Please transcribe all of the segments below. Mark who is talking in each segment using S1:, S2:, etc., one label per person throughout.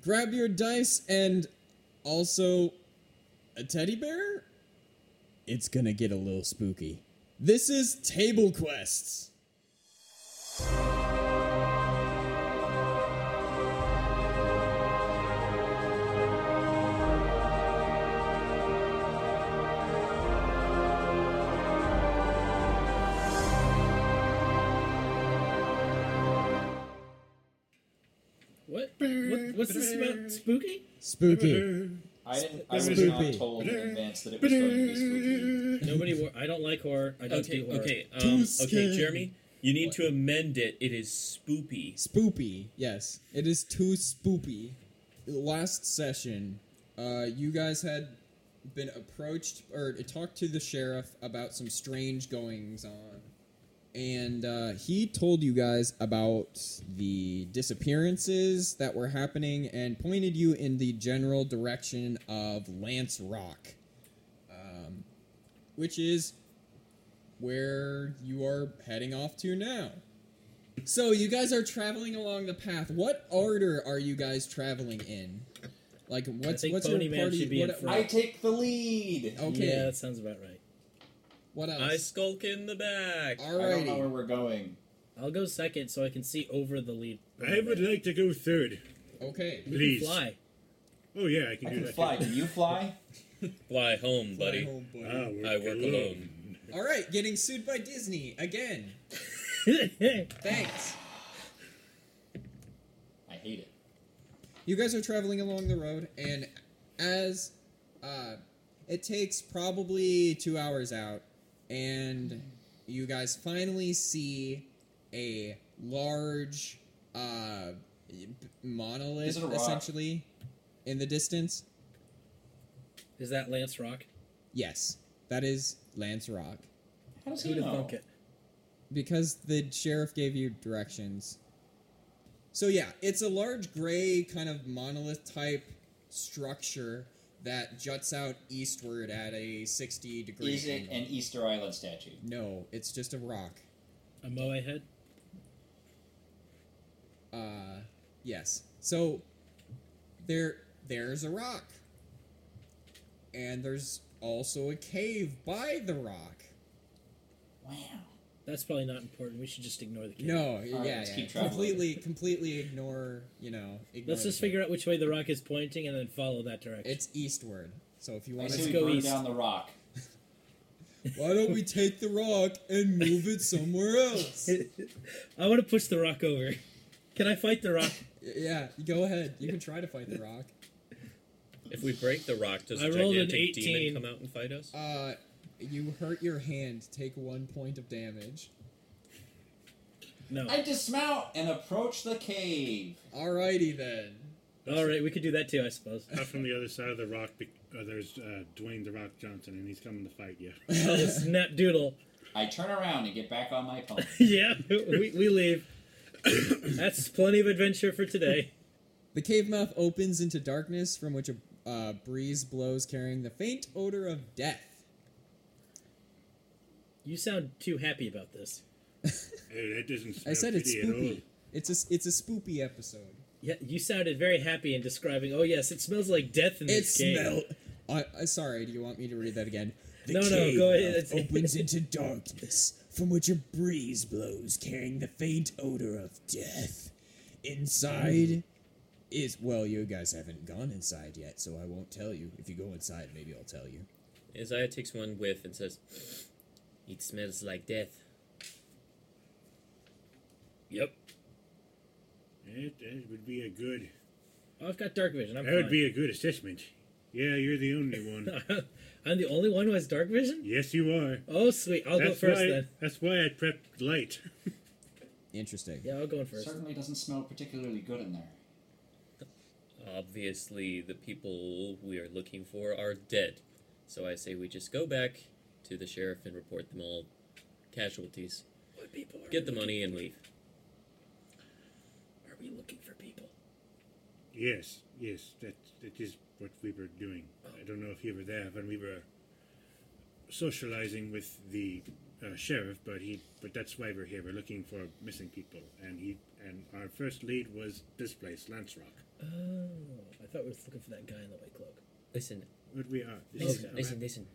S1: grab your dice and also a teddy bear? It's gonna get a little spooky. This is Table Quests.
S2: What? what what's this about? Spooky?
S1: Spooky.
S3: I didn't. I was not
S1: Spoopy.
S3: told in advance that it was going to be spooky.
S2: Nobody. Wor- I don't like horror. I don't
S4: Okay,
S2: do horror.
S4: okay,
S1: Too
S4: um,
S1: scary.
S4: okay, Jeremy. You need to amend it. It is spoopy.
S1: Spoopy. Yes, it is too spoopy. Last session, uh, you guys had been approached or talked to the sheriff about some strange goings on, and uh, he told you guys about the disappearances that were happening and pointed you in the general direction of Lance Rock, um, which is where you are heading off to now. So you guys are traveling along the path. What order are you guys traveling in? Like what's
S2: think
S1: what's
S2: Pony
S1: your
S2: Man
S1: party?
S2: should be in
S1: what-
S2: front.
S3: I take the lead.
S1: Okay. Uh,
S2: Yeah, that sounds about right.
S1: What else?
S4: I skulk in the back.
S3: I don't know where
S1: Alrighty.
S3: we're going.
S2: I'll go second so I can see over the lead.
S5: I would like to go third.
S1: Okay.
S2: You can
S5: Please.
S2: fly.
S5: Oh yeah, I can
S3: I
S5: do
S3: can
S5: that.
S3: fly. Can you fly?
S4: Fly home, buddy.
S2: Oh,
S5: Ah, work
S4: I work alone.
S1: All right. Getting sued by Disney again. Thanks.
S3: I hate it.
S1: You guys are traveling along the road, and as uh, it takes probably two hours out, and you guys finally see a large uh, b- monolith,
S3: Is it a rock?
S1: essentially, in the distance.
S2: Is that Lance Rock?
S1: Yes, that is Lance Rock.
S3: How does he
S2: Who'd have
S3: know?
S2: thunk it?
S1: because the sheriff gave you directions. So yeah, it's a large gray kind of monolith type structure that juts out eastward at a 60 degree
S3: Is it
S1: angle.
S3: an e- Easter Island statue?
S1: no, it's just a rock.
S2: A moe head?
S1: Uh yes. So there there's a rock. And there's also a cave by the rock.
S3: Wow.
S2: That's probably not important. We should just ignore the kid.
S1: No,
S3: right,
S1: yeah,
S3: let's
S1: yeah.
S3: keep traveling.
S1: completely completely ignore, you know, ignore
S2: Let's just
S1: the-
S2: figure out which way the rock is pointing and then follow that direction.
S1: It's eastward. So if you
S3: I
S1: want
S3: say
S2: Let's
S3: we
S1: to,
S2: go
S3: burn
S2: east.
S3: down the rock.
S1: why don't we take the rock and move it somewhere else?
S2: I want to push the rock over. Can I fight the rock?
S1: yeah, go ahead. You can try to fight the rock.
S4: If we break the rock, does
S2: I
S4: a
S2: rolled an
S4: gigantic
S2: 18.
S4: demon come out and fight us?
S1: Uh, you hurt your hand. Take one point of damage.
S2: No.
S3: I dismount and approach the cave.
S1: Alrighty then.
S2: All right, we could do that too, I suppose.
S5: Out from the other side of the rock, be- uh, there's uh, Dwayne the Rock Johnson, and he's coming to fight you.
S2: Oh, snap doodle.
S3: I turn around and get back on my pony.
S2: yeah, we, we leave. That's plenty of adventure for today.
S1: The cave mouth opens into darkness from which a uh, breeze blows, carrying the faint odor of death.
S2: You sound too happy about this.
S5: Hey, that doesn't.
S1: I
S5: sound
S1: said it's
S5: pretty at all.
S1: spoopy. It's a it's a spoopy episode.
S2: Yeah, you sounded very happy in describing. Oh yes, it smells like death in this game.
S1: I, I sorry. Do you want me to read that again?
S2: No, no, go ahead.
S1: mouth opens into darkness, from which a breeze blows, carrying the faint odor of death. Inside is well, you guys haven't gone inside yet, so I won't tell you. If you go inside, maybe I'll tell you.
S4: Isaiah takes one whiff and says, "It smells like death."
S2: Yep.
S5: That, that would be a good.
S2: Oh, I've got dark vision. I'm
S5: That would be a good assessment. Yeah, you're the only one.
S2: fine. I'm the only one who has dark vision.
S5: yes, you are.
S2: Oh sweet, I'll
S5: that's
S2: go first
S5: why.
S2: then.
S5: That's why I prepped light.
S1: Interesting.
S2: Yeah, I'll go in first.
S3: Certainly doesn't smell particularly good in there.
S4: Obviously, the people we are looking for are dead, so I say we just go back to the sheriff and report them all casualties,
S2: What people are
S4: get the
S2: we
S4: money, and leave.
S2: looking- Are we looking for people?
S5: Yes, yes, that that is what we were doing. I don't know if you were there when we were socializing with the uh, sheriff, but he, but that's why we're here. We're looking for missing people, and he, and our first lead was this place, Lance Rock.
S6: Oh, I thought we were looking for that guy in the white cloak.
S4: Listen,
S5: But we are. This is
S4: listen,
S5: a
S4: listen,
S5: map.
S4: listen.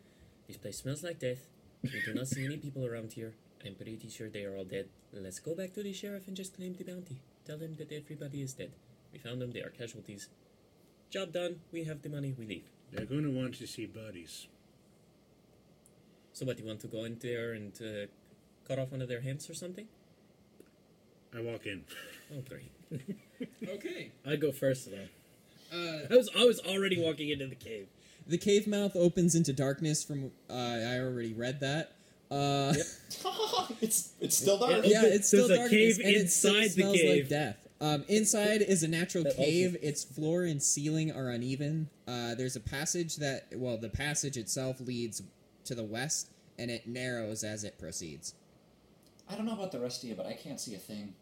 S4: This place smells like death. We do not see any people around here. I'm pretty sure they are all dead. Let's go back to the sheriff and just claim the bounty. Tell him that everybody is dead. We found them, they are casualties. Job done, we have the money, we leave.
S5: They're going to want to see bodies.
S4: So, what, you want to go in there and uh, cut off one of their hands or something?
S5: I walk in.
S4: Oh, great.
S1: Okay.
S6: I'd go first though.
S1: Uh,
S6: I was I was already walking into the cave.
S1: the cave mouth opens into darkness from. Uh, I already read that. Uh,
S3: it's it's still dark.
S1: Yeah,
S6: There's
S1: it's still
S6: a
S1: darkness,
S6: cave
S1: and it still
S6: inside the
S1: smells like
S6: cave.
S1: death. Um, inside is a natural
S6: That also-
S1: cave. Its floor and ceiling are uneven. Uh, there's a passage that, well, the passage itself leads to the west, and it narrows as it proceeds.
S3: I don't know about the rest of you, but I can't see a thing.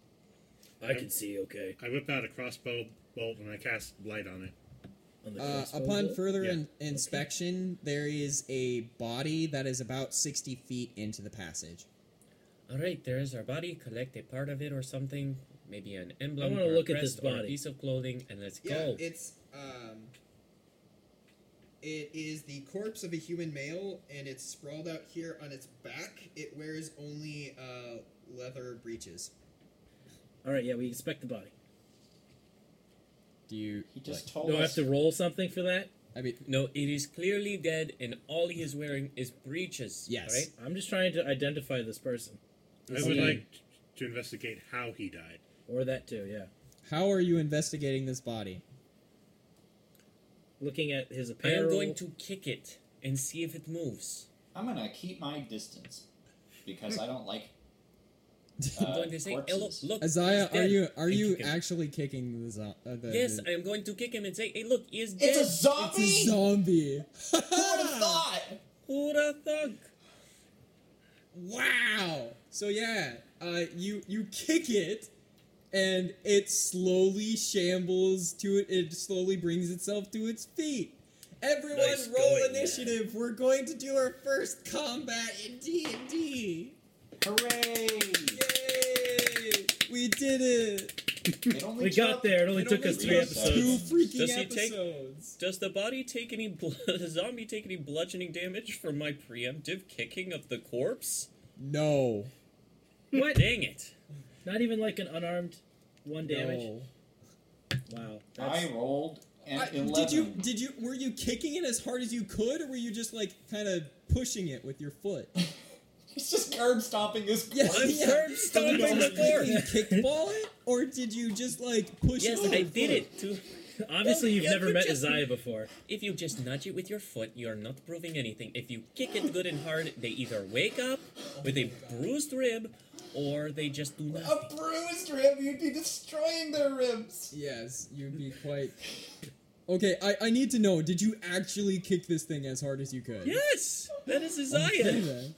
S6: I can see okay.
S5: I whip out a crossbow bolt and I cast light on it.
S6: On the
S1: Uh,
S6: crossbow
S1: upon
S6: bolt.
S1: further
S5: Yeah.
S1: in- inspection, there is a body that is about sixty feet into the passage.
S4: All right, there is our body. Collect a part of it or something. Maybe an emblem.
S6: wanna
S4: or a
S6: look at this
S4: crest or a
S6: body.
S4: piece of clothing, and let's
S1: Yeah,
S4: go.
S1: it's um, it is the corpse of a human male, and it's sprawled out here on its back. It wears only uh, leather breeches.
S6: All right, yeah, we inspect the body.
S1: Do you?
S3: He just told
S6: Do I have
S3: us.
S6: to roll something for that?
S1: I mean,
S4: No, it is clearly dead, and all he is wearing is breeches.
S1: Yes.
S4: All right?
S6: I'm just trying to identify this person
S5: I would
S1: Okay.
S5: like t- to investigate how he died.
S6: or that too. Yeah,
S1: how are you investigating this body?
S6: looking at his
S4: I
S6: apparel.
S4: am going to kick it and see if it moves.
S3: I'm gonna keep my distance because I don't like.
S4: I'm
S3: Uh,
S4: going to say, "Hey, look,
S3: corpses.
S4: look,
S1: Isaiah,
S4: he's
S1: are
S4: dead."
S1: you are
S4: And
S1: you
S4: kick him.
S1: actually kicking the, zo- uh, the
S4: Yes,
S1: the-
S4: I am going to kick him and say, "Hey, look, he is dead."
S3: It's a zombie.
S1: it's a zombie.
S3: Who would have thought?
S4: Who'da thunk?
S1: Wow. So yeah, uh, you you kick it, and it slowly shambles to it. It slowly brings itself to its feet. Everyone,
S6: Nice
S1: roll
S6: going,
S1: initiative. We're going to do our first combat in D and D.
S3: Hooray!
S1: Yay! We did it.
S3: It only
S6: We got
S3: took-
S6: there. It only
S1: It
S6: took
S1: only
S6: us three
S1: took
S3: episodes.
S1: Two
S4: Does
S1: freaking
S4: he take-
S1: episodes.
S4: Does the body take any bl- the zombie take any bludgeoning damage from my preemptive kicking of the corpse?
S1: No.
S6: What?
S4: Dang it!
S6: Not even like an unarmed one damage. Wow. That's,
S3: I rolled an
S1: I-
S3: eleven.
S1: did you did you were you kicking it as hard as you could, or were you just like kind of pushing it with your foot?
S3: He's just curb stomping his.
S1: Yes,
S3: corpse.
S1: yeah.
S4: curb stomping
S1: Did you
S4: the floor.
S1: fucking kickball it, or did you just like push
S4: Yes,
S1: it? with
S4: I
S1: your
S4: did
S1: foot?
S4: it. To,
S6: obviously, you've
S4: Yeah,
S6: never
S4: you
S6: met
S4: just-
S6: Isaiah before.
S4: if you just nudge it with your foot, you are not proving anything. If you kick it good and hard, they either wake up with a bruised rib, or they just do nothing.
S3: A bruised rib. You'd be destroying their ribs.
S1: Yes, you'd be quite. Okay, I, I need to know. Did you actually kick this thing as hard as you could?
S4: Yes, that is
S1: Okay,
S4: Isaiah.
S1: then.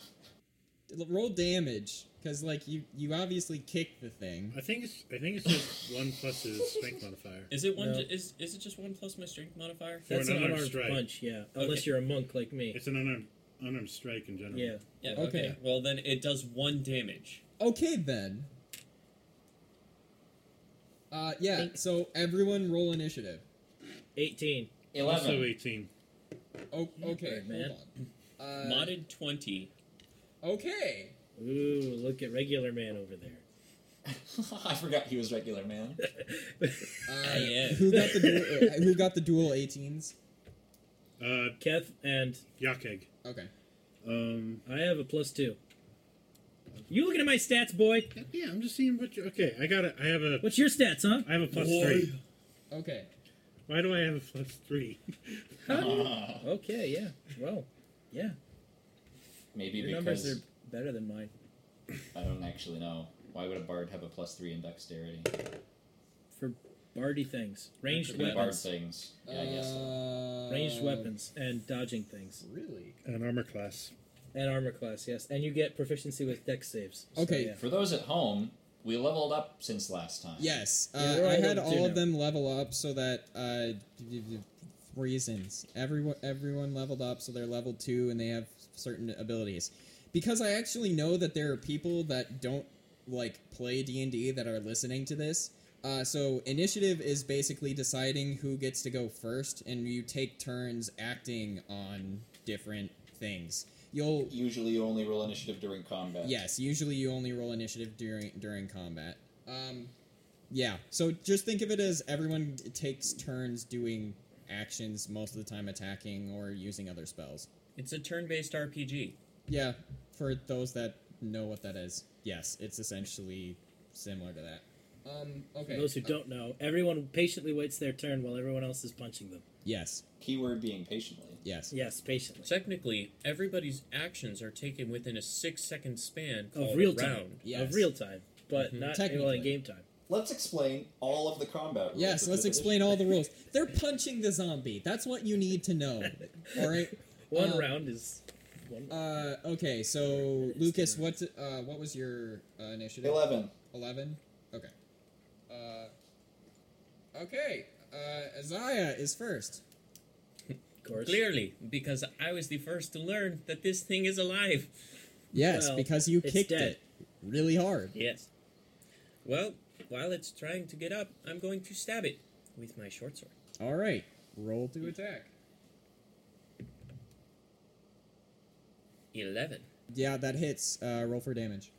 S1: L- Roll damage, because like you you obviously kicked the thing.
S5: I think it's I think it's just one plus his strength modifier.
S4: Is it one?
S6: No.
S4: ju- is is it just one plus my strength modifier?
S5: For
S6: That's
S5: an
S6: an
S5: unarmed
S6: unarmed
S5: strike.
S6: punch. Yeah, unless
S4: Okay.
S6: you're a monk like me.
S5: It's an unarmed unarmed strike in general.
S6: Yeah.
S4: Yeah,
S1: Okay.
S4: okay. Well, then it does one damage.
S1: Okay then. Uh yeah. So everyone roll initiative.
S6: 18.
S3: Eleven.
S5: Also eighteen.
S1: Oh okay.
S6: Alright, man.
S1: Hold on. Uh,
S4: Modded 20.
S1: Okay.
S6: Ooh, look at regular man over there.
S3: I forgot he was regular man.
S1: Uh,
S4: yeah.
S1: Who got the dual, uh, who got the dual 18s?
S5: Uh,
S6: Keth and
S5: Yakeg.
S1: Okay.
S5: Um,
S6: I have a plus two. You looking at my stats, boy?
S5: yeah, I'm just seeing what. You, okay, I got. a- I have a.
S6: What's your stats, huh?
S5: I have a plus
S4: Boy.
S5: three.
S1: Okay.
S5: Why do I have a plus three?
S6: How do you-
S3: Ah,
S6: Okay, yeah. Well, yeah.
S3: maybe
S6: Your
S3: because
S6: numbers are better than mine.
S3: I don't actually know. Why would a bard have a plus three in dexterity?
S6: For bardy things, ranged
S3: Could be bard
S6: weapons,
S3: things. Yeah, I guess. So.
S1: Uh,
S6: ranged weapons, and dodging things,
S1: Really?
S5: An armor class.
S6: and armor class. Yes, and you get proficiency with dex saves. So,
S1: Okay.
S6: yeah.
S3: For those at home, we leveled up since last time.
S1: Yes. Uh,
S6: Yeah, we're all
S1: I had
S6: level two
S1: all of
S6: now.
S1: them level up so that uh, d- d- d- reasons. Everyone everyone leveled up so they're level 2 and they have certain abilities. Because I actually know that there are people that don't like play D&D that are listening to this. Uh, so initiative is basically deciding who gets to go first, and you take turns acting on different things. You'll
S3: Usually, you only roll initiative during combat.
S1: yes, usually you only roll initiative during during combat. Um, yeah, so just think of it as everyone takes turns doing actions, most of the time attacking or using other spells.
S4: It's a turn-based RPG.
S1: Yeah, for those that know what that is, yes, it's essentially similar to that. Um, okay.
S2: For those who don't know, everyone patiently waits their turn while everyone else is punching them.
S1: Yes,
S3: Keyword being patiently.
S1: yes.
S2: Yes, patiently.
S4: Technically, everybody's actions are taken within a six-second span called
S2: Of
S4: a
S2: real time.
S4: round.
S1: Yes. Mm-hmm.
S2: Of real time. But
S4: Mhm.
S2: not well,
S1: Technically.
S2: in game time.
S3: Let's explain all of the combat. Rules
S1: Yes,
S3: of
S1: let's
S3: fifth
S1: explain
S3: edition.
S1: all the rules. They're punching the zombie. That's what you need to know. All right.
S2: One
S1: Um,
S2: round is one
S1: Uh, okay. So Lucas, what uh, what was your uh, initiative?
S3: Eleven.
S1: Eleven. Okay. Uh, okay. Uh, Isaiah is first.
S2: of course.
S4: Clearly, because I was the first to learn that this thing is alive.
S1: Yes,
S2: Well,
S1: because you
S2: it's
S1: kicked
S2: dead.
S1: it really hard.
S4: Yes. Well, while it's trying to get up, I'm going to stab it with my short sword.
S1: All right. Roll to attack.
S4: Eleven.
S1: Yeah, that hits. Uh, roll for damage.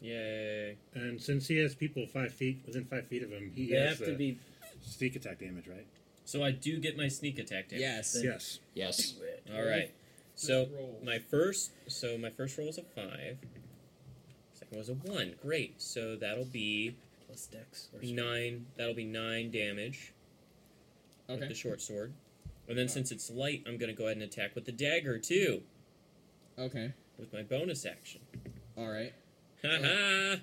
S4: Yay.
S5: And since he has people five feet within five feet of him, he
S2: They
S5: has
S2: have to
S5: the
S2: be
S5: sneak attack damage, right?
S4: So I do get my sneak attack damage.
S1: Yes.
S5: Yes.
S3: Yes.
S6: uh,
S4: All right.
S1: Just
S4: So
S1: roll.
S4: my first, so my first roll was a five. Second was a one. Great. So that'll be
S2: plus dex or
S4: nine. That'll be nine damage with
S1: Okay.
S4: the short sword. And then since it's light, I'm gonna go ahead and attack with the dagger too,
S1: Okay.
S4: with my bonus action.
S1: All right.
S4: Ha ha.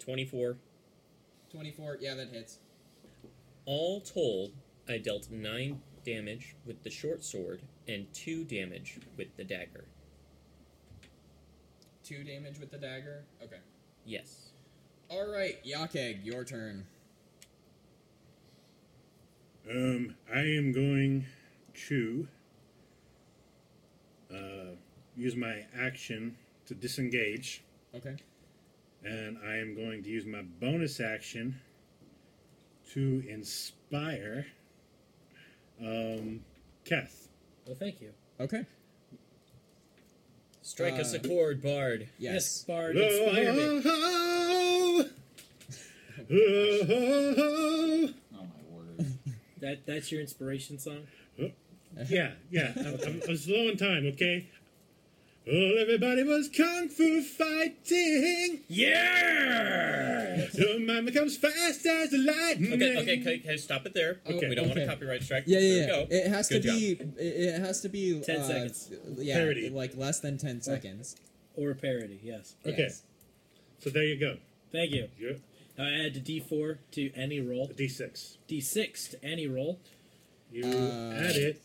S4: Twenty-four.
S1: Twenty-four. Yeah, that hits.
S4: All told, I dealt nine damage with the short sword and two damage with the dagger.
S1: Two damage with the dagger. Okay.
S4: Yes.
S1: All right, Yakeg, your turn.
S5: Um, I am going to uh, use my action to disengage,
S1: Okay.
S5: and I am going to use my bonus action to inspire um, Keth.
S2: Well, thank you.
S1: Okay.
S4: Strike
S1: Uh,
S4: us a chord, Bard.
S1: Yes.
S2: Bard, inspire me.
S3: Oh my word.
S2: That, that's your inspiration song?
S5: Yeah, yeah. I'm, I'm, I'm slow on time, okay? Well, everybody was kung fu fighting. Yeah! Your mind becomes fast as the lightning.
S4: Okay, okay, okay, okay, stop it there.
S1: Mm. Okay,
S4: we don't want
S1: okay.
S4: a copyright strike.
S1: Yeah,
S4: there
S1: yeah, yeah.
S4: we go.
S1: It has
S4: Good
S1: to
S4: job.
S1: be. It it has to be.
S2: 10
S1: uh,
S2: seconds.
S1: Yeah,
S5: Parody.
S1: like less than ten seconds.
S2: Or parody, yes.
S5: Okay.
S1: Yes.
S5: So there you go.
S2: Thank you.
S5: You're
S2: Now add D4 to any roll,
S5: a D6.
S2: D6 to any roll.
S5: You
S1: Uh,
S5: add it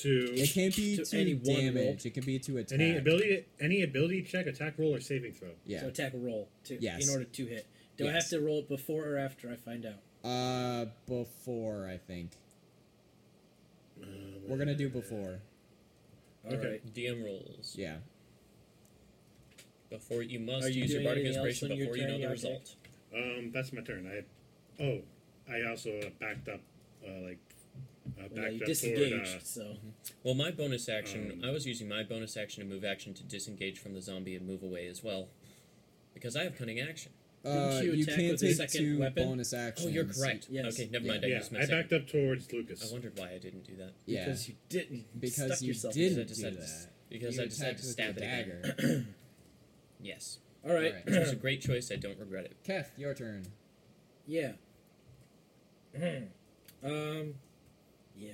S5: to
S1: It can't be
S2: To
S1: to
S2: any one
S1: damage.
S2: roll.
S1: It can be to attack.
S5: any ability, any ability check, attack roll, or saving throw.
S2: So
S1: Yeah.
S2: attack a roll to,
S1: Yes.
S2: in order to hit. Do I
S1: Yes.
S2: have to roll it before or after I find out?
S1: Uh, before I think
S5: Uh,
S1: we're gonna do before.
S2: All right.
S5: Okay.
S4: DM rolls.
S1: Yeah.
S4: Before you must
S2: Are you
S4: use your
S2: doing
S4: bardic
S2: anything else
S4: inspiration
S2: when you're
S4: before you know
S2: turning
S4: the
S2: your
S4: result.
S5: Um, that's my turn. I, oh, I also uh, backed up, uh, like, uh, backed
S2: Well, you
S5: up
S2: disengaged,
S5: toward, uh,
S2: so
S1: Mm-hmm.
S4: Well, my bonus action,
S5: Um,
S4: I was using my bonus action and move action to disengage from the zombie and move away as well, because I have cunning action.
S1: Uh,
S2: Didn't you
S1: you
S2: attack
S1: can't
S2: with a
S1: take
S2: second
S1: two
S2: weapon?
S1: bonus actions.
S4: Oh, you're correct.
S2: Yes.
S4: Okay, never mind. I
S5: yeah,
S4: used my
S5: I
S4: second.
S5: backed up towards Lucas.
S4: I wondered why I didn't do that.
S1: Yeah.
S2: because you didn't, you
S1: Because
S2: stuck
S1: you
S2: yourself.
S1: didn't
S4: I
S1: do
S4: decided to s-
S1: that.
S4: Because
S1: You
S4: I decided
S1: attacked
S4: to
S1: with
S4: stab it
S1: your
S4: again.
S1: dagger.
S4: Yes. Yes.
S2: All right.
S1: All
S4: It was a great choice. I don't regret it.
S1: Keth, your turn.
S2: yeah. um, yeah.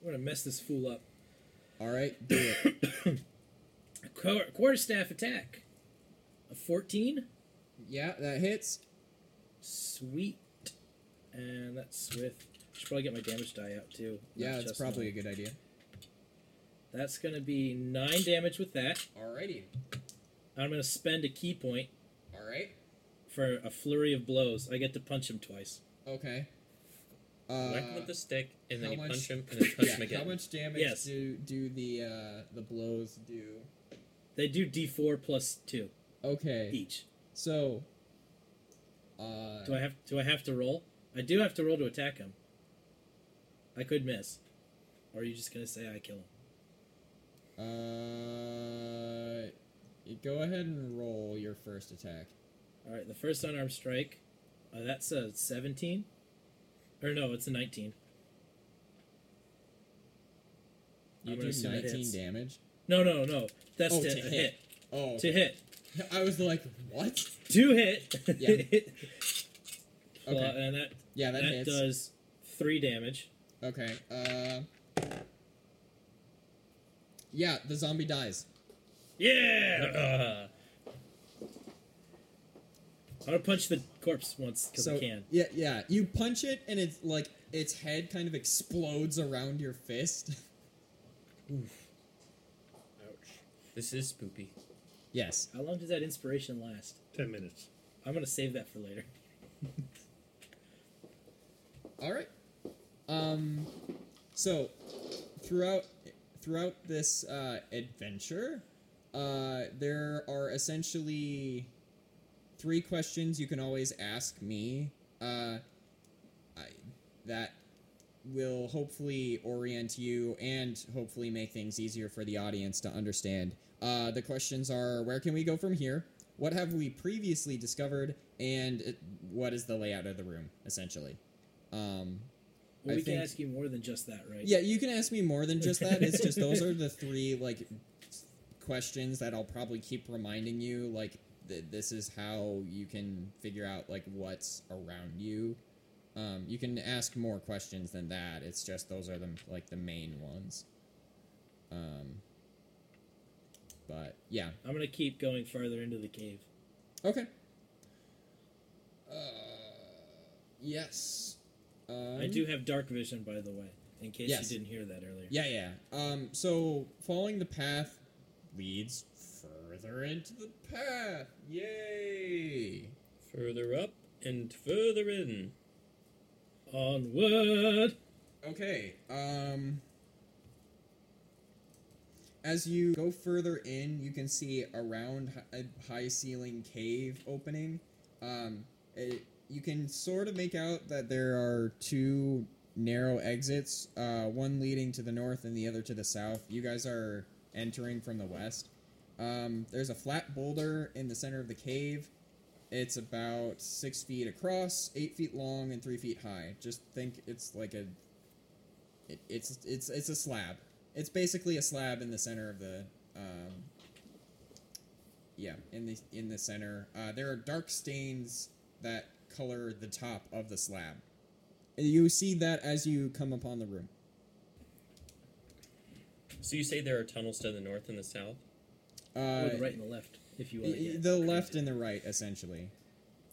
S2: I'm gonna mess this fool up.
S1: All right, do it.
S2: Quarter, quarterstaff attack. A fourteen.
S1: yeah, that hits.
S2: Sweet. And that's with. Should probably get my damage die out too. not
S1: Yeah, that's
S2: just
S1: probably a
S2: one.
S1: good idea.
S2: That's gonna be nine damage with that.
S1: Alrighty.
S2: I'm gonna spend a key point
S1: All right.
S2: for a flurry of blows. I get to punch him twice.
S1: Okay. Uh,
S4: Whack him with the stick, and then
S1: how
S4: you
S1: much-
S4: punch him, and then punch
S1: yeah,
S4: him again.
S1: How much damage
S2: Yes.
S1: do do the uh, the blows do?
S2: They do D4 plus two
S1: Okay,
S2: each.
S1: so Uh,
S2: Do I have do I have to roll? I do have to roll to attack him. I could miss. Or are you just gonna say I kill him?
S1: uh, y- go ahead and roll your first attack.
S2: Alright, the first unarmed strike. Uh, that's a seventeen. Or no, it's a nineteen.
S1: You
S2: I'm
S1: do
S2: gonna assume it
S1: 19
S2: hits.
S1: damage.
S2: No no no. That's
S1: Oh,
S2: to,
S1: to
S2: a hit.
S1: hit. Oh,
S2: To hit.
S1: I was like, what?
S2: To hit.
S1: Yeah.
S2: Well,
S1: Okay.
S2: and that,
S1: Yeah, that,
S2: that,
S1: hits.
S2: does three damage.
S1: Okay. Uh, yeah, the zombie dies.
S2: Yeah. I'm gonna punch the corpse once because
S1: so
S2: I can.
S1: yeah, yeah. You punch it, and it's like its head kind of explodes around your fist.
S4: This is spoopy.
S1: yes.
S2: How long does that inspiration last?
S5: Ten minutes.
S2: I'm gonna save that for later.
S1: All right. Um, so throughout throughout this uh, adventure, uh, there are essentially three questions you can always ask me. Uh, I, that will hopefully orient you and hopefully make things easier for the audience to understand. Uh, the questions are: Where can we go from here? What have we previously discovered? And uh, what is the layout of the room, essentially? Um, I
S2: Well, we
S1: think-
S2: can ask you more than just that, right?
S1: yeah, you can ask me more than just that. It's just those are the three like questions that I'll probably keep reminding you. Like th- this is how you can figure out like what's around you. Um, you can ask more questions than that. It's just those are the like the main ones. Um, but yeah,
S2: I'm gonna keep going farther into the cave.
S1: okay. Uh, yes.
S2: I
S1: Um,
S2: do have dark vision, by the way, in case
S1: Yes.
S2: you didn't hear that earlier.
S1: Yeah, yeah. Um, so following the path leads further into the path. Yay!
S4: Further up and further in.
S2: Onward.
S1: Okay. Um, as you go further in, you can see a round, hi- high ceiling cave opening. Um, it, you can sort of make out that there are two narrow exits, uh, one leading to the north and the other to the south. You guys are entering from the west. Um, there's a flat boulder in the center of the cave. It's about six feet across, eight feet long, and three feet high. Just think it's like a it, it's it's it's a slab. It's basically a slab in the center of the um, yeah in the in the center. Uh, there are dark stains that color the top of the slab. You see that as you come upon the room.
S4: So you say there are tunnels to the north and the south?
S1: Uh,
S2: Or Oh, the right and the left, if you
S1: y-
S2: want.
S1: y- the left and the right, essentially.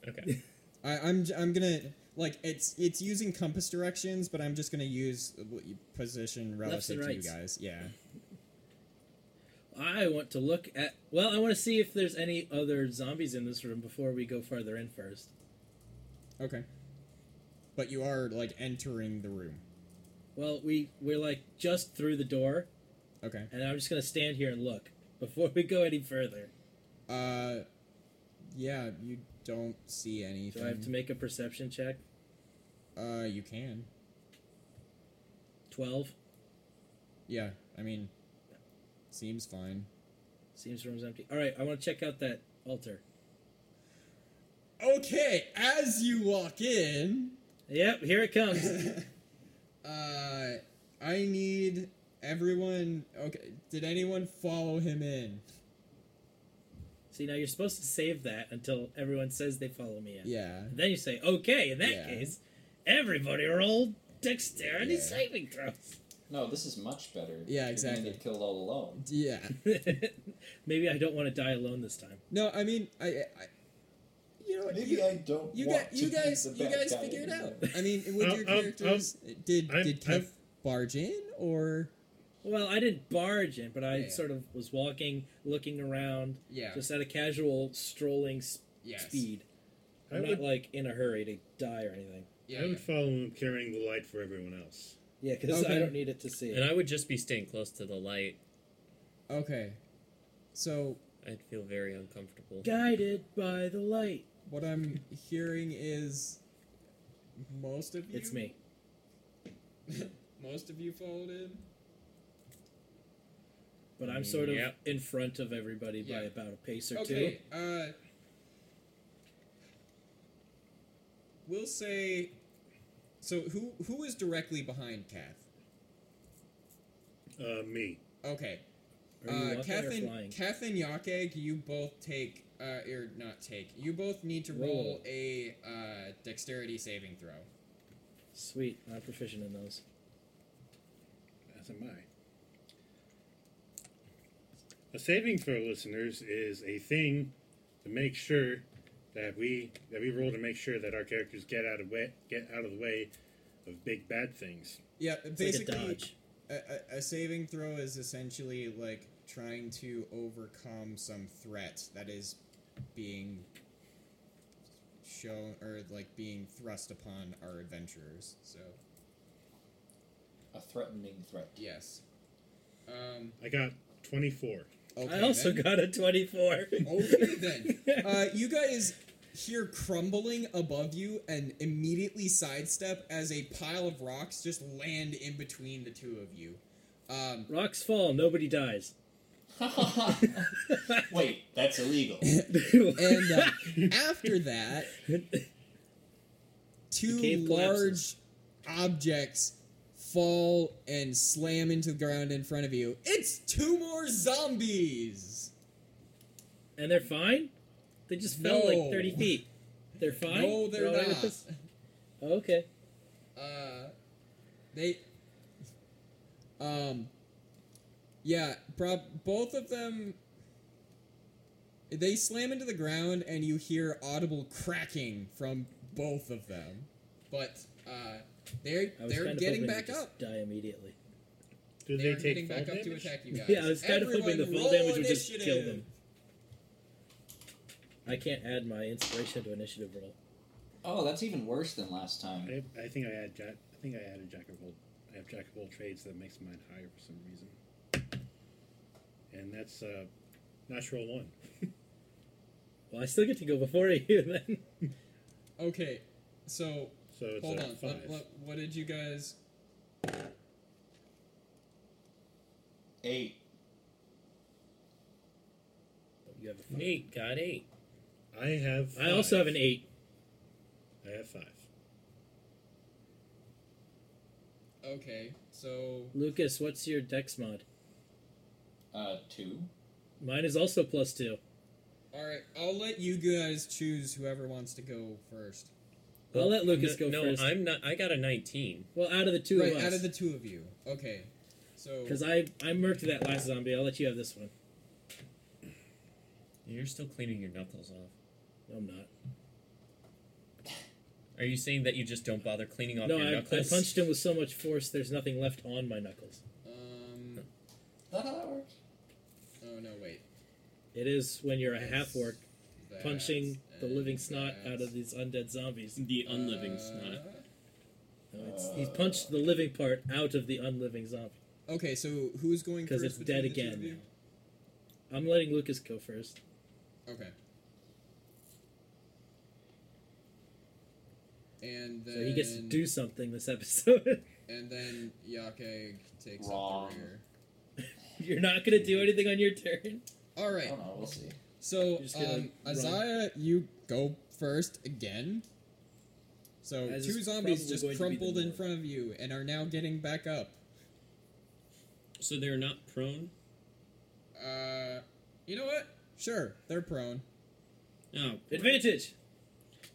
S4: Okay.
S1: I, I'm j- I'm gonna like it's it's using compass directions, but I'm just gonna use what you position
S2: Lefts and
S1: relative to you
S2: rights.
S1: guys. Yeah.
S2: I want to look at. Well, I want to see if there's any other zombies in this room before we go farther in first.
S1: Okay. But you are like entering the room.
S2: Well, we we're like just through the door,
S1: Okay.
S2: and I'm just gonna stand here and look before we go any further.
S1: Uh, yeah, you don't see anything.
S2: Do I have to make a perception check?
S1: Uh, you can.
S2: Twelve
S1: Yeah, I mean, seems fine.
S2: seems room's empty. All right, I want to check out that altar.
S1: Okay, as you walk in,
S2: Yep, here it comes.
S1: uh, I need everyone. Okay, did anyone follow him in?
S2: See, now you're supposed to save that until everyone says they follow me in.
S1: Yeah.
S2: And then you say, okay, in that
S1: Yeah.
S2: case, everybody roll dexterity
S1: Yeah.
S2: saving throws.
S3: No, this is much better.
S1: Yeah,
S3: You're
S1: exactly.
S3: Gonna get killed all alone.
S1: Yeah.
S2: Maybe I don't want to die alone this time.
S1: No, I mean, I, I you know, what,
S3: Maybe
S1: you,
S3: I don't.
S1: you
S3: want
S1: got, you
S3: to be
S1: guys,
S3: the
S1: you
S3: bad
S1: guys
S3: guy
S1: figure it out.
S3: anymore.
S1: I mean, with
S5: Um,
S1: your
S5: um, um,
S1: characters, did
S5: I'm-
S1: did Kev
S5: I'm-
S1: barge in or?
S2: Well, I didn't barge in, but I
S1: Yeah.
S2: sort of was walking, looking around,
S1: Yeah.
S2: just at a casual strolling s-
S1: yes.
S2: speed.
S5: I
S2: I'm not
S5: would-
S2: like in a hurry to die or anything.
S1: Yeah.
S5: I would follow him carrying the light for everyone else.
S2: Yeah, because
S1: Okay.
S2: I don't need it to see.
S4: And I would just be staying close to the light.
S1: Okay. So
S4: I'd feel very uncomfortable.
S2: Guided by the light.
S1: What I'm hearing is most of you.
S2: It's me.
S1: most of you followed in.
S2: But I'm sort of
S4: Yep.
S2: in front of everybody by
S1: Yeah.
S2: about a pace or
S1: Okay. Uh, we'll say. So who who is directly behind Kath?
S5: Uh, me.
S1: Okay.
S2: two. Are you
S1: Uh,
S2: walking
S1: Kath
S2: or
S1: and
S2: flying?
S1: Kath and Yakeg, you both take uh, or not take. You both need to roll,
S2: Roll.
S1: a uh, dexterity saving throw.
S2: Sweet, I'm proficient in those.
S5: As am I. A saving throw, listeners, is a thing to make sure that we that we roll to make sure that our characters get out of way get out of the way of big bad things.
S1: Yeah,
S2: It's
S1: basically,
S2: like a dodge.
S1: a, a, a saving throw is essentially like trying to overcome some threat that is being shown or like being thrust upon our adventurers. So
S3: A threatening threat.
S1: yes. Um,
S5: I got twenty four.
S1: okay,
S2: I also
S1: then.
S2: got a 24.
S1: Okay then. Uh, you guys hear crumbling above you and immediately sidestep as a pile of rocks just land in between the two of you. Um,
S2: Rocks fall, nobody dies.
S3: Wait, that's illegal.
S1: and uh, after that, two
S2: cave collapses.
S1: large objects fall and slam into the ground in front of you. It's two more zombies.
S2: and they're fine? They just fell
S1: No.
S2: like 30 feet. They're fine?
S1: No, they're
S2: all right with
S1: not.
S2: this? Okay.
S1: Uh, they um yeah prob- both of them they slam into the ground and you hear audible cracking from both of them but uh they're
S2: I was
S1: they're
S2: kind of
S1: getting
S2: hoping
S1: back
S2: to just
S1: up
S2: Die immediately.
S5: Do
S1: they're
S5: they
S1: getting
S5: take
S1: back
S5: fall
S1: up to
S5: damage?
S1: attack you guys
S2: Yeah, I was kind of
S1: Everyone
S2: hoping the fall
S1: roll
S2: damage would just
S1: initiative.
S2: kill them. I can't add my inspiration to initiative roll.
S3: oh, that's even worse than last time.
S5: I, I think I had jack. I think I added jack of all. I have jack of all trades that makes mine higher for some reason. And that's uh, natural one.
S2: Well, I still get to go before you then.
S1: okay so
S5: So it's
S1: hold
S5: a
S1: on
S5: five.
S1: what, what, what did you guys
S3: Eight.
S2: You have a five.
S4: Nate got eight.
S5: I have.
S2: I also have
S5: five.
S2: an eight.
S5: I have five.
S1: okay so
S2: Lucas, what's your dex mod?
S3: Uh, two.
S2: Mine is also plus two.
S1: all right i'll let you guys choose whoever wants to go first
S2: I'll let Lucas
S4: no,
S2: go
S4: no,
S2: first.
S4: I'm not. I got a 19.
S2: Well, out of the two
S1: right,
S2: of us.
S1: out of the two of you. Okay. So
S2: Because I, I murked that last zombie. I'll let you have this one.
S4: You're still cleaning your knuckles off.
S2: No, I'm not.
S4: Are you saying that you just don't bother cleaning off
S2: No,
S4: your
S2: I, I
S4: knuckles?
S2: punched him with so much force, there's nothing left on my knuckles.
S1: um
S3: Is that how that works?
S1: oh no wait.
S2: It is when you're a half
S1: That's-
S2: orc
S1: That
S2: punching the
S1: and
S2: living snot
S1: that.
S2: out of these undead zombies.
S7: The unliving
S1: Uh,
S7: snot.
S2: No, it's, he punched the living part out of the unliving zombie.
S1: Okay, so who's going
S2: Because
S1: first?
S2: it's dead
S1: between the two
S2: again
S1: of you?
S2: I'm letting Lucas go first.
S1: Okay. And then
S2: So he gets to do something this episode.
S1: and then Yakeg takes up
S3: Wrong.
S1: the rear.
S2: you're not going to do anything on your turn.
S1: All
S3: I
S1: right.
S3: don't know. We'll see.
S1: So
S2: just gonna,
S1: um,
S2: like, run.
S1: Isaiah, you go first again. So
S2: As
S1: two zombies
S2: is probably
S1: just
S2: going to be the
S1: crumpled in
S2: norm.
S1: front of you and are now getting back up.
S7: So they're not prone.
S1: Uh, you know what? Sure, they're prone.
S7: Oh,
S2: Advantage!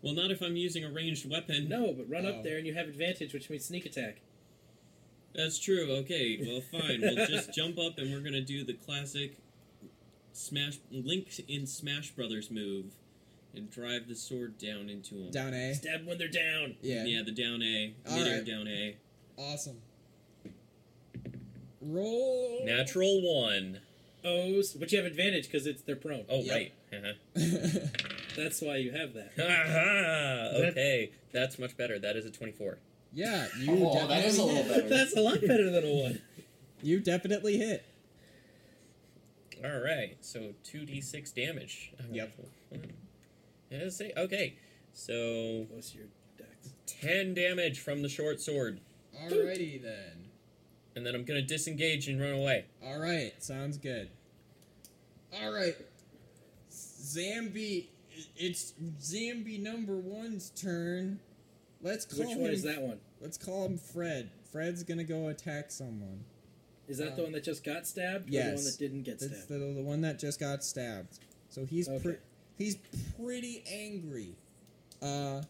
S7: well, not if I'm using a ranged weapon.
S2: No, but run
S1: Oh.
S2: up there and you have advantage, which means sneak attack.
S7: That's true. Okay, well, fine. we'll just jump up and we're gonna do the classic smash Link in Smash Brothers move and drive the sword down into him.
S1: Down A.
S2: Stab when they're down.
S1: Yeah.
S7: Yeah, the down A,
S1: All
S7: midair
S1: right.
S7: down A.
S1: Awesome. Roll.
S4: Natural one.
S2: Oh, s- but you have advantage because it's they're prone.
S4: Oh
S1: Yep.
S4: right. Uh-huh.
S2: That's why you have that.
S4: Aha!
S5: That-
S4: okay, that's much better. That is a 24.
S1: yeah, you.
S3: Oh,
S1: definitely
S3: that is a little
S1: hit.
S3: better.
S2: That's a lot better than a one.
S1: You definitely hit.
S4: All right, so 2d6 damage.
S1: Yep.
S4: Yeah, say okay. So
S2: What's your dex?
S4: ten damage from the short sword,
S1: Alrighty then.
S4: and then I'm gonna disengage and run away.
S1: All right, sounds good. All right, Zambi, it's Zambi number one's turn. Let's call
S2: Which
S1: him.
S2: one is that one?
S1: Let's call him Fred. Fred's gonna go attack someone.
S2: Is that the
S1: Um,
S2: one that just got stabbed? Or the
S1: yes.
S2: one that didn't get
S1: That's
S2: stabbed?
S1: the, the one that just got stabbed. So he's
S2: Okay.
S1: pre- he's pretty angry. Uh,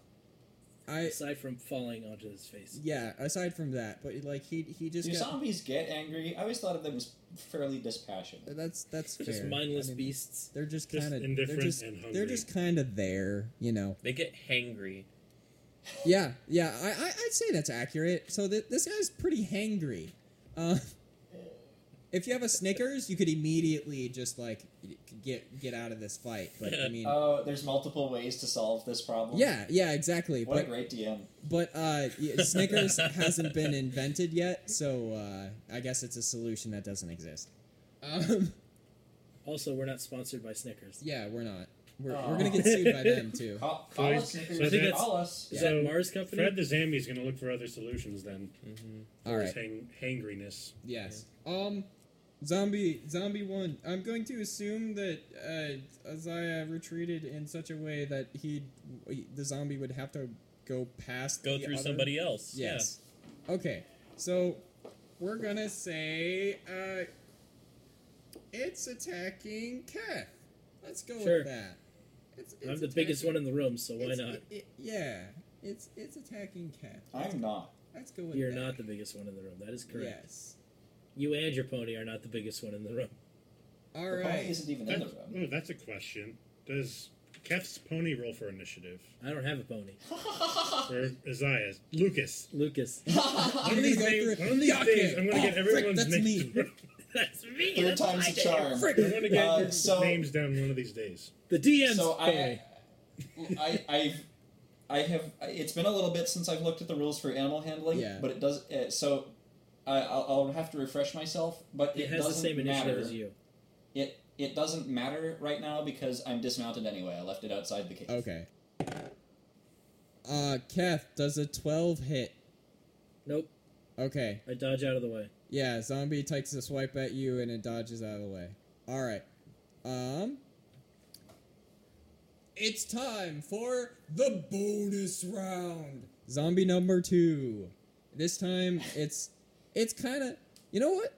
S1: I
S2: Aside from falling onto his face.
S1: yeah. Aside from that, but like he he just
S3: Do
S1: got,
S3: zombies get angry? I always thought of them as fairly dispassionate.
S1: that's that's fair.
S2: Just mindless
S1: I mean,
S2: beasts.
S1: They're just
S5: Just
S1: kind of
S5: indifferent
S1: They're just,
S5: and hungry.
S1: they're just kind of there, you know.
S4: They get hangry.
S1: Yeah, yeah, I, I I'd say that's accurate. So th- this guy's pretty hangry. Uh, if you have a Snickers, you could immediately just like get get out of this fight. But I mean,
S3: Oh, there's multiple ways to solve this problem.
S1: yeah, yeah, exactly.
S3: What a
S1: But
S3: great DM.
S1: but uh, y- Snickers hasn't been invented yet, so uh, I guess it's a solution that doesn't exist. Um,
S2: Also, we're not sponsored by Snickers.
S1: yeah, we're not. We're,
S3: Aw.
S1: we're gonna get sued by them too.
S3: Call,
S5: So
S3: call
S5: he's-
S3: us.
S5: so
S3: Snickers,
S5: I think
S3: call us.
S2: Is
S1: Yeah.
S2: that Mars Company?
S5: Fred the Zambi's going to look for other solutions then.
S1: All
S5: for
S1: right.
S5: his hang- hangriness.
S1: Yes. Um, zombie, zombie one. I'm going to assume that uh, Isaiah retreated in such a way that he, the zombie, would have to go past.
S4: Go
S1: the
S4: through
S1: other-
S4: somebody else.
S1: Yes. Okay. So we're gonna say uh, it's attacking Keth. Let's go
S2: Sure.
S1: with that. It's, it's
S2: I'm the biggest one
S1: attacking-
S2: in the room, so why
S1: it's-
S2: not?
S1: it- it- yeah. It's it's attacking Keth.
S3: I'm not.
S1: Let's go with
S2: You're
S1: that.
S2: not the biggest one in the room. That is correct.
S1: Yes.
S2: You and your pony are not the biggest one in the room.
S1: All
S3: The
S1: right.
S3: pony isn't even in the
S5: That's,
S3: room.
S5: oh, that's a question. Does Kef's pony roll for initiative?
S2: I don't have a pony.
S5: Or Isaiah's? Lucas.
S2: Lucas.
S5: One of these
S1: Go
S5: days,
S1: through-
S5: one of these
S1: Yuck,
S5: days
S1: yeah.
S5: I'm going to
S1: Oh,
S5: get everyone's
S1: frick, that's
S5: names.
S1: me.
S2: That's me.
S3: Third
S2: that's
S3: time's
S2: my
S3: a
S2: day.
S3: charm.
S5: I'm going to get
S3: Uh,
S5: your
S3: so-
S5: names down one of these days.
S2: The DM's
S3: So
S2: pony.
S3: I, I, I've, I have. It's been a little bit since I've looked at the rules for animal handling.
S1: Yeah.
S3: But it does. Uh, so, I, I'll, I'll have to refresh myself. But it,
S2: It has the
S3: doesn't
S2: same initiative
S3: matter.
S2: as you.
S3: It it doesn't matter right now because I'm dismounted anyway. I left it outside the cave.
S1: Okay. Uh, Keth, does a 12 hit?
S2: Nope.
S1: Okay.
S2: I dodge out of the way.
S1: Yeah, zombie takes a swipe at you and it dodges out of the way. Alright. Um. It's time for the bonus round. Zombie number two. This time it's it's kinda you know what?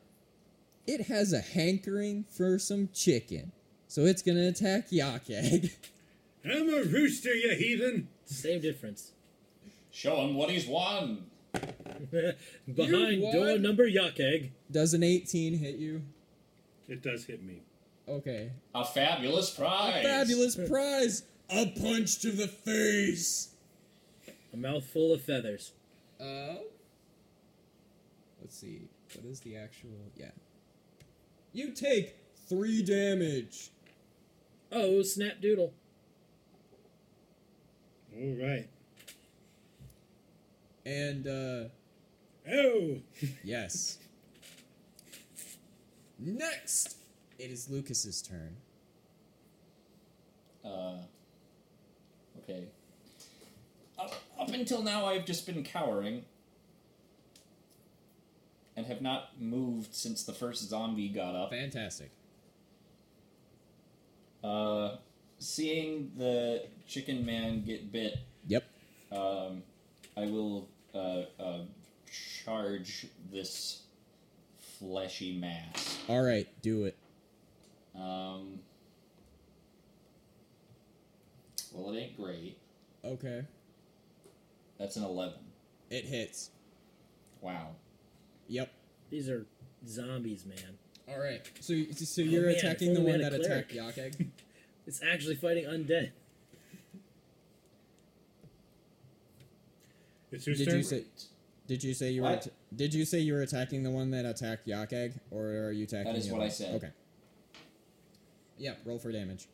S1: It has a hankering for some chicken. So it's gonna attack Yakeg.
S5: I'm a rooster, you heathen.
S2: Same difference.
S3: Show him what he's won.
S2: Behind
S1: won.
S2: door number Yakeg.
S1: Does an 18 hit you?
S5: It does hit me.
S1: Okay.
S3: A fabulous prize.
S1: Fabulous prize! A punch to the face!
S2: A mouthful of feathers.
S1: Uh, let's see. What is the actual. Yeah. You take three damage.
S2: Oh, snap doodle.
S5: All right.
S1: And, uh,
S5: Oh,
S1: yes. Next! It is Lucas's turn.
S3: Uh, okay. Up, up until now, I've just been cowering. And have not moved since the first zombie got up.
S1: Fantastic.
S3: Uh, seeing the chicken man get bit,
S1: Yep.
S3: um, I will uh, uh, charge this fleshy mass.
S1: Alright, do it.
S3: Um, well, it ain't great.
S1: Okay.
S3: That's an 11.
S1: It hits.
S3: Wow.
S1: Yep.
S2: These are zombies, man.
S1: Alright. So, so you're
S2: Oh, man, if
S1: attacking the
S2: only we
S1: one
S2: had
S1: that
S2: a
S1: attacked Yakeg?
S2: It's actually fighting undead.
S5: it's whose
S1: Did
S5: turn?
S1: you say- Did you say you were?
S3: What?
S1: att- did you say you were attacking the one that attacked Yakeg, or are you attacking?
S3: That is
S1: the
S3: what
S1: other
S3: I
S1: one?
S3: said.
S1: Okay. Yeah, roll for damage.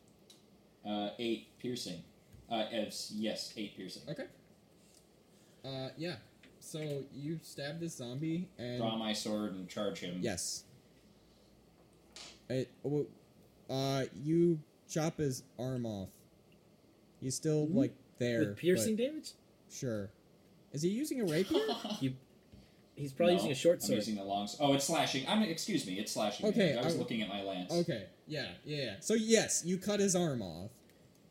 S3: Uh, eight piercing. Uh, it's, yes, eight piercing.
S1: Okay. Uh, yeah. So you stab this zombie and
S3: Draw my sword and charge him.
S1: yes. It. w- Uh, you chop his arm off. He's still like there.
S2: Hmm? With piercing
S1: but
S2: damage?
S1: Sure. Is he using a rapier?
S2: He's probably
S3: No,
S2: using a short
S3: I'm
S2: sword.
S3: using the long. s- Oh, it's slashing. I'm. Excuse me. It's slashing.
S1: Okay,
S3: damage. I was
S1: I-
S3: looking at my lance.
S1: okay. Yeah, yeah. Yeah. So yes, you cut his arm off.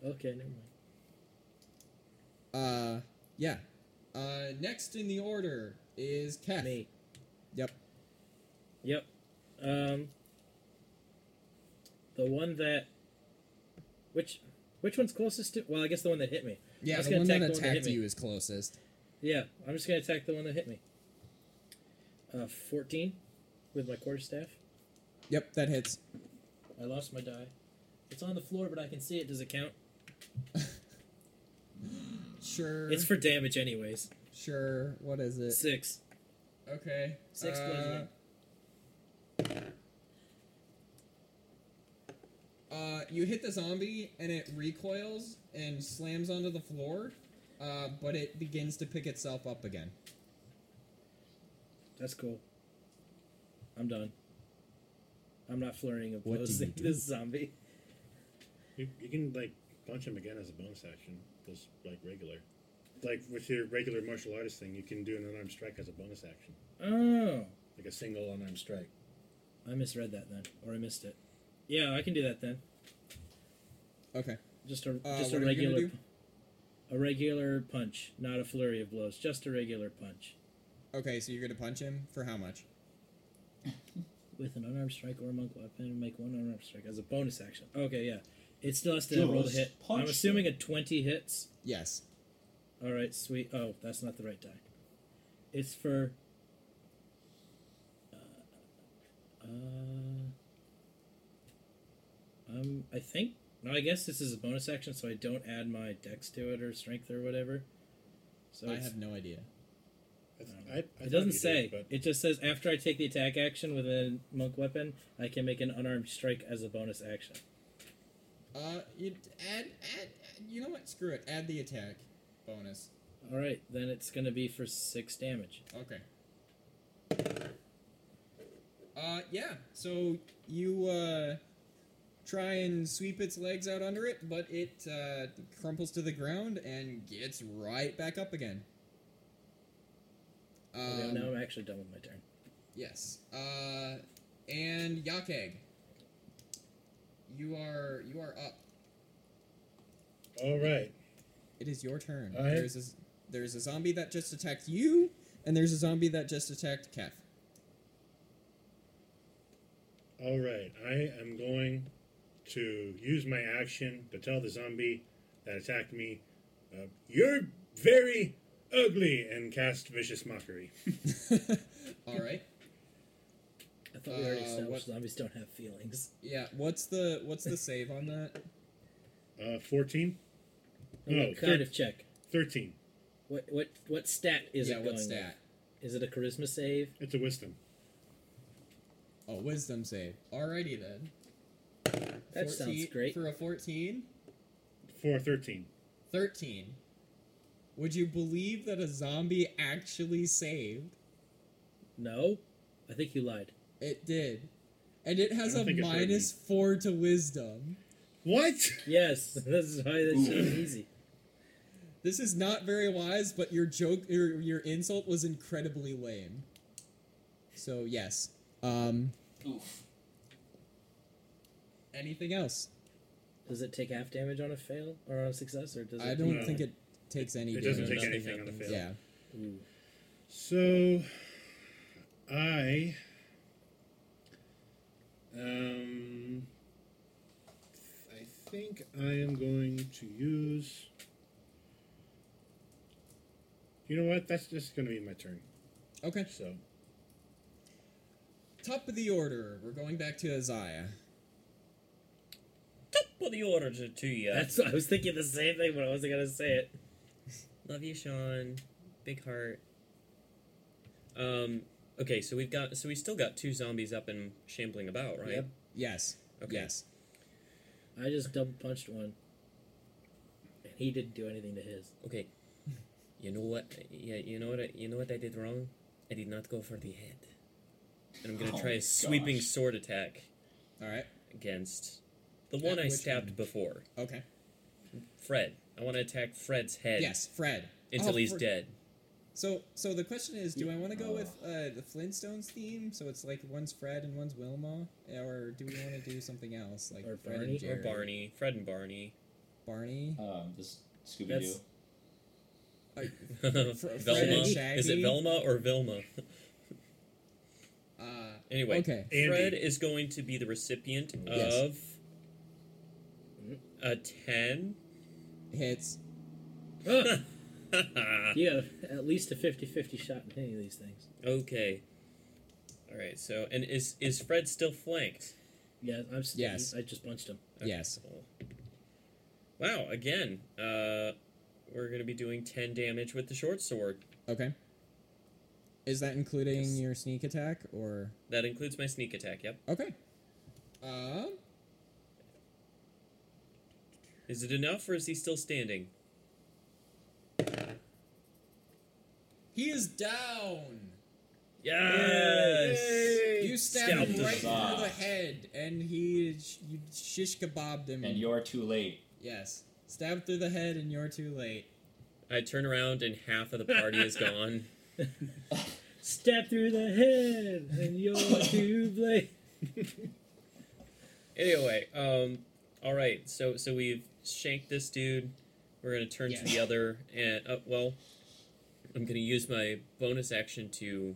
S2: Okay, never mind.
S1: Uh, yeah. Uh, next in the order is Cat.
S2: Me.
S1: Yep.
S2: Yep. Um, the one that. Which which one's closest to? Well, I guess the one that hit me. I
S1: Yeah,
S2: was
S1: the
S2: gonna
S1: one that
S2: attack the one that hit
S1: attacked
S2: me.
S1: you is closest.
S2: Yeah, I'm just gonna attack the one that hit me. Uh, fourteen, with my quarterstaff.
S1: Yep, that hits.
S2: I lost my die. It's on the floor, but I can see it. Does it count?
S1: Sure.
S2: It's for damage, anyways.
S1: sure. What is it?
S2: Six.
S1: Okay.
S2: Six
S1: uh,
S2: bludgeoning.
S1: Uh, you hit the zombie and it recoils and slams onto the floor, uh, but it begins to pick itself up again.
S2: That's cool. I'm done. I'm not flurrying of
S1: What do
S2: blows
S1: you
S2: at
S1: do?
S2: this zombie.
S5: You, you can like punch him again as a bonus action, just like regular. Like with your regular martial artist thing, you can do an unarmed strike as a bonus action,
S2: Oh,
S5: like a single unarmed strike.
S2: I misread that then, or I missed it. Yeah, I can do that then.
S1: Okay.
S2: Just a
S1: Uh,
S2: just
S1: what
S2: a
S1: are you gonna
S2: regular
S1: do?
S2: a regular punch, not a flurry of blows. Just a regular punch
S1: Okay, so you're gonna punch him for how much?
S2: with an unarmed strike or a monk weapon. and Make one unarmed strike as a bonus action. Okay, yeah. It still has to roll a
S3: Just
S2: hit. I'm
S3: punch
S2: assuming a twenty hits.
S1: Yes.
S2: All right, sweet. Oh, that's not the right die. It's for. Uh, um, I think. No, I guess this is a bonus action, so I don't add my dex to it or strength or whatever. So
S1: I
S2: it's-
S1: have no idea.
S5: I th-
S2: Um,
S5: I- I thought
S2: it doesn't
S5: you did,
S2: say.
S5: but
S2: It just says after I take the attack action with a monk weapon, I can make an unarmed strike as a bonus action.
S1: Uh, you add, add, add- you know what? Screw it. Add the attack bonus.
S2: All right, then it's gonna be for six damage.
S1: Okay. Uh, yeah. So you uh, try and sweep its legs out under it, but it uh, crumples to the ground and gets right back up again.
S2: Okay,
S1: Um,
S2: now I'm actually done with my turn.
S1: Yes. Uh, and Yakeg, you are you are up.
S5: all right.
S1: It is your turn.
S5: All right.
S1: There's a, there's a zombie that just attacked you, and there's a zombie that just attacked Kef.
S5: All right, I am going to use my action to tell the zombie that attacked me, uh, "You're very ugly," and cast vicious mockery.
S1: All right.
S2: I thought we already
S1: Uh,
S2: established zombies don't have feelings.
S1: Yeah. What's the what's the save on that?
S5: Uh, Fourteen.
S2: And
S5: No,
S2: what
S1: Hmm,
S2: kind
S5: thir-
S2: of check?
S5: Thirteen.
S2: What what what stat is
S1: yeah.
S2: it going?
S1: what
S2: with?
S1: stat?
S2: Is it a charisma save?
S5: It's a wisdom.
S1: Oh, wisdom save. Alrighty then.
S2: That sounds great.
S1: For a 14,
S5: For thirteen.
S1: 13. Would you believe that a zombie actually saved?
S2: No, I think you lied.
S1: It did. And it has
S5: I
S1: a
S5: don't think it heard me.
S1: minus 4 to wisdom.
S5: What?
S2: Yes, this is why that should be easy.
S1: This is not very wise, but your joke, your, your insult was incredibly lame. So yes. Um,
S3: Oof.
S1: anything else?
S2: Does it take half damage on a fail or on a success, or does it?
S1: I don't
S5: No.
S1: think it takes any.
S5: It doesn't
S1: damage.
S5: take
S4: nothing
S5: anything on a fail.
S1: Yeah.
S2: Ooh.
S5: So, I um, I think I am going to use. You know what? That's just going to be my turn.
S1: Okay.
S5: So,
S1: Top of the order. We're going back to Isaiah.
S4: Top of the order to, to you.
S2: That's. I was thinking the same thing, but I wasn't gonna say it.
S4: Love you, Sean. Big heart. Um. Okay, so we've got so we still got two zombies up and shambling about, right?
S2: Yep.
S1: Yes.
S4: Okay.
S1: Yes.
S2: I just double punched one, and he didn't do anything to his.
S4: Okay. You know what? Yeah, you know what? I, you know what I did wrong? I did not go for the head. And I'm gonna
S3: Oh
S4: try
S3: my
S4: a sweeping
S3: gosh.
S4: sword attack
S1: All right.
S4: against the one I
S1: which
S4: stabbed
S1: one?
S4: before,
S1: Okay.
S4: Fred. I want to attack Fred's head
S1: Yes, Fred.
S4: until
S1: Oh,
S4: he's
S1: for-
S4: dead.
S1: So, so the question is, do I want to go with uh, the Flintstones theme? So it's like one's Fred and one's Wilma, or do we want to do something else, like
S2: Or
S1: Fred
S2: Barney?
S1: and
S2: Or
S4: Or
S1: Jerry?
S4: Barney, Fred and Barney.
S1: Barney.
S3: Um, this Scooby Doo.
S4: That's-
S1: Uh,
S4: Velma.
S1: Fred and Shaggy?
S4: Is it Velma or Vilma?
S1: uh,
S4: Anyway,
S1: Okay.
S5: Andy.
S4: Fred is going to be the recipient
S1: Yes.
S4: of a 10.
S1: hits.
S2: Ugh, you have at least a 50-50 shot in any of these things.
S4: okay. All right, so, and is is Fred still flanked?
S2: Yeah, I'm. s-
S1: Yes.
S2: I just punched him.
S4: Okay,
S1: Yes.
S4: cool. Wow, again, uh, we're going to be doing 10 damage with the short sword.
S1: Okay. Is that including
S4: Yes.
S1: your sneak attack or?
S4: That includes my sneak attack, yep.
S1: Okay. Um.
S4: Is it enough or is he still standing?
S1: He is down.
S4: Yes!
S1: You stabbed
S4: Scalp
S1: him right through
S3: dissolve.
S1: the head, and he is- you shish kebabbed him.
S3: And you're too late.
S1: yes, stabbed through the head, and you're too late.
S4: I turn around and half of the party is gone.
S2: Step through the head, and you're too late.
S4: Anyway, um, all right. So so we've shanked this dude. We're gonna turn to the
S1: Yes.
S4: other, and uh, well, I'm gonna use my bonus action to.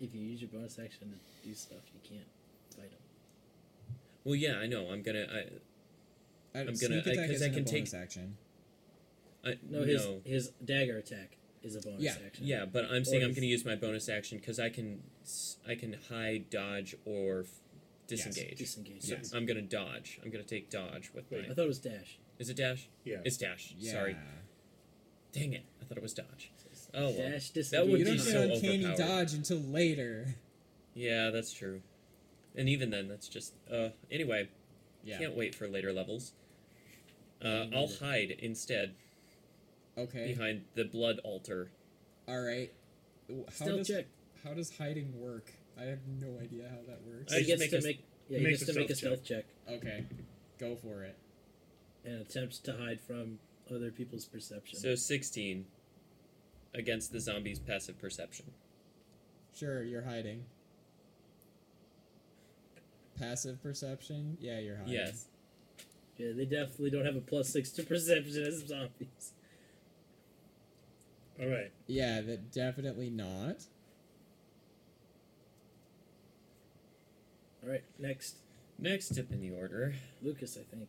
S2: If you use your bonus action to do stuff, you can't fight him.
S4: Well, yeah, I know. I'm gonna. I,
S1: I'm
S4: gonna-
S1: Uh, sneak
S4: I-
S1: attack
S4: 'cause
S1: is
S4: I
S1: in a
S4: can take-
S1: bonus action.
S4: I
S2: No,
S4: no,
S2: his his dagger attack is a bonus
S1: Yeah,
S2: action.
S4: yeah, but I'm saying I'm
S2: his-
S4: gonna use my bonus action because I can, s- I can hide, dodge, or f- disengage.
S2: disengage.
S4: So I'm gonna dodge. I'm gonna take dodge with
S2: Wait, I
S4: my.
S2: thought it was dash.
S4: Is it dash?
S5: Yeah.
S4: It's dash.
S1: Yeah.
S4: Sorry. Dang it! I thought it was dodge. Oh well.
S2: Dash disengage.
S4: would
S1: You
S4: be
S1: don't
S4: so
S1: get uncanny
S4: overpowered.
S1: dodge until later.
S4: Yeah, that's true. And even then, that's just. Uh, anyway,
S1: Yeah.
S4: can't wait for later levels. Uh,
S2: Me
S4: I'll
S2: neither.
S4: hide instead
S1: Okay.
S4: behind the blood altar.
S1: All right. W- How
S2: Still
S1: does
S2: check.
S1: how does hiding work? I have no idea how that works.
S4: I
S2: He gets
S4: just make
S2: to
S4: a-
S2: make. Yeah, he
S5: make
S2: gets
S5: a
S2: to make a
S5: stealth
S2: stealth check
S1: Okay, go for it.
S2: and attempts to hide from other people's perception.
S4: So 16 against the zombie's passive perception.
S1: Sure, you're hiding. Passive perception. Yeah, you're hiding.
S4: Yes.
S2: yeah, they definitely don't have a plus six to perception as zombies.
S5: All right.
S1: Yeah, that definitely not.
S2: All right, next,
S4: Next tip in the order.
S2: Lucas, I think.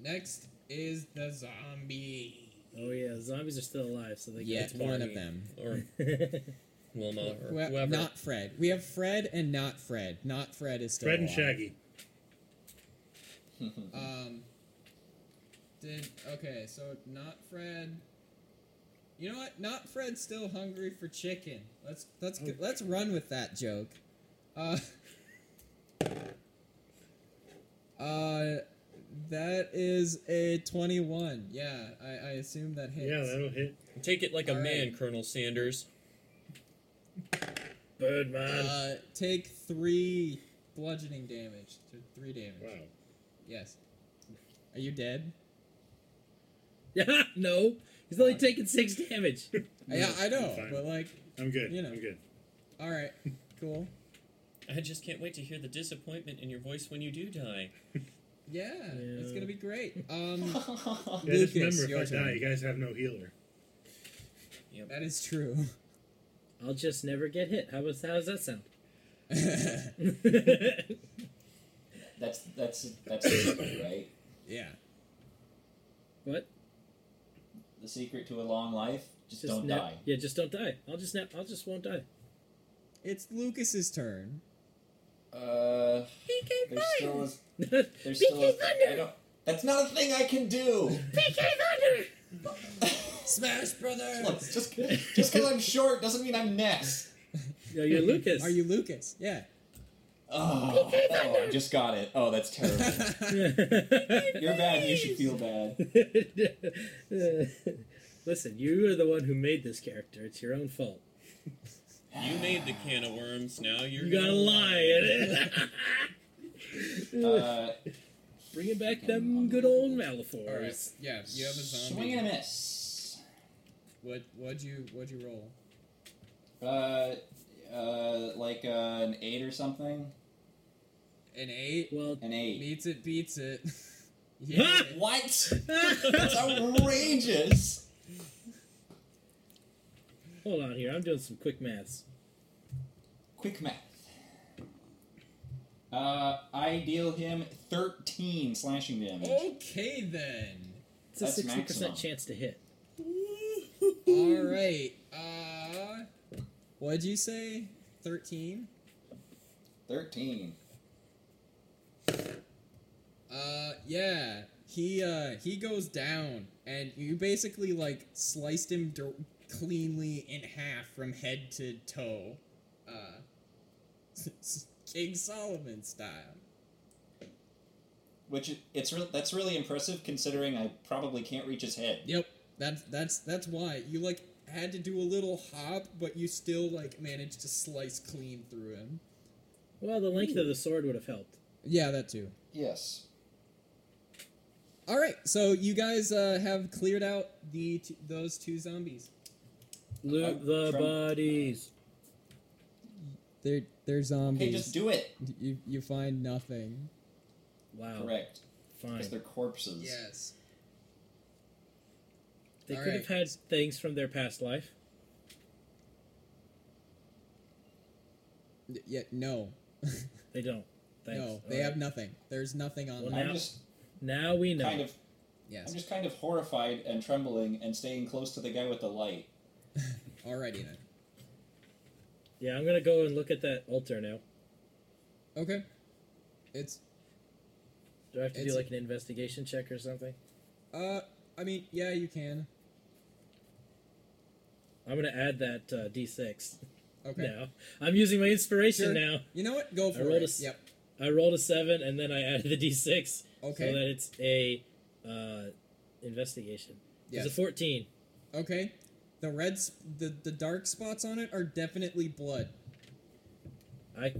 S1: Next is the zombie.
S2: Oh yeah, zombies are still alive, so they.
S1: Yeah,
S4: it's
S1: one of
S4: Barney.
S1: them.
S4: Or Wilma or
S1: Whoe-
S4: whoever.
S1: Not Fred. We have Fred and not Fred. Not Fred is still
S5: Fred and
S1: alive.
S5: Shaggy.
S1: Um. Did okay. So not Fred. You know what? Not Fred's still hungry for chicken. Let's let's go, let's run with that joke. Uh. Uh, that is a twenty-one. Yeah, I, I assume that hits.
S5: Yeah, that'll hit.
S4: Take it like a
S1: All
S4: man,
S1: right.
S4: Colonel Sanders.
S2: Birdman.
S1: uh, take three bludgeoning damage. Th- Three damage.
S5: Wow.
S1: Yes. Are you dead?
S2: no, he's
S1: Uh,
S2: only taking six damage.
S1: yeah, I know,
S5: I'm fine.
S1: but like,
S5: I'm good.
S1: You know.
S5: I'm good.
S1: all right, cool.
S4: I just can't wait to hear the disappointment in your voice when you do die.
S1: Yeah, it's
S2: Yeah.
S1: gonna be great. Um,
S5: Yeah,
S1: Lucas,
S5: just remember,
S1: your
S5: if I die,
S1: turn.
S5: you guys have no healer.
S1: that is true.
S2: I'll just never get hit. How was? How does that sound?
S1: yeah.
S3: That's that's that's the secret, right?
S2: what?
S3: The secret to a long life: just, don't
S2: ne-
S3: die.
S2: Yeah, just don't die. I'll just ne- I'll just won't die.
S1: It's Lucas's turn.
S3: Uh, there's still a, there's
S2: PK
S3: still a, I
S2: Thunder!
S3: don't. That's not a thing I can do.
S2: PK Thunder!
S1: Smash
S3: Look,
S1: Brothers!
S3: just just because I'm short doesn't mean I'm next.
S2: No, you're Lucas.
S1: Are you Lucas? Yeah.
S3: Oh, oh, I just got it. Oh, that's terrible. You're bad. You should feel bad.
S2: Listen, you are the one who made this character. It's your own fault.
S4: You made the can of worms. Now you're
S2: You gotta
S4: gonna
S2: lie.
S3: Uh,
S2: Bringing back them good old Malifaux.
S1: All right. Yeah, you have a
S3: Swing
S1: zombie.
S3: and a miss.
S1: What what'd you what'd you roll?
S3: Uh, uh, like uh, an eight or something.
S1: An eight
S2: Well,
S3: An eight.
S1: meets it beats it. yeah.
S3: What? That's outrageous.
S2: hold on here. I'm doing some quick maths.
S3: Quick math. Uh, I deal him thirteen slashing damage.
S1: Okay then.
S2: It's a
S3: That's
S2: sixty
S3: maximum.
S2: percent chance to hit.
S1: All right. Uh, what'd you say? Thirteen.
S3: Thirteen.
S1: Uh, yeah. He uh he goes down, and you basically like sliced him dir- cleanly in half from head to toe, uh, King Solomon style.
S3: Which it's re- that's really impressive considering I probably can't reach his head.
S1: Yep. That's that's that's why you like had to do a little hop, but you still like managed to slice clean through him.
S2: Well, the length of the sword would have helped.
S1: Yeah, that too.
S3: Yes.
S1: All right, so you guys uh, have cleared out the t- those two zombies.
S2: Loot
S3: I'm
S2: the
S3: trying-
S2: bodies.
S1: They're they're zombies.
S3: Hey, just do it.
S1: you you find nothing.
S2: Wow.
S3: Correct. Because
S2: Fine.
S3: they're corpses.
S1: Yes.
S2: They
S1: All
S2: could have had things from their past life.
S1: N- Yeah. No.
S2: They don't. Thanks.
S1: No. They
S2: All
S1: have
S2: right.
S1: nothing. There's nothing on
S2: Well,
S1: them.
S2: now-
S3: I'm just
S2: Now we know.
S3: kind of I'm
S1: Yes.
S3: just kind of horrified and trembling and staying close to the guy with the light.
S1: Alrighty then.
S2: Yeah, I'm gonna go and look at that altar now.
S1: Okay. It's
S2: Do I have to
S1: It's-
S2: do like an investigation check or something?
S1: uh. I mean, yeah, you can.
S2: I'm gonna add that uh, D6
S1: Okay.
S2: now. I'm using my inspiration
S1: Sure.
S2: now.
S1: You know what? Go for
S2: rolled
S1: it.
S2: a s-
S1: Yep.
S2: I rolled a seven and then I added the D6
S1: Okay.
S2: so that it's a uh, investigation.
S1: Yes.
S2: It's a 14.
S1: Okay. The red, sp- the the dark spots on it are definitely blood.
S2: I.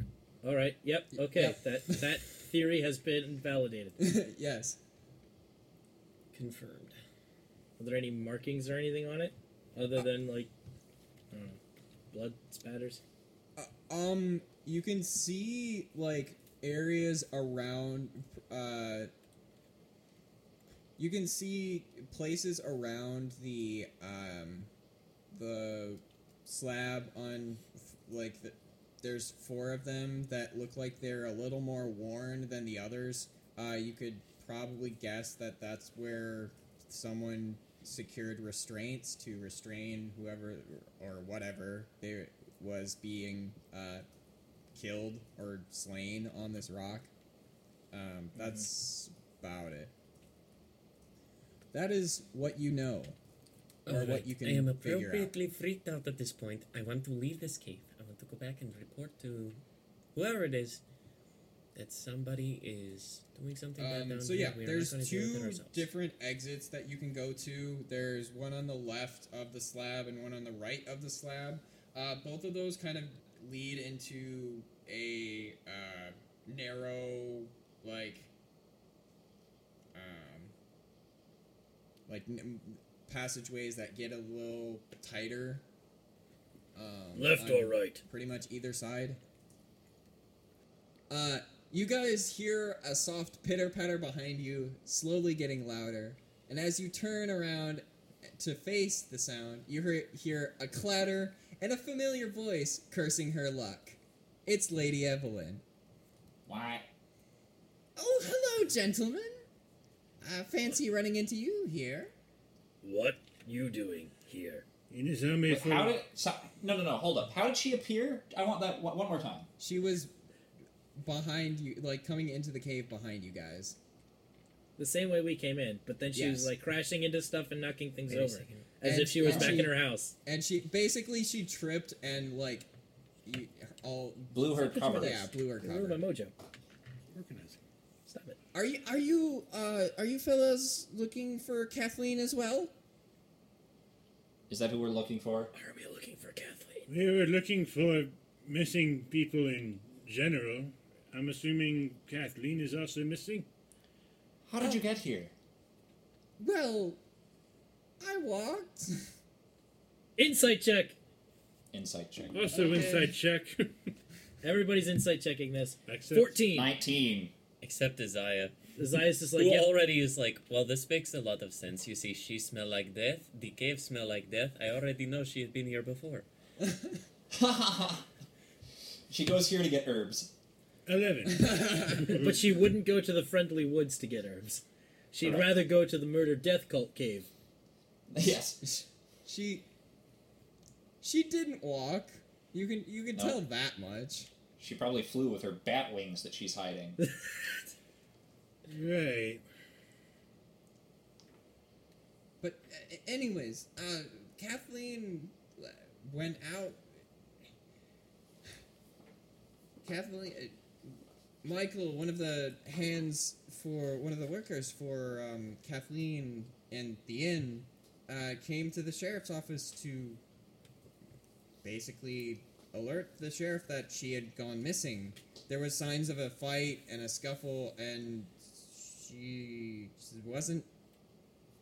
S2: All right. Yep.
S1: Y-
S2: Okay.
S1: yep.
S2: That that theory has been validated.
S1: yes.
S4: Confirmed.
S2: Are there any markings or anything on it other than like I don't know, blood spatters?
S1: Um, you can see like areas around. Uh, you can see places around the um, the slab on like the, there's four of them that look like they're a little more worn than the others. Uh, you could probably guess that that's where someone secured restraints to restrain whoever or whatever they was being uh, killed or slain on this rock.
S4: Mm-hmm.
S1: Um, that's about it. That is what you know, or
S4: Alright,
S1: what you can
S4: I am
S1: figure out.
S4: appropriately freaked out at this point. I want to leave this cave. I want to go back and report to whoever it is that somebody is doing something bad down
S1: Um, so
S4: here.
S1: yeah,
S4: We are not
S1: there's
S4: gonna do it
S1: two
S4: ourselves.
S1: different exits that you can go to. There's one on the left of the slab and one on the right of the slab. Uh, both of those kind of lead into a uh, narrow, like, um, like n- passageways that get a little tighter. Um,
S2: Left
S1: on
S2: or right?
S1: pretty much either side. Uh, you guys hear a soft pitter patter behind you, slowly getting louder. And as you turn around to face the sound, you hear, hear a clatter and a familiar voice cursing her luck. It's Lady Evelyn.
S3: Why?
S1: Oh, hello, gentlemen. I fancy running into you here.
S2: What you doing here?
S5: In a zombie
S3: Wait,
S5: form.
S3: how did? So, no, no, no. Hold up. How did she appear? I want that one, one more time.
S1: She was behind you, like coming into the cave behind you guys.
S2: The same way we came in, but then she
S1: Yes.
S2: was like crashing into stuff and knocking things
S4: Wait a
S2: over,
S4: second.
S2: as
S1: And-
S2: if she was
S1: and
S2: back
S1: she-
S2: in her house.
S1: and she basically she tripped and like you, all
S3: Blew her
S2: Look at your
S3: cover.
S1: yeah blew her
S2: Remember my
S1: cover.
S2: mojo.
S5: Organizing.
S2: Stop it.
S1: Are you are you uh are you fellas looking for Kathleen as well?
S3: Is that who we're looking for?
S2: Are we looking for Kathleen?
S5: We were looking for missing people in general. I'm assuming Kathleen is also missing.
S3: How did you get here?
S1: Well, I walked.
S2: Insight check.
S3: Insight check.
S5: Also, inside check.
S2: Everybody's insight checking this.
S5: Access.
S2: Fourteen.
S3: Nineteen.
S4: Except Isaiah,
S2: Zayas is like,
S4: who
S2: yeah,
S4: already is like, well, this makes a lot of sense. You see, she smell like death. The cave smell like death. I already know she had been here before.
S3: she goes here to get herbs.
S5: Eleven.
S2: but she wouldn't go to the friendly woods to get herbs. She'd
S3: Correct.
S2: rather go to the murder death cult cave.
S3: Yes.
S1: she she didn't walk. You can you can
S3: No.
S1: tell that much.
S3: She probably flew with her bat wings that she's hiding.
S5: right.
S1: But uh, anyways, uh, Kathleen uh, went out. Kathleen, uh, Michael, one of the hands for one of the workers for um, Kathleen and the inn, uh, came to the sheriff's office to basically alert the sheriff that she had gone missing. There were signs of a fight and a scuffle, and she wasn't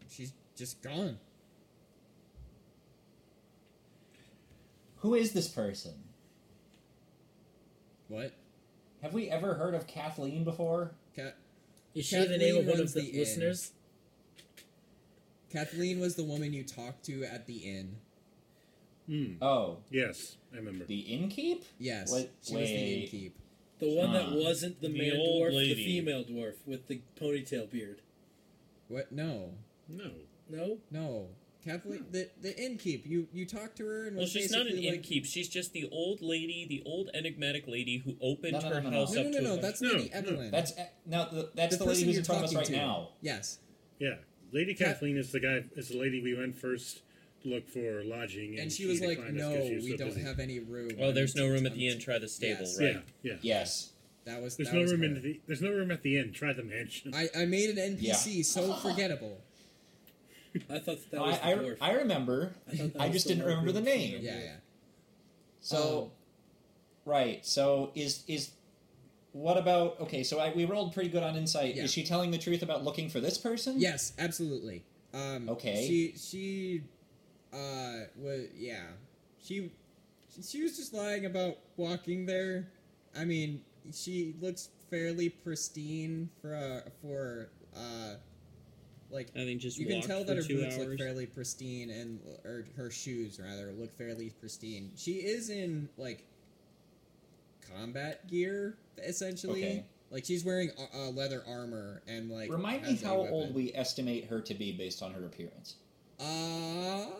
S1: She's just gone.
S3: Who is this person?
S1: What?
S3: Have we ever heard of Kathleen before?
S1: Cat.
S2: Is she the name
S1: Kathleen
S2: of one
S1: runs
S2: of the,
S1: the inn.
S2: listeners?
S1: Kathleen was the woman you talked to at the inn.
S5: Hmm.
S3: Oh,
S5: Yes, I remember.
S3: the innkeep?
S1: Yes,
S3: What-
S1: she was the
S3: wait.
S1: innkeep.
S2: The one that
S3: Huh.
S2: wasn't Ah, the,
S7: The
S2: man
S7: old
S2: dwarf, the
S7: lady.
S2: female dwarf with the ponytail beard.
S1: What? No,
S5: No.
S2: No?
S1: no. Kathleen, the the innkeep. You you talked to her and
S4: Well,
S1: was
S4: she's not an
S1: basically like,
S4: innkeep. She's just the old lady, the old enigmatic lady who opened
S3: No, no,
S4: her
S3: no, no, no.
S4: house
S1: No,
S4: up
S1: no, no,
S4: to
S1: no.
S4: a
S1: That's
S5: No,
S1: Lady
S5: no,
S1: Evelyn.
S3: That's now the, that's the,
S1: person
S3: lady who's in
S1: you're
S3: front of us
S1: talking
S3: right
S1: to.
S3: now.
S1: Yes,
S5: Yeah. Lady
S1: Cat-
S5: Kathleen is the guy. Is the lady we went first to look for lodging, and,
S1: and, she was like,
S5: declined us
S1: "No,
S5: 'cause she was
S1: we
S5: so
S1: don't
S5: busy."
S1: have any room."
S4: Oh, there's no room at the
S1: I'm-
S4: inn. Try the stable,
S1: Yes.
S4: right?
S5: Yeah, yeah.
S3: Yes.
S1: That was.
S5: There's
S1: that
S5: no
S1: was
S5: room
S1: her.
S5: in the. There's no room at the inn. Try the mansion.
S1: I I made an NPC
S3: Yeah.
S1: so forgettable.
S2: I thought that,
S3: No,
S2: was
S3: I,
S2: the
S3: I,
S2: dwarf.
S3: I remember.
S2: thought that
S3: I
S2: was
S3: just
S2: the
S3: didn't
S2: one
S3: remember
S2: who
S3: the
S2: was
S3: name.
S2: in
S1: Yeah,
S2: the-
S1: yeah.
S3: So, right. So is is what about? Okay, so I, we rolled pretty good on insight.
S1: Yeah.
S3: Is she telling the truth about looking for this person?
S1: Yes, absolutely. Um,
S3: Okay.
S1: She she uh was yeah she she was just lying about walking there. I mean, she looks fairly pristine for uh, for uh like
S7: Having just
S1: you can
S7: walked
S1: tell
S7: for
S1: that her
S7: two
S1: boots
S7: hours.
S1: look fairly pristine and or her shoes rather look fairly pristine. She is in like combat gear essentially.
S3: Okay.
S1: Like she's wearing uh, uh, leather armor and like
S3: Remind me
S1: has a
S3: how
S1: weapon.
S3: old we estimate her to be based on her appearance.
S1: Uh,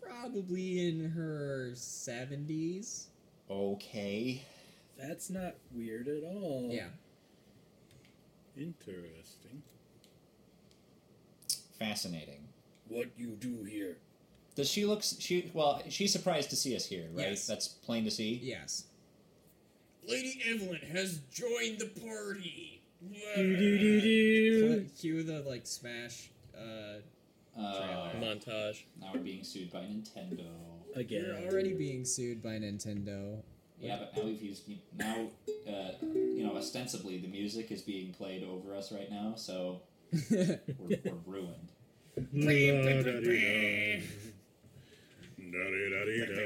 S1: probably in her 70s.
S3: Okay.
S2: That's not weird at all.
S1: Yeah.
S5: Interesting.
S3: Fascinating.
S2: What you do here?
S3: Does she look? s- She well, she's surprised to see us here, right?
S1: Yes.
S3: That's plain to see.
S1: Yes.
S4: Lady Evelyn has joined the party.
S2: Do do do
S1: Cl-
S2: do.
S1: cue the like smash. Uh,
S3: Uh,
S1: Trailer.
S4: Montage.
S3: now we're being sued by Nintendo.
S1: you're
S2: Again.
S1: already being sued by Nintendo.
S3: Yeah, but now we've used now. Uh, you know, ostensibly the music is being played over us right now, so we're, we're ruined.
S5: La-da-dee-da. Da-dee-da-dee-da.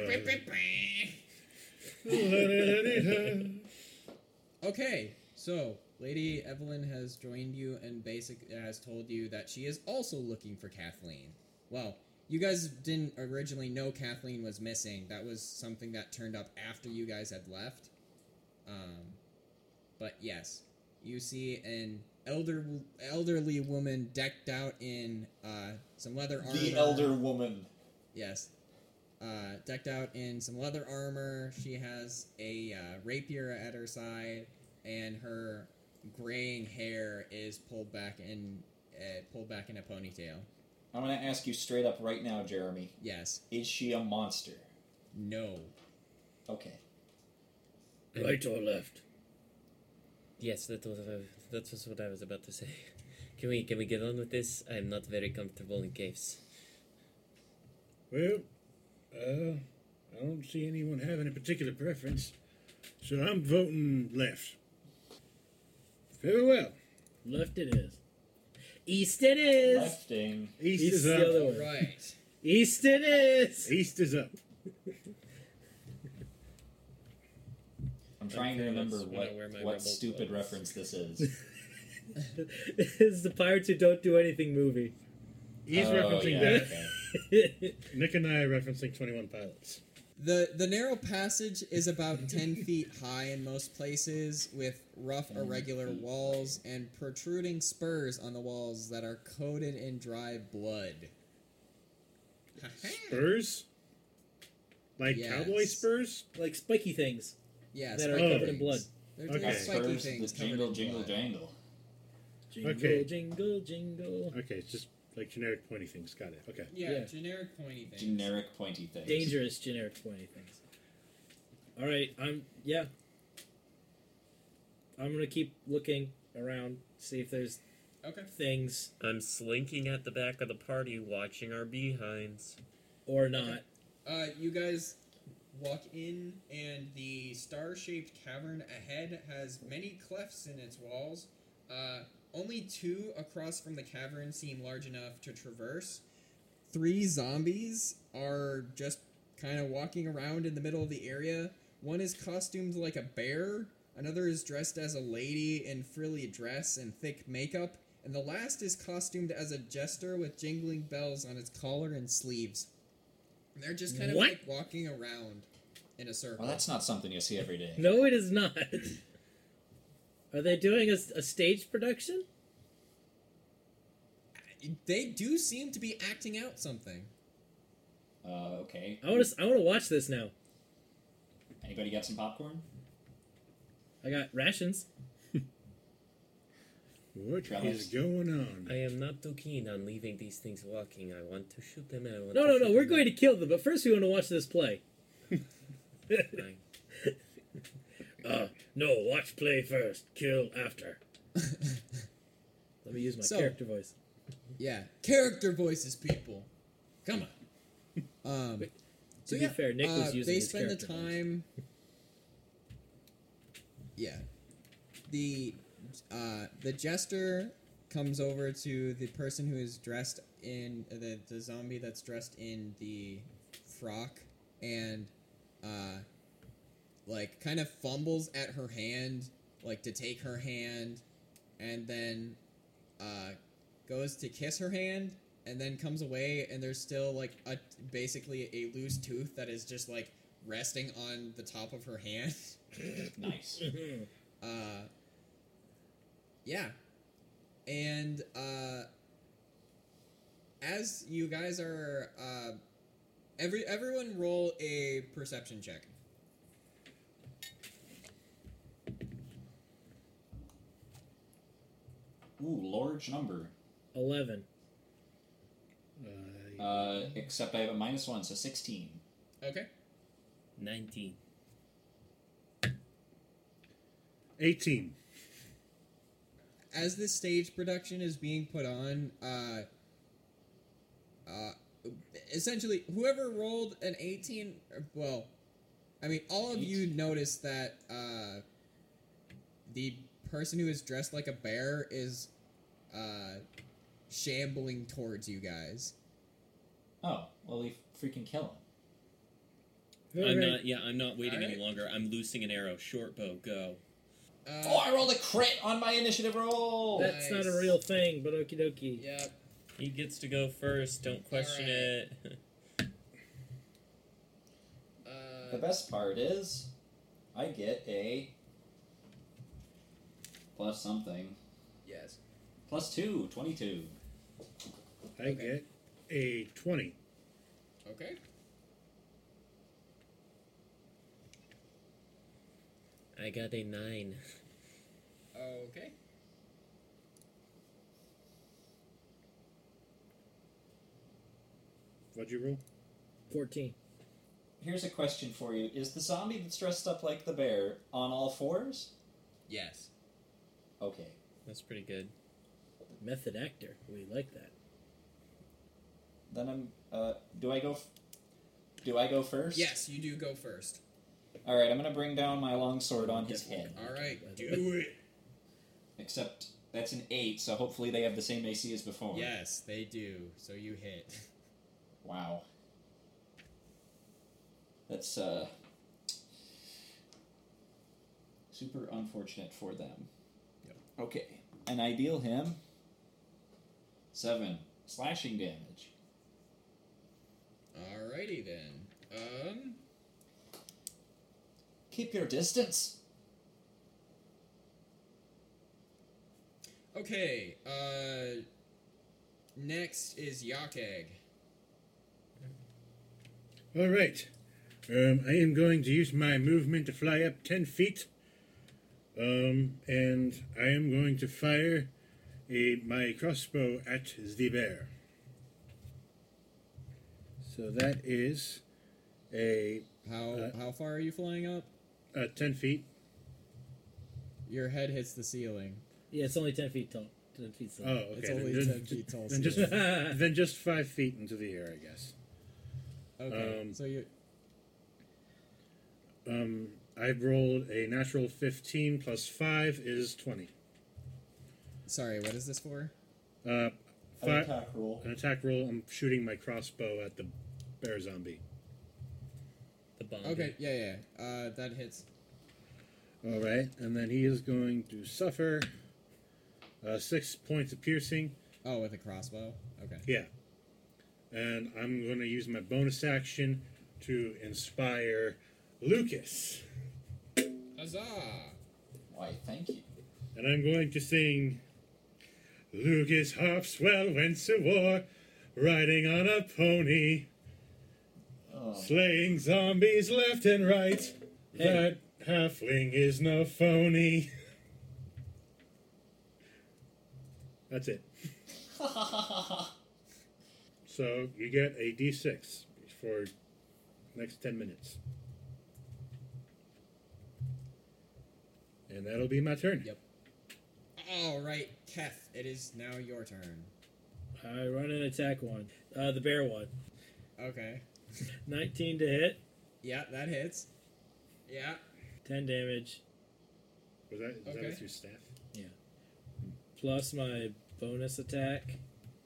S5: La-da-da-dee-da.
S1: okay, so Lady Evelyn has joined you and basic has told you that she is also looking for Kathleen. Well, you guys didn't originally know Kathleen was missing. That was something that turned up after you guys had left. Um, but yes, you see an elder elderly woman decked out in uh, some leather armor.
S3: The elder woman.
S1: Yes. Uh, decked out in some leather armor, she has a uh, rapier at her side, and her graying hair is pulled back in uh, pulled back in a ponytail.
S3: I'm gonna ask you straight up right now, Jeremy.
S1: Yes.
S3: Is she a monster?
S1: No.
S3: Okay.
S2: Right or left?
S4: Yes, that was uh, that was what I was about to say. Can we can we get on with this? I'm not very comfortable in caves.
S5: Well, uh, I don't see anyone having a particular preference, so I'm voting left. Very well.
S2: Left it is. East it is.
S3: Lefting.
S5: East,
S2: East
S5: is
S2: is the
S5: up.
S2: other way.
S1: Right.
S2: East it is.
S5: East is up.
S3: I'm trying to
S4: Okay,
S3: remember
S4: that's when I
S3: what
S4: wear my
S3: what
S4: rebel
S3: stupid
S4: clothes.
S3: reference this is.
S2: it's the Pirates Who Don't Do Anything movie.
S5: He's
S3: oh,
S5: referencing
S3: yeah,
S5: that.
S3: okay.
S5: Nick and I are referencing Twenty One Pilots.
S1: The the narrow passage is about ten feet high in most places, with rough irregular walls and protruding spurs on the walls that are coated in dry blood.
S5: Spurs, like
S1: Yes.
S5: cowboy spurs.
S2: like spiky things.
S1: yes,
S2: that are
S1: spiky
S5: covered in
S1: things.
S2: blood.
S1: They're
S5: Okay.
S1: little
S5: Yeah,
S1: spiky
S3: Spurs the
S1: things covered
S3: jingle
S1: in
S3: jingle
S1: blood.
S3: jangle.
S2: Jingle,
S5: Okay.
S2: jingle, jingle.
S5: Okay, it's just like generic pointy things. Got it. Okay.
S1: Yeah,
S2: Yeah.
S1: generic pointy things.
S3: Generic pointy things.
S2: Dangerous generic pointy things. All right, I'm yeah. I'm gonna keep looking around, see if there's
S1: Okay.
S2: things
S4: I'm slinking at the back of the party, watching our behinds.
S2: or not.
S1: Uh, you guys walk in, and the star shaped cavern ahead has many clefts in its walls. Uh, only two across from the cavern seem large enough to traverse. Three zombies are just kind of walking around in the middle of the area. One is costumed like a bear, another is dressed as a lady in frilly dress and thick makeup, and the last is costumed as a jester with jingling bells on its collar and sleeves. And they're just kind of
S2: What?
S1: like walking around in a circle.
S3: Well, that's not something you see every day.
S2: No, it is not. Are they doing a, a stage production?
S1: They do seem to be acting out something.
S3: Uh, okay.
S2: I want to. I want to watch this now.
S3: Anybody got some popcorn?
S2: I got rations.
S5: What
S3: Trellis.
S5: is going on?
S4: I am not too keen on leaving these things walking. I want to shoot them and I want
S2: No,
S4: to
S2: no,
S4: shoot
S2: no. We're
S4: them
S2: going to kill them, but first we want to watch this play.
S4: and- Fine.
S2: Uh, no, watch play first, kill after. Let me use my
S1: So-
S2: character voice.
S1: Yeah, character voices, people. Come on. Um,
S2: Wait,
S1: so
S2: to be
S1: yeah,
S2: fair, Nick was
S1: uh,
S2: using
S1: they
S2: his
S1: spend the
S2: character voice.
S1: time. Yeah, the uh, the jester comes over to the person who is dressed in uh, the the zombie that's dressed in the frock and uh, like kind of fumbles at her hand, like to take her hand, and then uh, goes to kiss her hand and then comes away and there's still like a basically a loose tooth that is just like resting on the top of her hand.
S3: Nice.
S1: Uh, yeah, and uh, as you guys are uh, every everyone roll a perception check.
S3: Ooh, large number.
S2: Eleven.
S5: Uh,
S3: Uh, except I have a minus one, so sixteen.
S1: Okay.
S4: 19.
S5: 18.
S1: as this stage production is being put on, uh, uh, essentially, whoever rolled an 18, or- well, I mean, all of you noticed that uh, the person who is dressed like a bear is uh, shambling towards you guys.
S3: Oh, well, we freaking kill him.
S4: Uh,
S7: I'm
S2: Alright.
S7: not. Yeah, I'm not waiting
S1: Alright.
S7: any longer. I'm loosing an arrow. Short bow, go.
S3: Oh,
S1: Uh,
S3: I rolled a crit on my initiative roll.
S1: That-
S2: That's
S1: Nice.
S2: not a real thing, but okie dokie.
S1: yep.
S4: He gets to go first. Don't question
S1: Alright.
S4: it.
S3: the
S1: Uh,
S3: best part is, I get a plus something.
S1: yes.
S3: Plus two, 22.
S5: I
S1: Okay.
S5: get a 20.
S1: Okay.
S4: I got a 9.
S1: Okay.
S5: What'd you roll?
S2: Fourteen.
S3: Here's a question for you Is the zombie that's dressed up like the bear on all fours?
S1: Yes.
S3: Okay.
S4: That's pretty good.
S2: Method actor. We like that.
S3: Then I'm. Uh, do I go. F- do I go first?
S1: Yes, you do go first.
S3: All right, I'm gonna bring down my longsword on his head.
S1: All right. Do it.
S3: Except That's an eight, so hopefully they have the same AC as before.
S1: Yes, they do. So you hit.
S3: Wow. That's uh super unfortunate for them.
S1: Yep.
S3: Okay. And I deal him seven slashing damage.
S1: Alrighty then. Um.
S3: Keep your distance.
S1: Okay. Uh. Next is Yakeg.
S5: All right. Um, I am going to use my movement to fly up 10 feet. Um, and I am going to fire a, my crossbow at the bear. So that is a,
S1: How
S5: Uh,
S1: how far are you flying up?
S5: a 10 feet.
S1: Your head hits the ceiling.
S2: Yeah, it's only ten feet tall. Ten feet
S5: Oh,
S2: tall.
S5: okay.
S1: It's only
S5: then,
S1: 10 feet tall,
S5: Then
S1: so
S5: just,
S1: Oh.
S5: then just 5 feet into the air, I guess.
S1: Okay.
S5: Um,
S1: so you.
S5: Um, I rolled a natural 15 plus 5 is 20.
S1: Sorry. What is this for?
S5: Uh, five,
S3: attack roll.
S5: An attack roll. I'm shooting my crossbow at the bear zombie.
S4: The bomb.
S1: Okay. Yeah. Yeah. Uh. That hits.
S5: All right, and then he is going to suffer uh, six points of piercing,
S1: Oh, with a crossbow. Okay.
S5: and I'm going to use my bonus action to inspire Lucas,
S1: Huzzah!
S3: Why, thank you.
S5: and I'm going to sing. Lucas Harpswell went to war, riding on a pony,
S3: Oh,
S5: slaying zombies left and right. That halfling is no phony. That's it. So you get a d6 for next 10 minutes. And that'll be my turn.
S1: Yep. All right, Keth. It is now your turn.
S2: I run an attack one. Uh, the bear one.
S1: Okay.
S2: Nineteen to hit.
S1: Yeah, that hits. Yeah.
S2: Ten damage.
S5: Was that, is
S1: Okay.
S5: that with your staff?
S2: Plus my bonus attack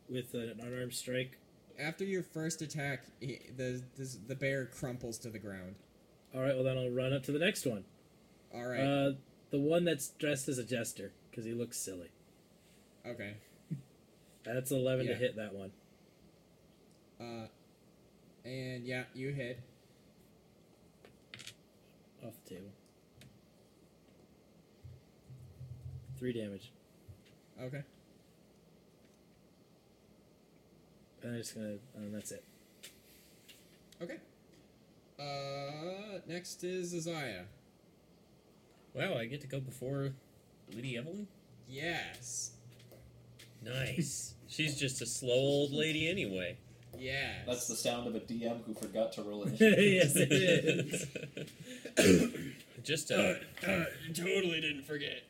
S2: with an unarmed strike.
S1: After your first attack, he, the this, the bear crumples to the ground.
S2: All right. Well, then I'll run up to the next one.
S1: All right.
S2: Uh, the one that's dressed as a jester because he looks silly.
S1: okay.
S2: That's an eleven
S1: Yeah.
S2: to hit that one.
S1: Uh, and yeah, you hit.
S2: Off the table. Three damage.
S1: Okay.
S2: And I'm just gonna. Um, that's it.
S1: Okay. Uh, next is Isaiah.
S4: Wow, I get to go before Lady Evelyn?
S1: Yes.
S4: Nice. She's just a slow old lady anyway.
S1: Yes.
S3: that's the sound of a DM who forgot to roll initiative.
S2: yes, it is.
S4: just uh, a.
S7: totally didn't forget.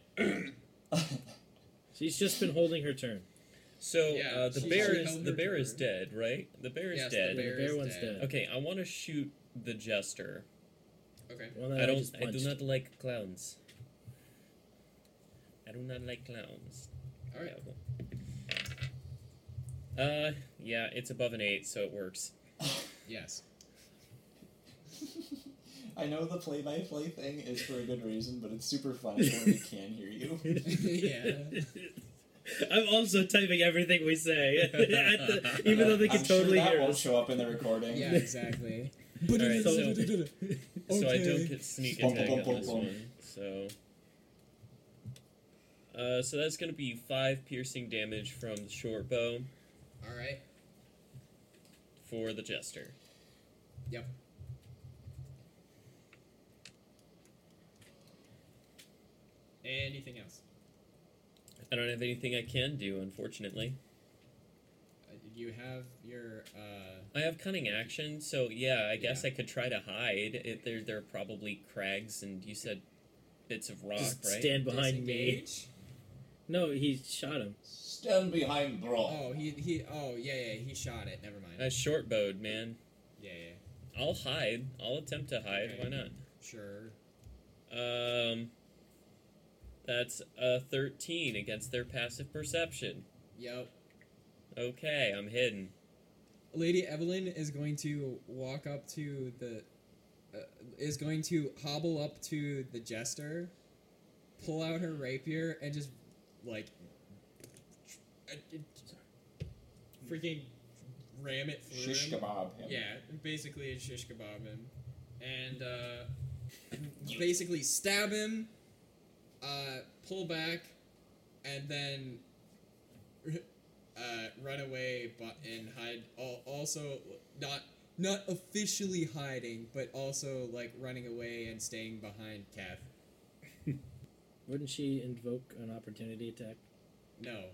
S2: She's just been holding her turn.
S4: So
S1: Yeah,
S4: uh, the
S1: she-
S4: bear
S1: she
S4: is
S1: held
S4: the
S1: her
S4: bear is
S1: turn.
S4: dead, right? The bear is
S1: Yes, the
S4: dead.
S2: The
S1: Bear
S2: bear
S1: is
S2: one's
S1: dead.
S2: dead.
S4: Okay, I want to shoot the jester.
S1: Okay.
S2: One that
S4: I don't.
S2: Uh, just
S4: I do
S2: punched.
S4: not like clowns. I do not like clowns.
S1: All right.
S4: Uh, yeah, it's above an eight, so it works.
S1: Yes.
S3: I know the play-by-play thing is for a good reason, but it's super fun when we can hear you.
S1: yeah.
S2: I'm also typing everything we say, At the- even though they can
S3: I'm sure
S2: totally
S3: that
S2: hear
S3: won't
S2: us.
S3: show up in the recording.
S1: Yeah. Exactly.
S4: Alright, so-
S1: okay.
S4: So I don't get sneak
S3: Bum,
S4: attack
S3: bum,
S4: on
S3: bum,
S4: this
S3: bum.
S4: one. So. Uh, so that's gonna be five piercing damage from the short bow
S1: All right.
S4: for the jester.
S1: Yep. Anything else?
S4: I don't have anything I can do, unfortunately.
S1: Uh, You have your uh
S4: I have cunning action, so yeah, I guess I could try to hide. It, there, there are probably crags, and you said bits of rock,
S2: Just
S4: right?
S2: stand behind me.
S1: disengage?
S2: No, he shot him.
S3: Stand behind bro.
S1: Oh, he he. Oh yeah yeah. He shot it. Never mind.
S4: I short bowed, man.
S1: yeah yeah.
S4: I'll hide. I'll attempt to hide.
S1: Okay.
S4: Why not?
S1: Sure.
S4: Um, That's a 13 against their passive perception.
S1: Yep.
S4: Okay, I'm hidden.
S1: Lady Evelyn is going to walk up to the. Uh, is going to hobble up to the jester, pull out her rapier, and just, like. uh, uh, Freaking ram it through.
S3: Shish
S1: him.
S3: kebab. him.
S1: Oh, Yeah, basically a shish kebab him. And uh, basically stab him, uh, pull back, and then uh, run away but, and hide. al- Also, not not officially hiding, but also like running away and staying behind Kath.
S2: Wouldn't she invoke an opportunity attack?
S1: No.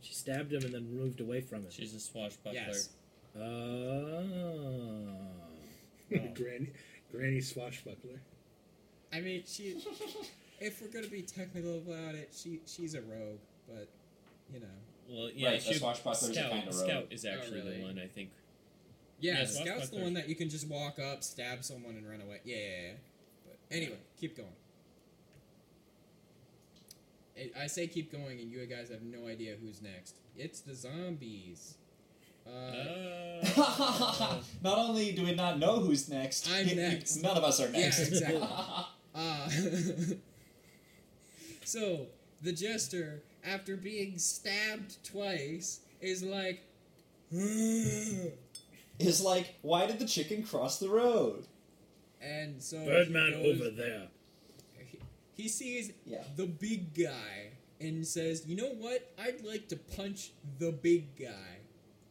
S2: She stabbed him and then moved away from him. Ah.
S4: She's a swashbuckler.
S1: Yes.
S2: Oh.
S1: No.
S5: Granny, Granny swashbuckler.
S1: I mean, she. If we're gonna be technical about it, she she's a rogue, but you know.
S4: Well, yeah,
S3: right, a
S4: she,
S3: swashbuckler is a
S4: Scout,
S3: kind of rogue.
S4: Scout is actually
S1: Oh, really?
S4: the one I think.
S1: Yeah,
S4: Yeah,
S1: Scout's the
S4: swashbuckler.
S1: one that you can just walk up, stab someone, and run away. Yeah, yeah, yeah. But anyway, keep going. I- I say keep going, and you guys have no idea who's next. It's the zombies. Uh,
S4: Uh,
S3: not only do we not know who's next,
S1: I'm next.
S3: none of us are
S1: Yeah,
S3: next.
S1: exactly. Uh, so the jester, after being stabbed twice, is like,
S3: Is like, why did the chicken cross the road?
S1: and so
S2: Birdman
S1: he goes-
S2: over there.
S1: he- He sees
S3: Yeah.
S1: the big guy and says, "You know what? I'd like to punch the big guy."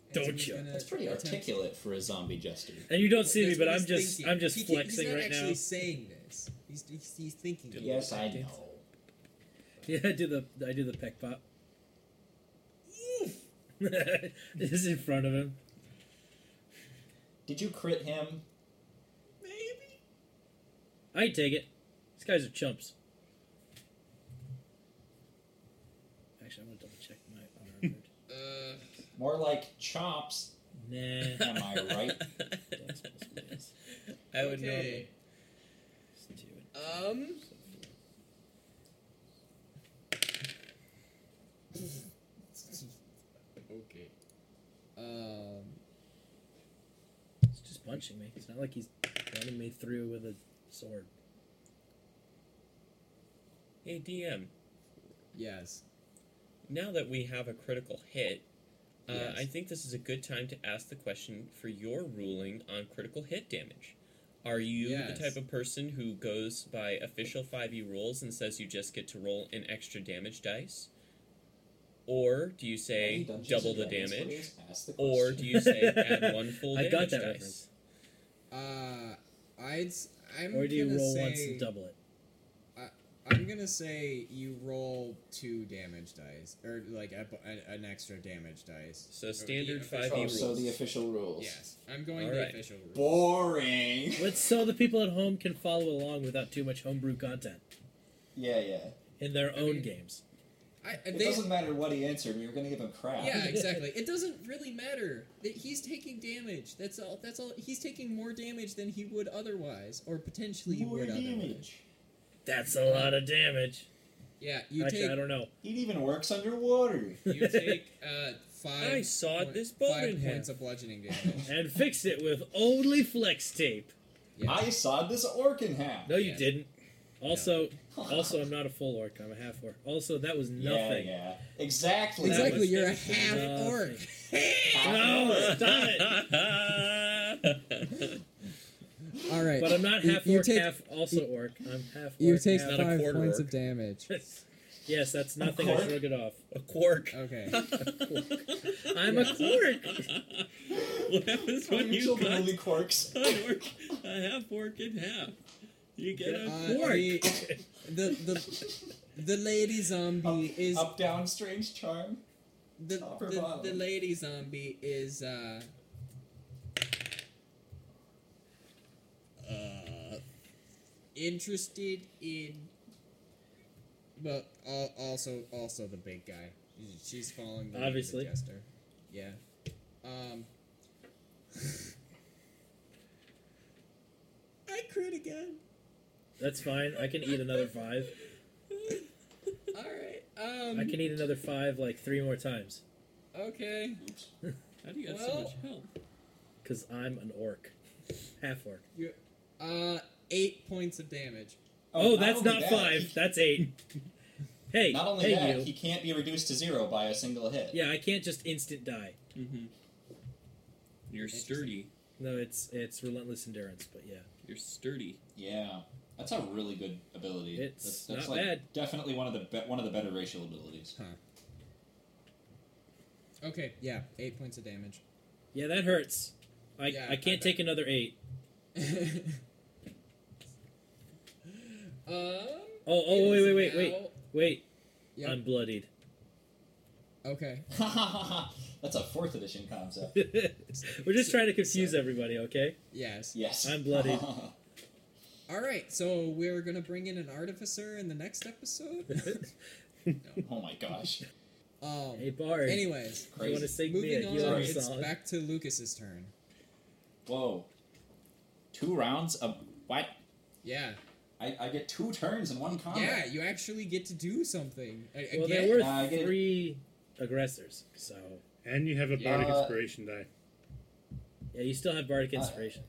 S1: And so
S2: Don't
S1: he's
S2: you?
S1: gonna
S3: That's pretty
S1: attempt-
S3: articulate for a zombie jester.
S2: And you don't see me,
S1: That's
S2: but
S1: what
S2: I'm
S1: he's
S2: just
S1: thinking.
S2: I'm just
S1: He can't-
S2: flexing
S1: he's not
S2: right now.
S1: actually saying this. He's, he's, he's thinking. it.
S3: Yes, I
S4: Dance.
S3: know.
S2: Yeah, I do the I do the peck pop. this is in front of him.
S3: Did you crit him?
S1: Maybe.
S2: I take it. These guys are chumps. Actually, I'm gonna double check my unarmored.
S1: Uh,
S3: More like chops.
S2: nah.
S3: Am I right?
S2: Dex plus wits.
S4: I would
S1: Uh, okay.
S2: It's two and
S1: Um.
S2: so four.
S1: okay. Um.
S2: He's just punching me. It's not like he's running me through with a sword.
S4: know. Hey, DM.
S1: Yes.
S4: Now that we have a critical hit, uh,
S1: Yes.
S4: I think this is a good time to ask the question for your ruling on critical hit damage. Are you
S1: Yes.
S4: the type of person who goes by official 5e rules and says you just get to roll an extra damage dice? Or do you
S3: Any
S4: say
S3: Dungeons
S4: double
S3: and
S4: the
S3: Dragons
S4: damage?
S3: players? Ask the
S4: Or
S3: question.
S4: do you say add one full
S2: I
S4: damage
S2: got that
S4: dice?
S2: reference.
S1: Uh. I'd. s- I'm
S2: Or do you
S1: gonna
S2: roll
S1: say,
S2: once and double it?
S1: I'm gonna say you roll two damage dice, or like a, a, an extra damage dice.
S4: So
S1: Or the
S4: standard
S1: official-
S4: 5e
S3: Oh,
S4: rules.
S3: so the official rules.
S1: Yes, I'm going
S4: All
S1: the
S4: right.
S1: official rule.
S3: Boring.
S2: Let's so the people at home can follow along without too much homebrew content
S3: Yeah, yeah.
S2: in their own
S1: mean-
S2: games.
S1: I,
S3: It
S1: they-
S3: doesn't matter what he answered. You're gonna give him crap.
S1: yeah, exactly. It doesn't really matter. That He's taking damage. That's all. That's all. He's taking more damage than he would otherwise, or potentially
S3: More
S1: would otherwise.
S3: damage.
S2: That's a lot of damage.
S1: Yeah, you
S2: Actually, I
S1: take.
S2: don't know.
S3: It even works underwater.
S1: You take uh, five.
S4: I sawed
S1: point-
S4: this bone
S1: five
S4: in
S1: points
S4: half.
S1: of bludgeoning damage.
S2: And fix it with only flex tape.
S1: Yeah.
S3: I sawed this orc in half.
S2: No, you
S1: Yeah.
S2: didn't. Also, also, I'm not a full orc. I'm a half orc. Also, that was nothing.
S3: Yeah, yeah. Exactly.
S2: That
S1: exactly.
S2: was-
S1: You're a half
S2: Nothing.
S1: orc.
S2: No, stop it.
S1: All right.
S2: But I'm not
S1: You-
S2: half
S1: you
S2: orc,
S1: take-
S2: half also orc. I'm half orc.
S1: You take
S2: half-
S4: not a
S1: five
S4: quarter
S1: points
S4: orc.
S1: of damage.
S2: yes, that's nothing. I
S3: quark?
S2: shrug it off.
S4: a quark.
S1: Okay.
S2: I'm a quark.
S7: what happens when you
S3: children
S7: cut
S3: only quirks.
S7: an orc, a half orc in half? You get a
S1: Uh,
S7: quark.
S1: The, the the the lady zombie is
S3: Up, down, strange charm.
S1: the,
S3: up or
S1: the,
S3: bottom?
S1: the lady zombie is uh uh interested in well al- also also the big guy she's following the
S2: Obviously.
S1: the jester yeah um I crit again
S2: That's fine. I can eat another five.
S1: Um,
S2: I can eat another five like three more times
S1: Okay.
S3: Oops.
S7: How do you got so
S1: Well-
S7: much help?
S2: because I'm an orc, half orc.
S1: Uh, eight points of damage.
S2: Oh,
S3: not
S2: that's
S3: only
S2: not
S3: that-
S2: five. That's eight. hey,
S3: Not only
S2: hey
S3: that,
S2: you.
S3: he can't be reduced to zero by a single hit.
S2: Yeah, I can't just instant die.
S7: Mm-hmm. You're sturdy.
S2: No, it's it's relentless endurance, but yeah.
S7: You're sturdy.
S3: Yeah. That's a really good ability.
S2: It's
S3: that's, that's
S2: not
S3: like
S2: bad.
S3: Definitely one of the be- one of the better racial abilities.
S1: Okay, yeah, eight points of damage.
S2: Yeah, that hurts. I,
S1: Yeah,
S2: I can't
S1: I
S2: take another eight.
S1: um.
S2: Oh,
S1: it
S2: oh,
S1: is
S2: wait, wait, wait, wait.
S1: now-
S2: Wait,
S1: Yeah.
S2: I'm bloodied.
S1: Okay.
S3: that's a fourth edition concept.
S2: We're just trying to confuse everybody, okay?
S1: Yes.
S3: Yes. Oh
S2: I'm bloodied.
S1: All right. So we're gonna bring in an artificer in the next episode.
S3: oh my gosh.
S1: um.
S2: Hey, Bard.
S1: Anyways,
S2: you want to
S3: Crazy.
S2: sing me a
S1: moving
S2: healing
S1: on,
S3: Sorry.
S1: it's
S2: song?
S1: back to Lucas's turn.
S3: Whoa. Two rounds of what?
S1: Yeah.
S3: I, I get two turns in one combat.
S1: Yeah. You actually get to do something a-
S2: Well,
S1: again.
S2: there were
S3: Uh, I get it.
S2: three aggressors, so
S5: And you have a bardic
S3: Yeah.
S5: inspiration die.
S2: yeah, you still have bardic
S3: Uh,
S2: inspiration.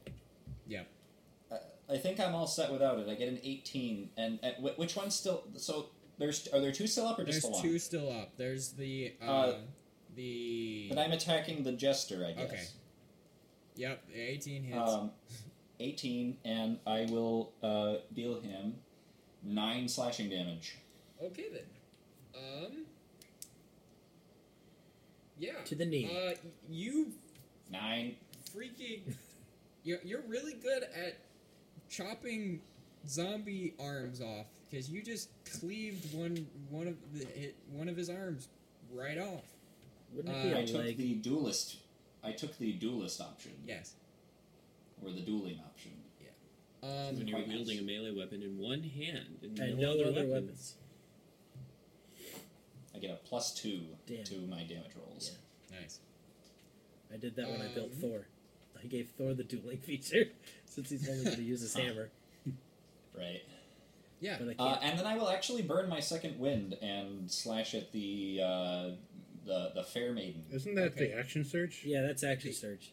S3: I think I'm all set without it. I get an 18, and at, wh- which one's still? So there's are there two still up or
S1: There's
S3: just the
S1: two still up. There's the uh,
S3: Uh,
S1: the
S3: one? But I'm attacking the jester, I guess.
S1: Okay. yep, 18 hits.
S3: Um, 18, and I will uh, deal him nine slashing damage.
S1: okay then. Um. Yeah.
S2: To the knee.
S1: Uh, y- you
S3: Nine.
S1: freaking. You're, you're really good at chopping zombie arms off because you just cleaved one one of the hit, one of his arms right off.
S2: Wouldn't
S1: uh,
S3: I
S2: it be a
S3: took
S2: leg?
S3: the duelist. I took the duelist option,
S1: Yes.
S3: or the dueling option.
S1: Um.
S7: When you're
S3: quite nice.
S7: wielding a melee weapon in one hand and,
S2: And
S7: no, other, weapons.
S2: weapons.
S3: I get a plus two
S2: Damn.
S3: to my damage rolls.
S1: Nice.
S2: I did that when I built
S1: Um,
S2: Thor. I gave Thor the dueling feature since he's only going to use his hammer.
S3: Right.
S1: Yeah.
S2: But I can't.
S3: Uh, and then I will actually burn my second wind and slash at the uh, the the fair maiden.
S5: Isn't that
S1: Okay.
S5: the action surge?
S2: yeah, that's actually surge.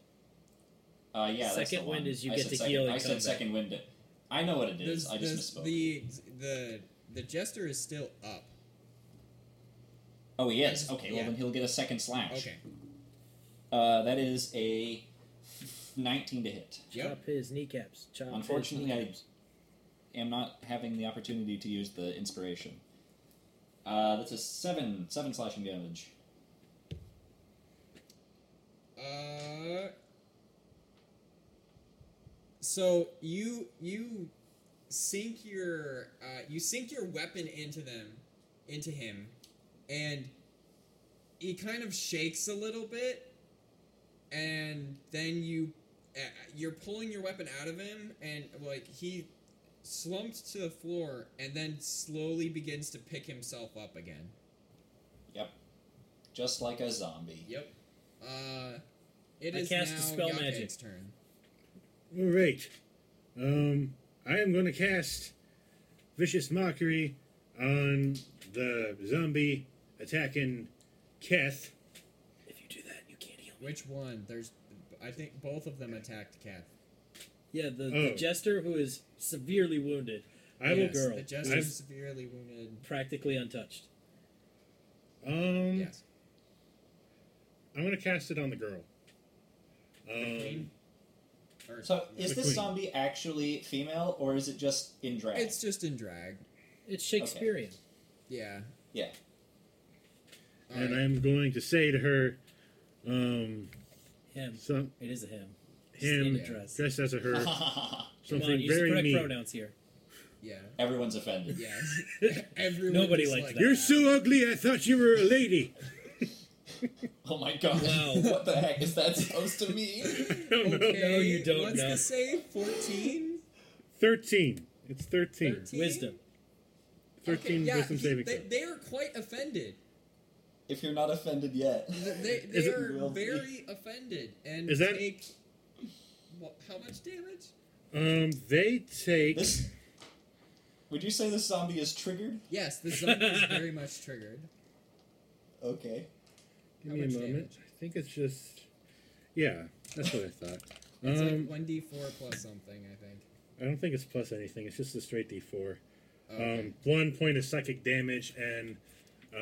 S3: Uh, yeah, that's the
S2: Second wind
S3: one.
S2: is you
S3: I
S2: get
S3: said
S2: to
S3: second,
S2: heal in
S3: I said
S2: combat.
S3: second wind. I know what it is.
S1: There's-
S3: I
S1: there's
S3: just misspoke.
S1: The the the jester is still up.
S3: oh, he is. Okay,
S1: yeah.
S3: well then he'll get a second slash.
S1: Okay.
S3: Uh, that is a f- nineteen to hit.
S1: Yep.
S2: Chop his kneecaps. Chop
S3: Unfortunately,
S2: his
S3: I
S2: kneecaps.
S3: am not having the opportunity to use the inspiration. Uh, that's a seven seven slashing damage.
S1: Uh. So you you sink your uh, you sink your weapon into them into him, and he kind of shakes a little bit, and then you uh, you're pulling your weapon out of him, and like he slumped to the floor, and then slowly begins to pick himself up again.
S3: Just like a zombie.
S1: Yep. Uh, it
S2: I
S1: is
S2: cast
S1: now
S2: Dispel
S1: Yakek's
S2: Magic.
S1: turn.
S5: All right. Um, I am going to cast Vicious Mockery on the zombie attacking Keth.
S2: If you do that, you can't heal.
S1: Which one? There's, I think both of them attacked Kath.
S2: Yeah, the, the
S5: Oh.
S2: jester who is severely wounded,
S5: I
S2: Little
S5: will.
S1: yes,
S2: girl.
S1: The jester
S5: I've-
S1: severely wounded.
S2: practically untouched.
S3: Mm.
S5: Um,
S1: Yes.
S5: I'm going to cast it on the girl. Um,
S1: queen? Or-
S3: So is
S5: The
S3: this
S5: queen.
S3: zombie actually female or is it just in drag?
S1: it's just in drag.
S2: It's Shakespearean.
S1: Yeah.
S3: Yeah.
S5: and
S1: Alright.
S5: I'm going to say to her, um,
S2: Him.
S5: some
S2: It is a him. It's in
S5: him
S2: the dress.
S5: dressed as a her,
S2: Come
S5: something
S2: on, use the
S5: very
S2: correct
S5: mean.
S2: pronouns here.
S1: yeah.
S3: Everyone's offended.
S1: Yes. Everyone.
S2: Nobody
S1: was
S2: liked
S1: like
S2: that.
S5: You're so ugly. I thought you were a lady.
S3: Oh my god.
S7: Wow.
S3: what the heck is that supposed to mean?
S1: Okay,
S2: No, you don't
S1: What's
S2: know.
S1: the save? Fourteen.
S5: Thirteen. It's thirteen.
S1: 13?
S2: Wisdom.
S1: Okay,
S5: Thirteen
S1: yeah,
S5: wisdom
S1: he-
S5: saving
S1: they,
S5: throw.
S1: they are quite offended.
S3: If you're not offended yet.
S1: They,
S5: Is
S1: they
S5: it-
S1: are
S3: Will be.
S1: very offended and
S5: Is that-
S1: take wha- how much damage?
S5: Um, they take.
S3: This would you say this zombie is triggered?
S1: Yes, the zombie is very much triggered.
S3: Okay.
S5: Give
S1: How
S5: me a
S1: much
S5: moment.
S1: damage?
S5: I think it's just. Yeah, that's what I thought.
S1: It's
S5: Um,
S1: like one d four plus something. I think.
S5: I don't think it's plus anything. It's just a straight D4.
S1: Okay.
S5: Um, one point of psychic damage, and uh,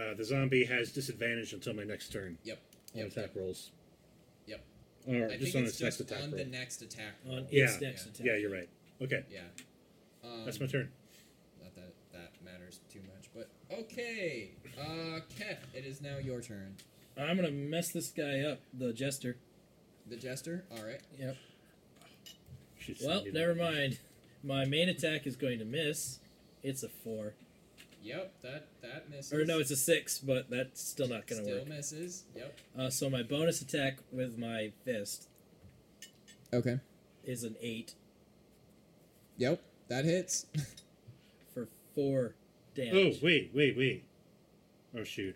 S5: uh, the zombie has disadvantage until my next turn
S1: yep.
S5: on
S1: Yep.
S5: attack rolls.
S1: Yep.
S5: Or
S1: I
S5: just
S1: think
S5: on
S1: it's
S5: its next
S1: just
S5: attack
S1: on
S5: roll.
S1: the next attack.
S2: On
S1: roll.
S2: its
S5: Yeah.
S2: next attack.
S5: yeah, you're right. Okay,
S1: Yeah. Um,
S5: that's my turn.
S1: Not that that matters too much, but okay. Uh, Kef, it is now your turn.
S2: I'm gonna mess this guy up, the jester.
S1: The jester. All right.
S2: Yep.
S5: Should
S2: Well,
S5: send you that.
S2: never mind. My main attack is going to miss. It's a four,
S1: Yep. That that misses.
S2: or no, it's a six, but that's still not gonna
S1: still
S2: work.
S1: misses. Yep.
S2: Uh, so my bonus attack with my fist
S1: Okay.
S2: is an eight
S1: Yep. That hits.
S2: for four
S5: Oh,
S2: damage.
S5: wait, wait, wait. Oh, shoot.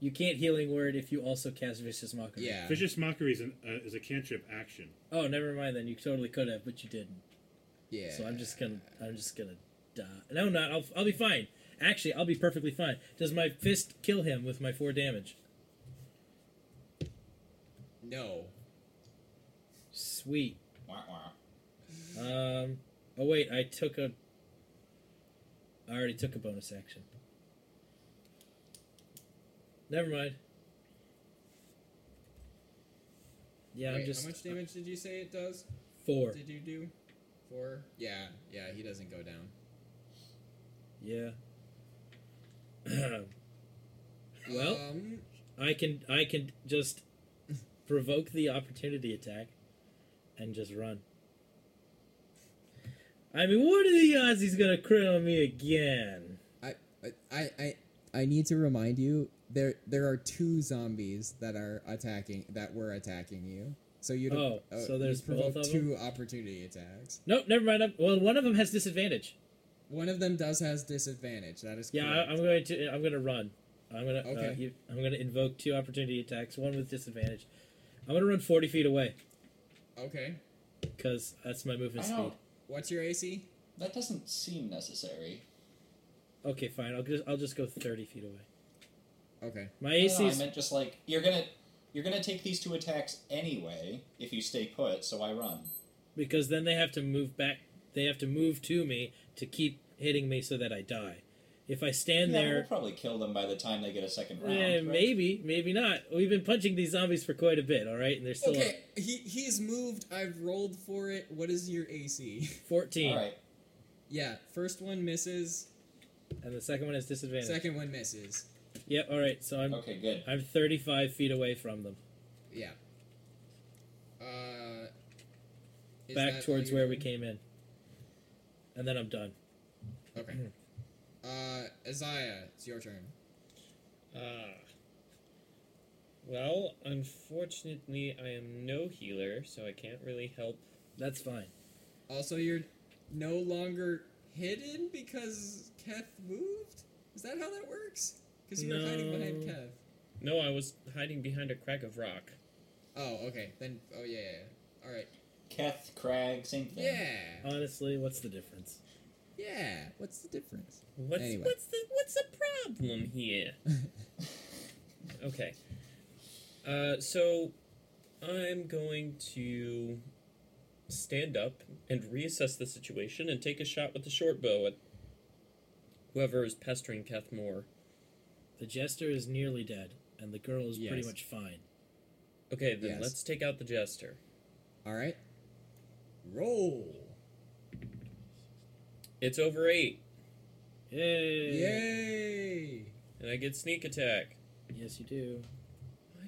S2: You can't healing word if you also cast vicious mockery.
S1: yeah.
S5: Vicious Mockery is, an, uh, is a cantrip action.
S2: Oh, never mind then. You totally could have, but you didn't.
S1: Yeah.
S2: So I'm just gonna, I'm just gonna die. No, I'm not. I'll, I'll be fine. Actually, I'll be perfectly fine. Does my fist kill him with my four damage?
S1: No.
S2: Sweet.
S3: Wah, wah.
S2: Um. Oh wait, I took a. I already took a bonus action. Never mind. Yeah,
S1: Wait,
S2: I'm just
S1: how much damage did you say it does?
S2: four.
S1: Did you do four? Yeah, yeah, he doesn't go down.
S2: Yeah. well,
S1: um,
S2: I can I can just provoke the opportunity attack and just run. I mean, what are the odds he's gonna crit on me again?
S1: I, I, I, I need to remind you there there are two zombies that are attacking that were attacking you. So you uh,
S2: Oh, so there's both of
S1: two opportunity attacks.
S2: Nope, never mind. I'm- Well, one of them has disadvantage.
S1: One of them does has disadvantage. That is
S2: Yeah,
S1: correct.
S2: I, I'm going to I'm gonna run. I'm gonna uh,
S1: Okay.
S2: you, I'm gonna invoke two opportunity attacks, one with disadvantage. I'm gonna run 40 feet away
S1: okay.
S2: because that's my movement
S3: I
S2: speed.
S3: don't.
S1: What's your AC?
S3: That doesn't seem necessary.
S2: Okay, fine. I'll just I'll just go 30 feet away.
S1: Okay.
S2: My
S3: No, no,
S2: AC
S3: no, I
S2: is
S3: meant just like you're gonna you're gonna take these two attacks anyway if you stay put. So I run.
S2: because then they have to move back. They have to move to me to keep hitting me so that I die. If I stand
S3: yeah, we'll
S2: there,
S3: probably kill them by the time they get a second round.
S2: eh,
S3: right?
S2: maybe, maybe not. We've been punching these zombies for quite a bit, all right, and they're still
S1: Okay. He he's moved. I've rolled for it. What is your AC?
S2: up. Fourteen,
S3: All right.
S1: yeah. First one misses.
S2: and the second one has disadvantage.
S1: Second one misses.
S2: Yep. All right. So I'm
S3: Okay. Good.
S2: I'm 35 feet away from them,
S1: Yeah. Uh, is that all
S2: back towards
S1: you
S2: where we
S1: did?
S2: came in, and then I'm done.
S1: Okay. Uh, Isaiah, it's your turn.
S4: Ah. Well, unfortunately, I am no healer, so I can't really help.
S2: That's fine.
S1: Also, you're no longer hidden because Keth moved. Is that how that works? Because you were hiding behind
S2: No.
S1: Keth.
S4: No, I was hiding behind a crack of rock.
S1: Oh, okay. Then, oh yeah. yeah, yeah. All right.
S3: Keth, Crag, same thing.
S1: Yeah.
S2: Honestly, what's the difference?
S1: Yeah. What's the difference?
S4: What's
S1: Anyway.
S4: what's the what's the problem here? okay. Uh, so I'm going to stand up and reassess the situation and take a shot with the short bow at whoever is pestering Keth more.
S2: The jester is nearly dead, and the girl is pretty
S1: Yes.
S2: much fine.
S4: Okay, then
S1: Yes.
S4: let's take out the jester.
S1: All right. Roll.
S4: It's over eight,
S2: Yay!
S1: Yay!
S4: and I get sneak attack.
S2: Yes, you do.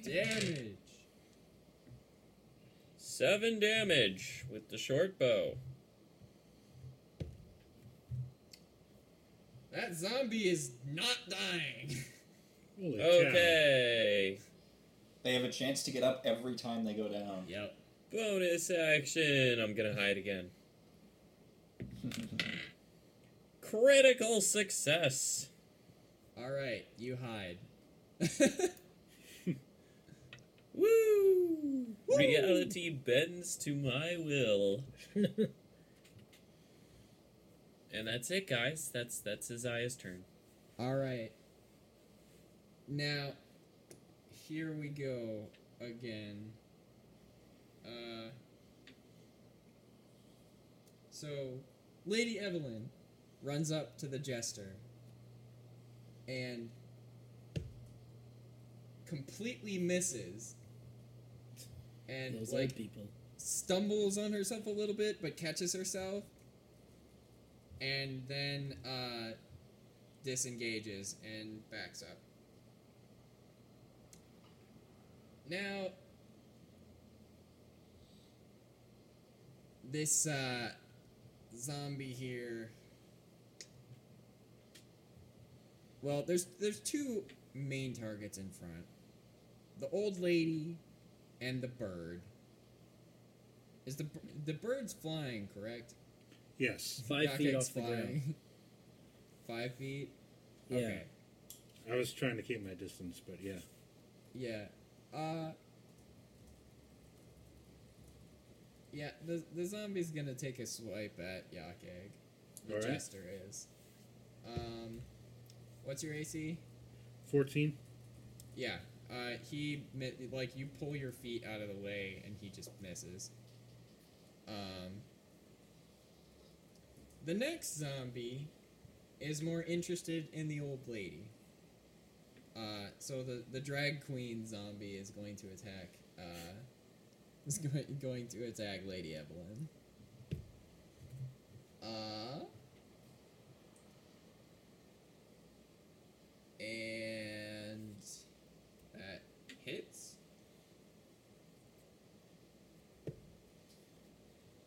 S1: Damage.
S4: Seven damage with the short bow.
S1: That zombie is not dying.
S5: Holy cow.
S4: Okay.
S3: They have a chance to get up every time they go down.
S1: Yep.
S4: Bonus action. I'm gonna hide again. Critical success.
S1: All right, you hide.
S4: Woo! Reality bends to my will. And that's it, guys. That's that's Isaiah's turn.
S1: All right. Now, here we go again. Uh, so, Lady Evelyn runs up to the jester and completely misses and
S2: Those
S1: like
S2: old people.
S1: stumbles on herself a little bit, but catches herself, and then uh, disengages and backs up. Now, this uh, zombie here. Well, there's there's two main targets in front. The old lady and the bird. Is the bir- the bird's flying correct?
S5: Yes,
S2: Five feet
S1: Cockhead's
S2: off the ground.
S1: Five feet.
S2: Yeah.
S1: Okay.
S5: I was trying to keep my distance, but yeah.
S1: Yeah. Uh. Yeah. The the zombie's gonna take a swipe at Yak Egg. The
S5: All right.
S1: jester is. Um, what's your AC?
S5: Fourteen.
S1: Yeah. Uh, he mi- like you pull your feet out of the way and he just misses. Um. The next zombie is more interested in the old lady. Uh, so the the drag queen zombie is going to attack. Uh, is going going to attack Lady Evelyn. Uh. And that Uh, hits.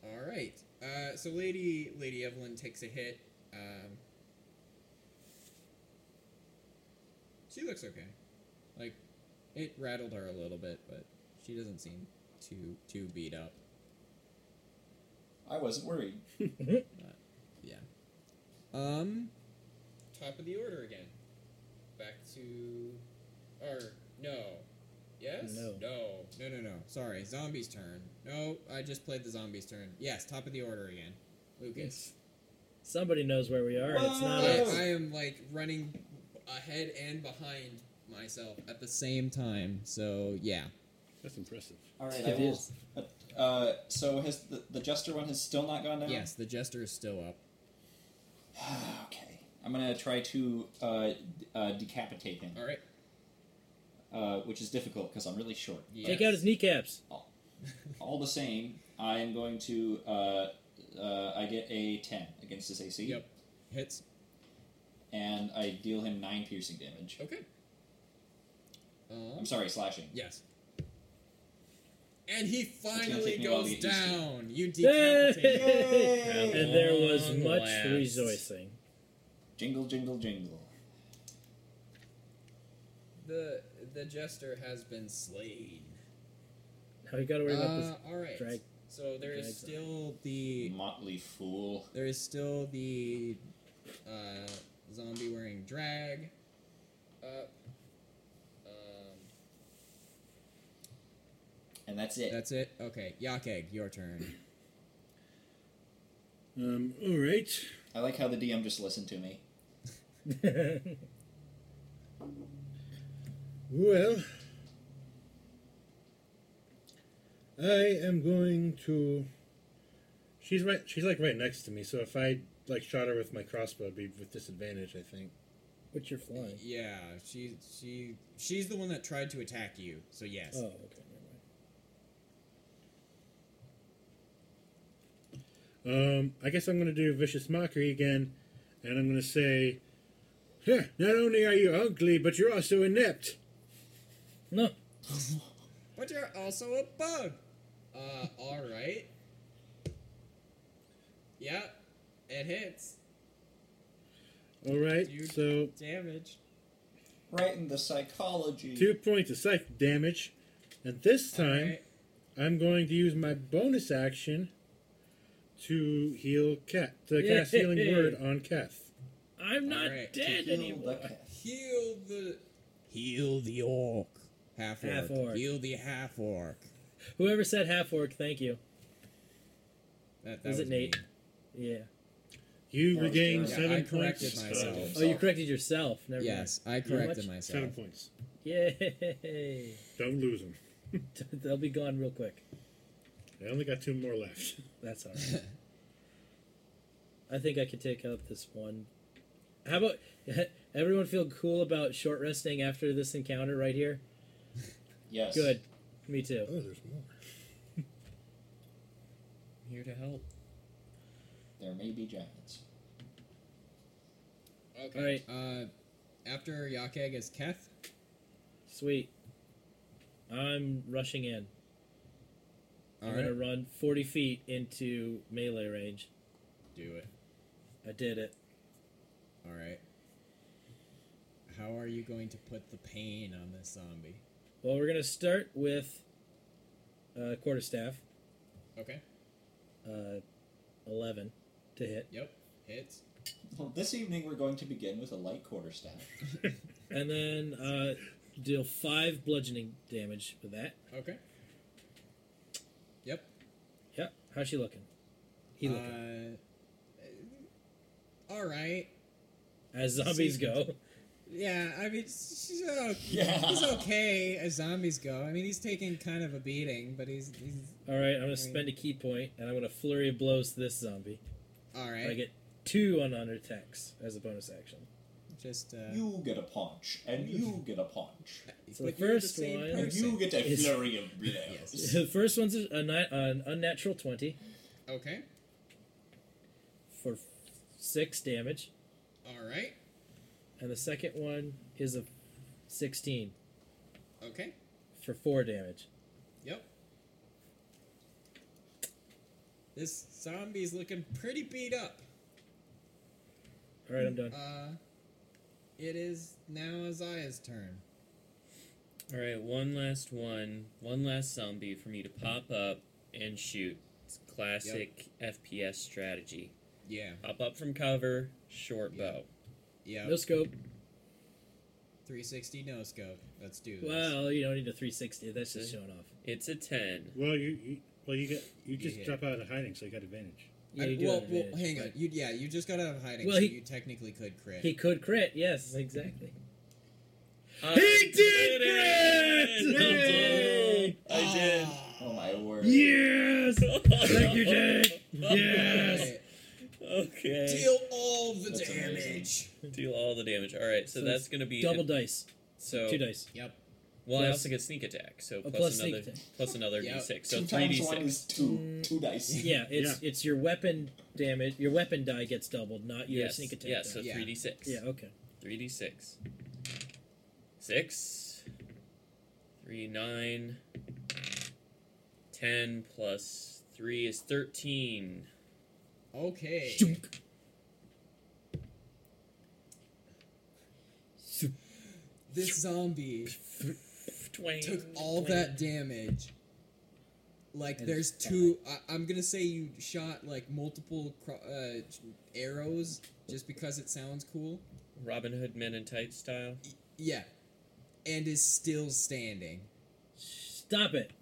S1: All right. Uh, so Lady Lady Evelyn takes a hit. Um, she looks okay. Like it rattled her a little bit, but she doesn't seem too too beat up.
S3: I wasn't worried.
S1: Yeah. Um. Top of the order again. Back to, or no, yes,
S2: No.
S1: no, no, no, no. Sorry, zombies' turn. No, I just played the zombies' turn. Yes, top of the order again. Lucas.
S2: Somebody knows where we are. and It's not
S1: I,
S2: us.
S1: I am like running ahead and behind myself at the same time. So yeah.
S5: That's impressive.
S3: All right, I
S2: It
S3: will.
S2: is.
S3: Uh, so has the, the jester one has still not
S2: Oh.
S3: gone down?
S1: Yes, the jester is still up.
S3: okay. I'm gonna try to uh, d- uh, decapitate him,
S1: All right.
S3: uh, which is difficult because I'm really short.
S1: Yes.
S2: Take out his kneecaps.
S3: All the same, I am going to. Uh, uh, I get a ten against his AC,
S1: Yep. Hits.
S3: and I deal him nine piercing damage.
S1: Okay. Um,
S3: I'm sorry, slashing.
S1: Yes. And he finally
S3: take me a while
S1: goes
S3: to get used to.
S1: down. You decapitate. him.
S2: and
S4: And
S2: there was much rejoicing.
S3: Jingle, jingle, jingle.
S1: the the jester has been slain.
S2: Now we got to worry about this.
S1: Uh, all right.
S2: drag-
S1: so there is
S2: drag
S1: still the
S3: Motley fool.
S1: there is still the uh, zombie wearing drag up. Um,
S3: And that's it.
S1: that's it. Okay, Yakeg, your turn.
S5: Um, all right.
S3: I like how the DM just listened to me.
S5: Well, I am going to. She's right. She's like right next to me. So if I like shot her with my crossbow, it'd be with disadvantage. I think.
S2: But you're flying.
S1: Yeah, she she she's the one that tried to attack you. So yes.
S2: Oh, okay. Never mind.
S5: Um, I guess I'm going to do vicious mockery again, and I'm going to say, "Huh, "Not only are you ugly, but you're also inept."
S2: No.
S1: But you're also a bug. Uh, all right. Yeah, it hits
S5: All right.
S1: Dude.
S5: So
S1: damage.
S3: Right in the psychology.
S5: two points of psychic damage, and this
S1: All
S5: time
S1: right.
S5: I'm going to use my bonus action to heal Cat. To cast healing word on Kath.
S2: I'm not
S1: Alright, to
S2: dead
S3: Kill the
S2: anymore.
S3: cat.
S1: Heal the. Heal the orc. Half orc.
S2: Half-orc.
S1: Heal the half orc.
S2: Whoever said half orc, thank you.
S1: That, that
S2: Was it
S1: me.
S2: Nate? Yeah.
S5: You
S3: Or-
S5: regain
S3: yeah,
S5: seven
S1: Oh, I
S5: points.
S1: corrected
S5: Uh,
S1: myself.
S2: Oh, you corrected yourself. Never
S1: Yes, I
S2: much?
S1: corrected myself.
S5: Seven points.
S2: Mind. Yay.
S5: Don't lose them.
S2: They'll be gone real quick.
S5: I only got two more left.
S2: That's all right. I think I could take out this one. How about everyone feel cool about short resting after this encounter right here?
S3: Yes.
S2: Good. Me too.
S5: Oh, there's more.
S4: I'm here to help.
S3: There may be giants.
S1: Okay. Uh, after Yakeg is Keth.
S2: Sweet. I'm rushing in.
S1: All
S2: I'm
S1: right.
S2: gonna run 40 feet into melee range.
S1: Do it.
S2: I did it.
S1: All right. How are you going to put the pain on this zombie?
S2: Well, we're gonna start with uh, quarterstaff,
S1: Okay.
S2: uh, 11 to hit,
S1: Yep. Hits.
S3: Well, this evening we're going to begin with a light quarterstaff.
S2: and then uh, deal five bludgeoning damage with that.
S1: Okay. Yep.
S2: Yep. How's she looking? He looking.
S1: Uh, all right.
S2: As zombies
S1: see-
S2: go.
S1: Yeah, I mean, she's o-
S3: Yeah.
S1: he's okay as zombies go. I mean, he's taking kind of a beating, but he's, he's
S2: All right, I'm gonna spend a key point, and I'm gonna flurry of blows to this zombie.
S1: all right.
S2: I get two unarmored attacks as a bonus action.
S1: Just uh,
S3: You get a punch, and you get a punch,
S2: So
S1: but
S2: the
S1: you're
S2: first
S1: same
S2: one-
S3: and
S1: person.
S3: you get a
S2: Yes.
S3: flurry of blows.
S2: the first one's a ni- uh, an unnatural twenty
S1: Okay.
S2: for six damage,
S1: All right.
S2: and the second one is a sixteen
S1: Okay.
S2: for four damage.
S1: Yep. This zombie's looking pretty beat up.
S2: All right, I'm done.
S1: Uh, it is now Isaiah's turn.
S4: All right, one last one, one last zombie for me to pop up and shoot. It's classic FPS strategy.
S1: Yeah.
S4: Pop up from cover, short
S1: Yeah.
S4: bow.
S1: Yeah.
S2: No scope.
S1: 360 no scope. Let's do this.
S2: Well, you don't need a 360. That's just
S4: See?
S2: showing off.
S4: It's a ten.
S5: Well, you, you well you get you just
S1: Yeah.
S5: drop out of hiding, so you got advantage.
S2: Yeah,
S1: I-
S2: you do
S1: well,
S2: have
S1: well,
S2: advantage,
S1: hang
S2: but
S1: on. You yeah, you just gotta have hiding,
S2: Well,
S1: so
S2: he-
S1: you technically could crit.
S2: He could crit. Yes, exactly.
S4: I
S5: He did
S4: it!
S5: crit!
S4: Yay! I did.
S1: Ah.
S3: Oh my word!
S5: Yes. Thank you, Jake. Yes.
S1: Alright.
S4: Okay.
S1: Deal all the
S3: That's amazing.
S1: damage.
S4: Deal all the damage. All right, so,
S2: So
S4: that's
S2: it's
S4: gonna be
S2: Double
S4: A,
S2: dice.
S4: so
S2: Two dice.
S1: Yep.
S4: Well, I
S2: Plus-
S4: also get sneak attack, so plus,
S2: plus sneak
S4: another
S2: attack.
S4: plus another
S1: Yeah.
S4: d6, so
S3: Two
S4: three
S3: times one is
S4: d6.
S3: two. Two dice.
S2: Yeah, it's it's your weapon damage. Your weapon die gets doubled, not your
S4: Yes,
S2: sneak attack.
S4: yeah,
S2: die.
S4: so
S1: Yeah.
S4: three d6.
S2: yeah, okay.
S4: 3d6. 6. 3, 9. 10 plus 3 is 13.
S1: Okay. This zombie
S4: 20.
S1: took all that damage. Like
S2: And
S1: there's
S2: it's
S1: two. I, I'm gonna say you shot like multiple cro- uh, arrows just because it sounds cool.
S4: Robin Hood Men in Tights style.
S1: Yeah, and is still standing.
S2: Stop it!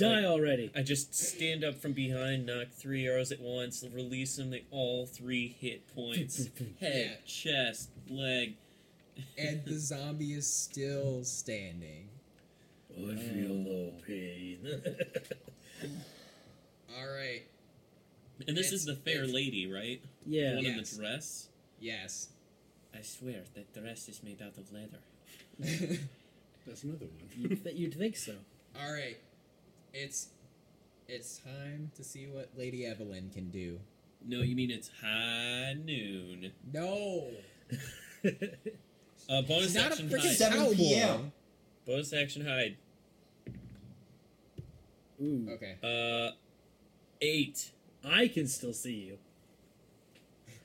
S1: Done.
S2: Die already!
S4: I just stand up from behind, knock three arrows at once, release them. They all three hit points head,
S1: Yeah.
S4: chest, leg.
S1: and the zombie is still standing.
S2: I feel low pain.
S1: All right.
S4: And this
S1: It's-
S4: is the fair
S1: it's-
S4: lady, right? The
S2: yeah.
S4: one
S1: Yes.
S4: in the dress.
S1: Yes.
S4: I swear that dress is made out of leather.
S5: That's another one.
S2: You'd, th- you'd think so.
S1: All right. It's it's time to see what Lady Evelyn can do.
S4: No, you mean it's high noon.
S1: No.
S4: Uh, bonus
S1: She's not a
S4: action
S1: freaking
S4: hide.
S3: seven
S1: cowboy.
S3: PM.
S4: bonus action hide.
S2: Ooh.
S1: Okay.
S4: Uh, eight
S2: I can still see you.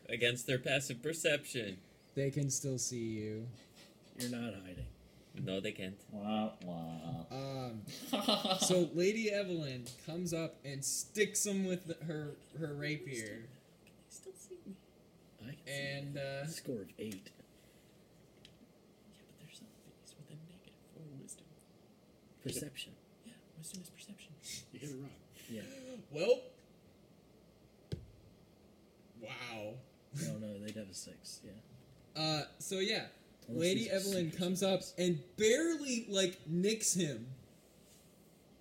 S4: against their passive perception.
S1: They can still see you.
S2: You're not hiding.
S4: No, they can't.
S3: Wah, wah.
S1: Um so Lady Evelyn comes up and sticks him with the, her her rapier
S4: Still see me.
S2: I can
S1: and
S2: see
S1: uh
S2: you. Score of eight.
S4: Yeah, but there's other things with a negative four wisdom.
S2: Perception.
S4: Yeah, wisdom is perception.
S5: you hit a rock.
S1: well Wow.
S2: Oh, six. Yeah.
S1: Uh, so yeah,
S2: Unless
S1: Lady
S2: he's
S1: Evelyn
S2: super
S1: comes up and barely like nicks him,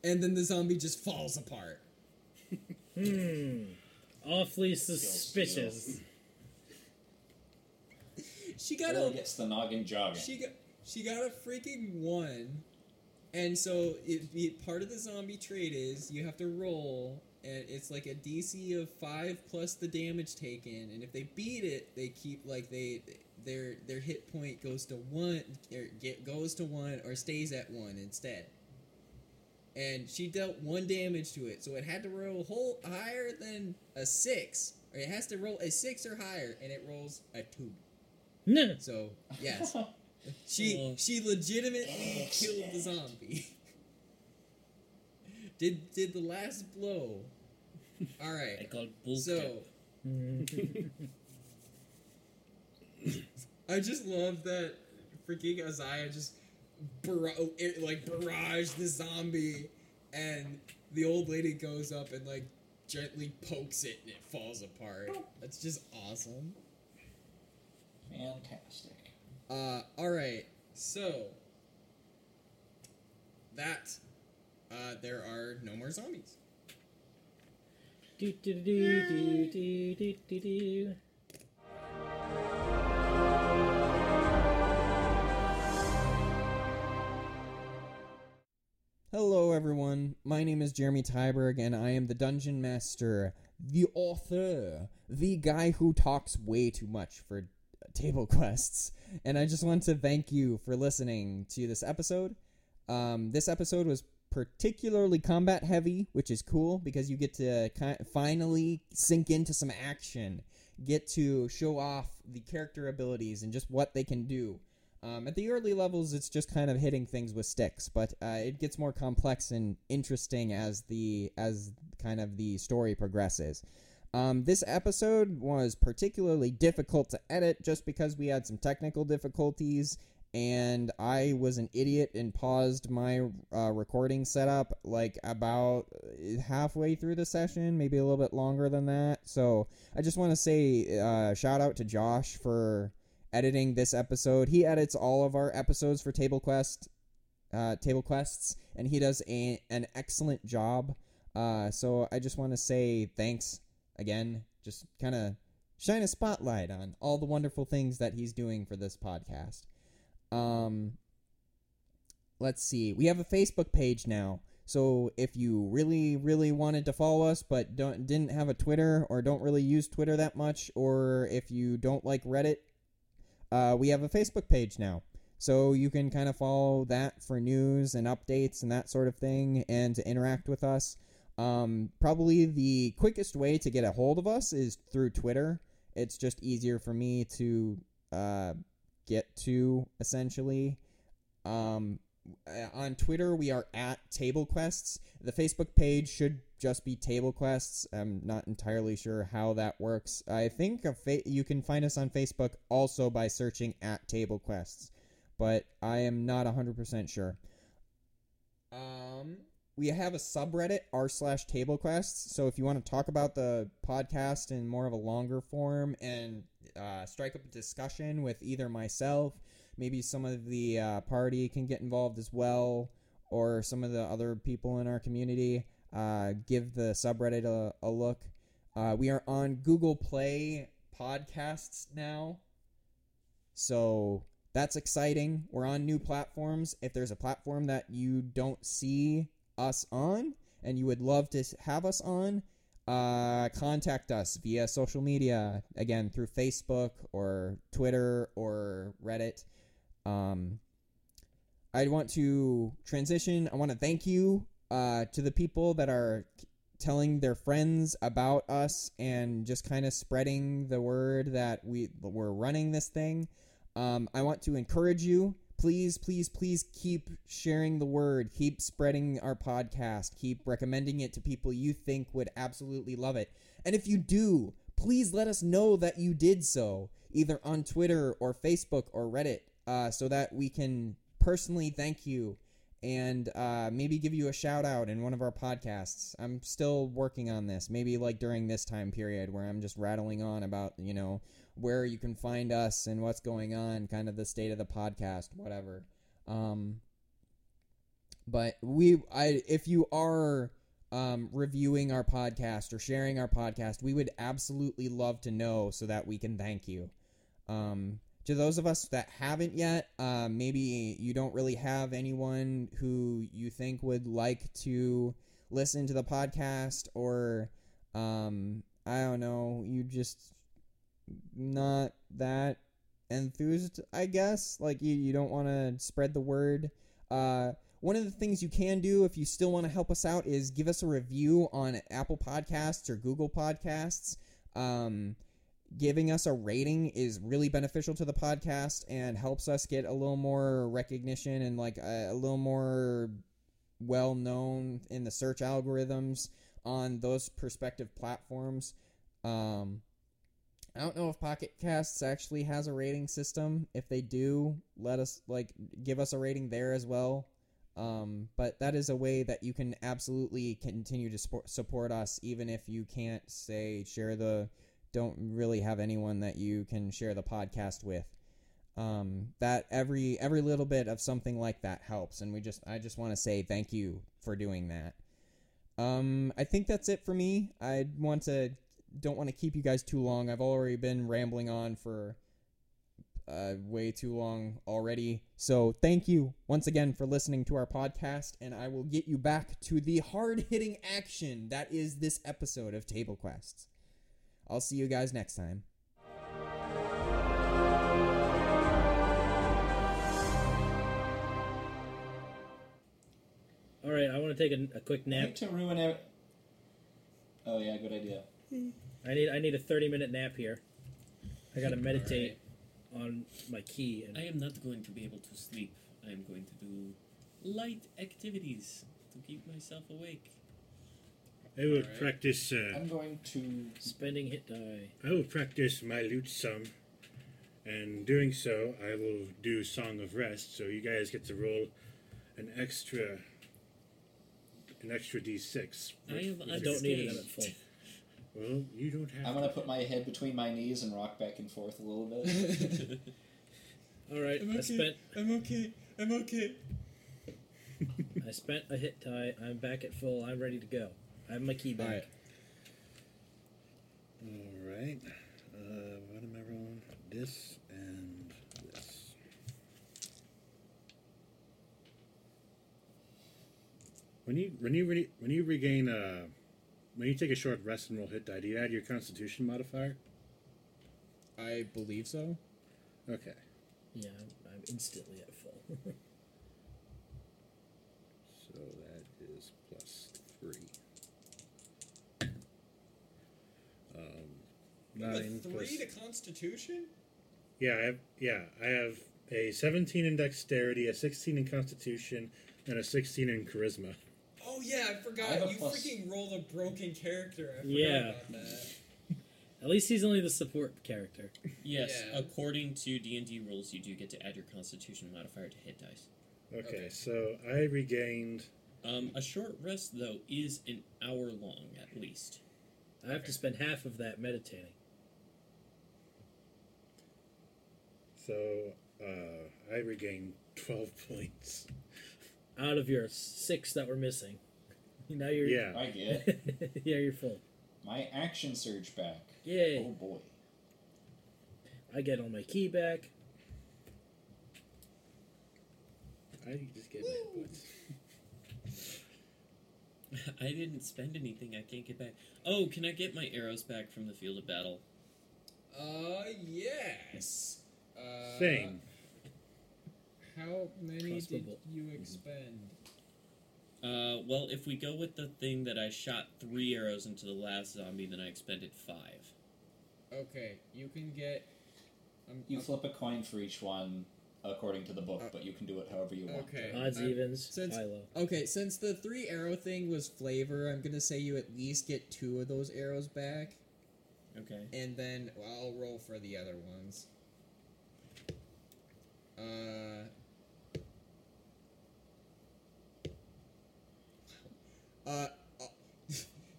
S1: and then the zombie just falls apart.
S2: Hmm. Awfully
S3: steal.
S2: suspicious.
S1: She got
S3: Really
S1: a
S3: gets the noggin jogging.
S1: she got she got a freaking one, and so it, it part of the zombie trait is you have to roll, and it's like a DC of five plus the damage taken, and if they beat it, they keep like they their their hit point goes to one or get goes to one or stays at one instead. And she dealt one damage to it, so it had to roll whole higher than a six, or it has to roll a six or higher, and it rolls a two.
S2: No.
S1: So yes. She
S4: Well-
S1: she legitimately killed the zombie. did did the last blow. All
S4: I
S1: right.
S4: call bull
S1: So I just love that freaking Isaiah just bar- it, like barrage the zombie, and the old lady goes up and like gently pokes it and it falls apart. That's just awesome.
S3: Fantastic.
S1: Uh, all right. So that uh, there are no more zombies.
S2: Do, do, do, do, do, do, do, do.
S1: Hello, everyone. My name is Jeremy Tyberg, and I am the dungeon master, the author, the guy who talks way too much for table quests. And I just want to thank you for listening to this episode. Um, this episode was particularly combat heavy, which is cool because you get to ki- finally sink into some action, get to show off the character abilities and just what they can do. Um, at the early levels, it's just kind of hitting things with sticks, but uh, it gets more complex and interesting as the as kind of the story progresses. Um, this episode was particularly difficult to edit just because we had some technical difficulties, and I was an idiot and paused my uh, recording setup like about uh, halfway through the session, maybe a little bit longer than that. So I just want to say uh, shout out to Josh for editing this episode. He edits all of our episodes for Table Quest, uh, Table Quests, and he does a, an excellent job. Uh, so I just want to say thanks again. Just kind of shine a spotlight on all the wonderful things that he's doing for this podcast. Um, let's see. We have a Facebook page now. So if you really, really wanted to follow us but don't didn't have a Twitter or don't really use Twitter that much, or if you don't like Reddit, uh, we have a Facebook page now. So you can kind of follow that for news and updates and that sort of thing and to interact with us. Um, probably the quickest way to get a hold of us is through Twitter. It's just easier for me to uh, get to, essentially. Um, uh, on Twitter, we are at Table Quests. The Facebook page should just be Table Quests. I'm not entirely sure how that works. I think a fa- you can find us on Facebook also by searching at Table Quests, but I am not 100% sure. Um, we have a subreddit r slash Table Quests. So if you want to talk about the podcast in more of a longer form and uh, strike up a discussion with either myself maybe some of the uh, party can get involved as well, or some of the other people in our community. Uh, give the subreddit a, a look. Uh, we are on Google Play Podcasts now, so that's exciting. We're on new platforms. If there's a platform that you don't see us on and you would love to s- have us on, uh, contact us via social media again through Facebook or Twitter or Reddit. Um, I want to transition. I want to thank you uh, to the people that are telling their friends about us and just kind of spreading the word that we we're running this thing. Um, I want to encourage you. Please, please, please keep sharing the word. Keep spreading our podcast. Keep recommending it to people you think would absolutely love it. And if you do, please let us know that you did so, either on Twitter or Facebook or Reddit, uh, so that we can personally thank you and uh, maybe give you a shout out in one of our podcasts. I'm still working on this. Maybe like during this time period where I'm just rattling on about, you know, where you can find us and what's going on, kind of the state of the podcast, whatever. Um, but we, I, if you are um, reviewing our podcast or sharing our podcast, we would absolutely love to know so that we can thank you. Um, to those of us that haven't yet, uh, maybe you don't really have anyone who you think would like to listen to the podcast, or um, I don't know, you just not that enthused, I guess. Like you, you don't want to spread the word. Uh, one of the things you can do if you still want to help us out is give us a review on Apple Podcasts or Google Podcasts. Um, giving us a rating is really beneficial to the podcast and helps us get a little more recognition and like a, a little more well known in the search algorithms on those prospective platforms. Um, I don't know if Pocket Casts actually has a rating system. If they do, let us like give us a rating there as well. Um, but that is a way that you can absolutely continue to support, support us, even if you can't say share the don't really have anyone that you can share the podcast with. Um, that every every little bit of something like that helps, and we just I just want to say thank you for doing that. Um, I think that's it for me. I want to don't want to keep you guys too long. I've already been rambling on for uh, way too long already. So thank you once again for listening to our podcast, and I will get you back to the hard hitting action that is this episode of Table Quests. I'll see you guys next time.
S2: All right, I want to take a, a quick
S3: I
S2: nap.
S3: hate to ruin it. Oh yeah, good idea.
S2: I need I need a thirty minute nap here. I gotta meditate on my key and
S4: I am not going to be able to sleep. I am going to do light activities to keep myself awake.
S5: I will
S7: Alright.
S5: practice. Uh,
S3: I'm going to.
S2: spending hit die.
S5: I will practice my lute some, and doing so, I will do Song of Rest. So you guys get to roll an extra, an extra d6.
S4: I am
S2: I don't need it at full.
S4: unscathed.
S5: Well, you don't have.
S3: I'm gonna put my head between my knees and rock back and forth a little bit.
S2: All right, I spent
S1: I'm okay. I'm okay.
S2: I spent a hit die. I'm back at full. I'm ready to go. I have my key back.
S1: All right.
S5: All right. Uh, what am I rolling? This and this. When you when you re- when you regain uh, when you take a short rest and roll hit die, do you add your Constitution modifier?
S1: I believe so.
S5: Okay.
S2: Yeah, I'm, I'm instantly at full.
S5: So that is plus three. Um, nine plus-
S1: Constitution.
S5: Yeah, I have, yeah, I have a 17 in dexterity, a 16 in constitution, and a 16 in charisma.
S1: Oh yeah, I forgot.
S3: I have a You plus- freaking
S1: rolled a broken character. I
S2: forgot Yeah. about at least he's only the support character.
S7: Yes,
S1: Yeah.
S7: according to D and D rules, you do get to add your Constitution modifier to hit dice.
S5: Okay,
S1: Okay.
S5: so I regained.
S7: Um, a short rest though is an hour long at least.
S2: I have to spend half of that meditating.
S5: So uh, I regained 12 points.
S2: out of your six that were missing. Now you're
S5: Yeah.
S3: I get
S2: yeah, you're full.
S3: my action surge back.
S2: Yay!
S3: Oh boy.
S2: I get all my key back.
S5: I just get nine points.
S7: I didn't spend anything. I can't get back. Oh, can I get my arrows back from the field of battle?
S1: Uh yes. Uh,
S5: Thing.
S1: How many
S2: Crossbow
S1: did
S2: bolt.
S1: you
S3: Mm-hmm.
S1: expend?
S7: Uh, well, if we go with the thing that I shot three arrows into the last zombie, then I expended five.
S1: Okay, you can get. Um,
S3: You flip a coin for each one according to the book, but you can do it however you want.
S1: okay.
S2: Odds,
S1: I'm-
S2: evens,
S1: since-
S2: high low.
S1: Okay, since the three arrow thing was flavor, I'm gonna say you at least get two of those arrows back,
S7: Okay.
S1: and then I'll roll for the other ones. Uh,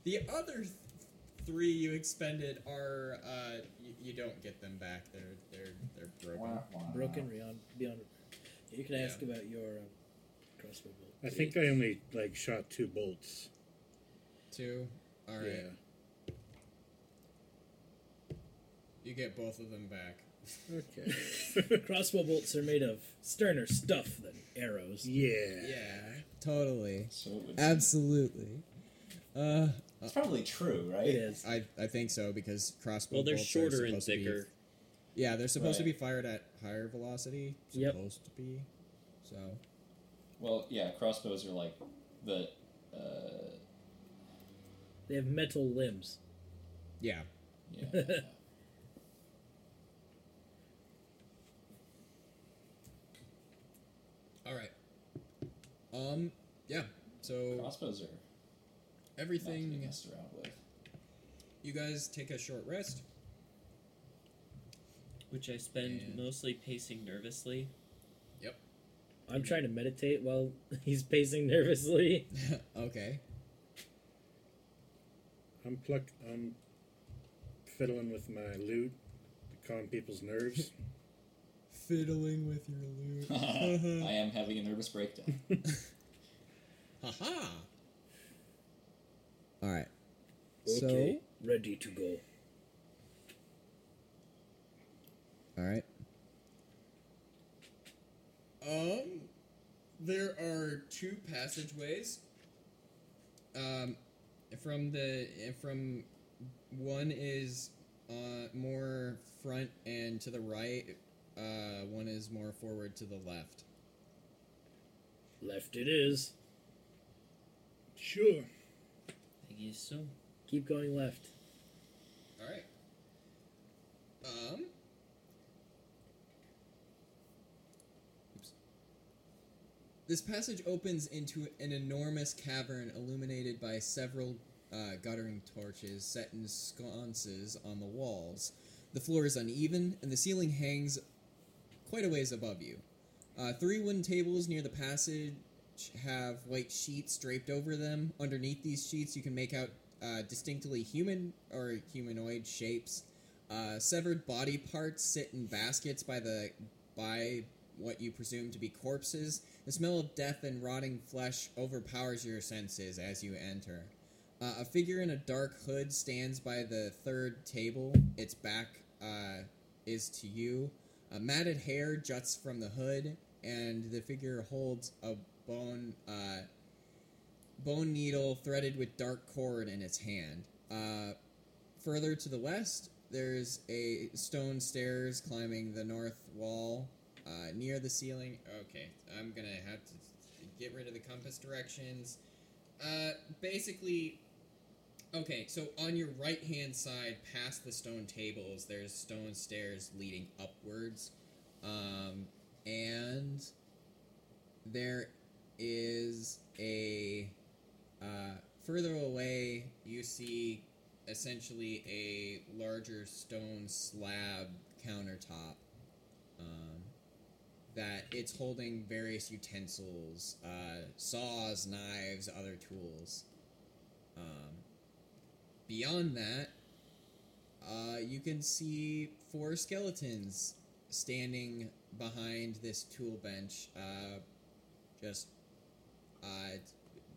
S1: The other th- three you expended are uh, you, you don't get them back. They're they're they're broken.
S3: Wah, wah.
S5: Uh,
S2: Broken beyond beyond. You can ask about your uh, crossbow bolt.
S5: I think I only like shot two bolts.
S1: Two. All right. You get both of them back.
S5: Yeah. Okay.
S2: Crossbow bolts are made of sterner stuff than arrows.
S5: yeah.
S1: Yeah. Totally.
S3: So it would
S1: Absolutely. Uh,
S3: It's probably true, right?
S2: It is.
S1: I I think so because crossbow.
S7: Well, they're
S1: bolts are
S7: shorter and
S1: supposed to be-
S7: thicker.
S1: yeah, they're supposed to be
S3: Right.
S1: fired at higher velocity.
S2: Yep.
S1: Supposed to be. So
S3: Well, yeah, crossbows are like the. Uh,
S2: They have metal limbs.
S1: yeah.
S3: yeah.
S1: All right. Um. Yeah. So
S3: crossbows are not to be
S1: everything
S3: messed around with.
S1: you guys take a short rest.
S7: Which I spend
S1: And-
S7: mostly pacing nervously.
S2: I'm trying to meditate while he's pacing nervously.
S1: okay.
S5: I'm pluck. I'm fiddling with my loot, to calm people's nerves.
S1: Fiddling with your Mm-hmm.
S3: I am having a nervous breakdown.
S1: Haha. All right.
S2: Okay, ready to go.
S1: So, all right. Um, there are two passageways. Um, from the from one is uh more front and to the right. Uh, one is more forward to the left.
S2: Left it is.
S5: sure.
S7: I guess so.
S2: Keep going left.
S1: All right. Um. Oops. This passage opens into an enormous cavern illuminated by several uh, guttering torches set in sconces on the walls. The floor is uneven, and the ceiling hangs quite a ways above you. Uh, three wooden tables near the passage have white sheets draped over them. Underneath these sheets, you can make out uh, distinctly human or humanoid shapes. Uh, severed body parts sit in baskets by the by what you presume to be corpses. The smell of death and rotting flesh overpowers your senses as you enter. Uh, a figure in a dark hood stands by the third table. Its back uh, is to you. A matted hair juts from the hood, and the figure holds a bone uh, bone needle threaded with dark cord in its hand. Uh, further to the west, there's a stone stairs climbing the north wall uh, near the ceiling. Okay, I'm gonna have to get rid of the compass directions. Uh, basically, okay, so on your right hand side, past the stone tables, there's stone stairs leading upwards. Um, and there is a. Uh, further away, you see essentially a larger stone slab countertop. Um, that it's holding various utensils, uh, saws, knives, other tools. Um, beyond that, uh, you can see four skeletons standing behind this tool bench, uh, just uh,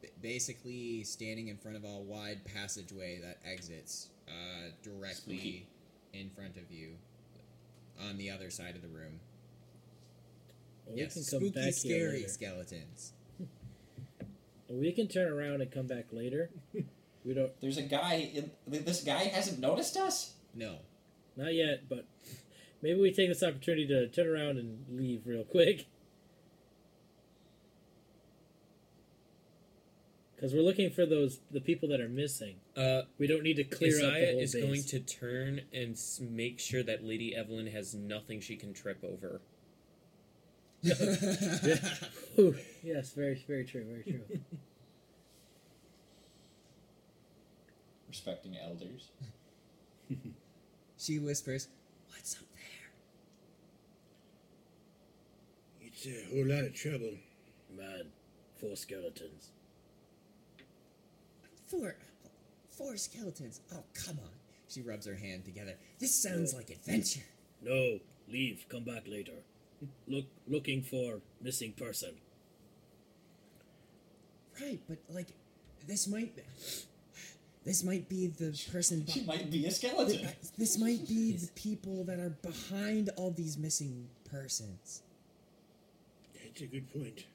S1: b- basically standing in front of a wide passageway that exits uh, directly
S3: Spooky.
S1: in front of you on the other side of the room.
S2: Well,
S1: Yes,
S2: we can come
S1: spooky,
S2: back here
S1: scary
S2: later.
S1: skeletons.
S2: We can turn around and come back later. we don't
S3: There's a guy in. This guy hasn't noticed us?
S1: No.
S2: not yet, but maybe we take this opportunity to turn around and leave real quick. Because we're looking for those the people that are missing.
S4: Uh,
S2: We don't need to clear up the
S4: Isaiah
S2: whole
S4: is
S2: base.
S4: going to turn and s- make sure that Lady Evelyn has nothing she can trip over.
S2: Ooh, yes, very, very true, very true.
S3: Respecting elders.
S1: she whispers, "What's up there?"
S5: It's a whole lot of trouble.
S2: Man, four skeletons.
S1: Four, four skeletons. Oh, come on. She rubs her hand together. This sounds like adventure.
S2: No, leave. Come back later. Look, looking for missing person.
S1: Right, but like, this might. This might be the person.
S3: She
S1: beh-
S3: might be a skeleton.
S1: th- This might be the people that are behind all these missing persons.
S5: That's a good point.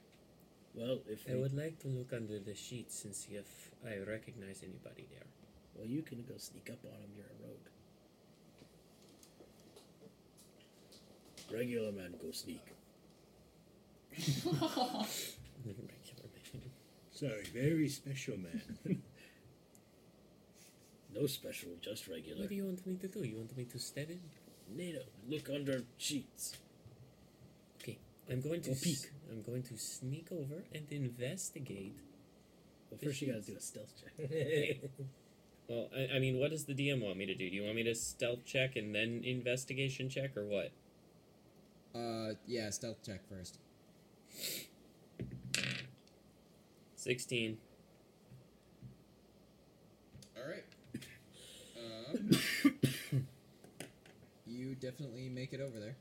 S2: Well, if
S4: I
S2: we-
S4: would like to look under the sheets and see if I recognize anybody there.
S2: well, you can go sneak up on him. You're a rogue. Regular man, go sneak. Mm-hmm.
S4: Regular man.
S5: Sorry, very special man.
S2: No special, just regular.
S4: What do you want me to do? You want me to step in?
S2: Nato, look under sheets.
S4: Okay, I'm going to
S2: Or
S4: s-
S2: peek.
S4: I'm going to sneak over and investigate.
S2: Well, first you gotta do a stealth check.
S4: Well, I, I mean, what does the DM want me to do? Do you want me to stealth check and then investigation check, or what?
S1: Uh, yeah, stealth check first.
S4: Sixteen.
S1: All right. Uh, you definitely make it over there.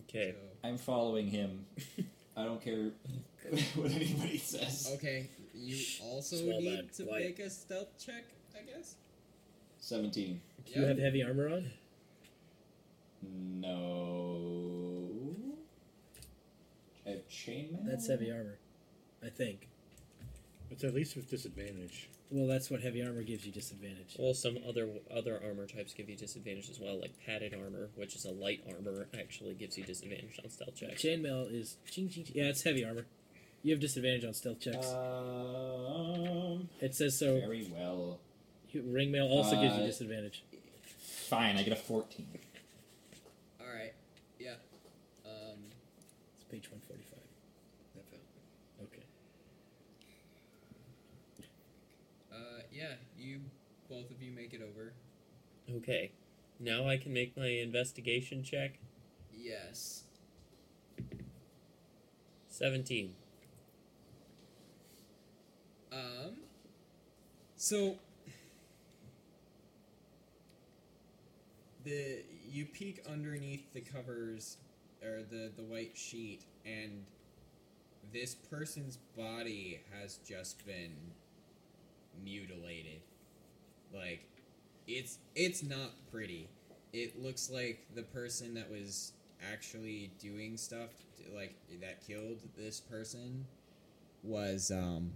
S4: Okay.
S3: I'm following him. I don't care what anybody
S1: So,
S3: says.
S1: okay, you also
S2: Small
S1: need
S2: bad,
S1: to
S2: quiet.
S1: make a stealth check, I guess.
S3: Seventeen.
S2: Do you have heavy armor on?
S3: No. I have chainmail.
S2: That's heavy armor, I think.
S5: It's at least with disadvantage.
S2: Well, that's what heavy armor gives you disadvantage.
S4: Well, some other other armor types give you disadvantage as well, like padded armor, which is a light armor, actually gives you disadvantage on stealth checks.
S2: Chainmail is ching ching. ching. Yeah, it's heavy armor. You have disadvantage on stealth checks.
S3: Um.
S2: it says so.
S3: Very well.
S2: you- Ringmail also gives you
S3: Uh,
S2: disadvantage.
S3: Fine. I get a fourteen.
S1: All right. Yeah. Um,
S2: It's page one forty five. That fell. Okay.
S1: uh, yeah, you both of you make it over.
S4: Okay. Now I can make my investigation check.
S1: Yes.
S4: Seventeen.
S1: Um. So the you peek underneath the covers or the the white sheet, and this person's body has just been mutilated. Like it's it's not pretty. It looks like the person that was actually doing stuff to, like that killed this person was um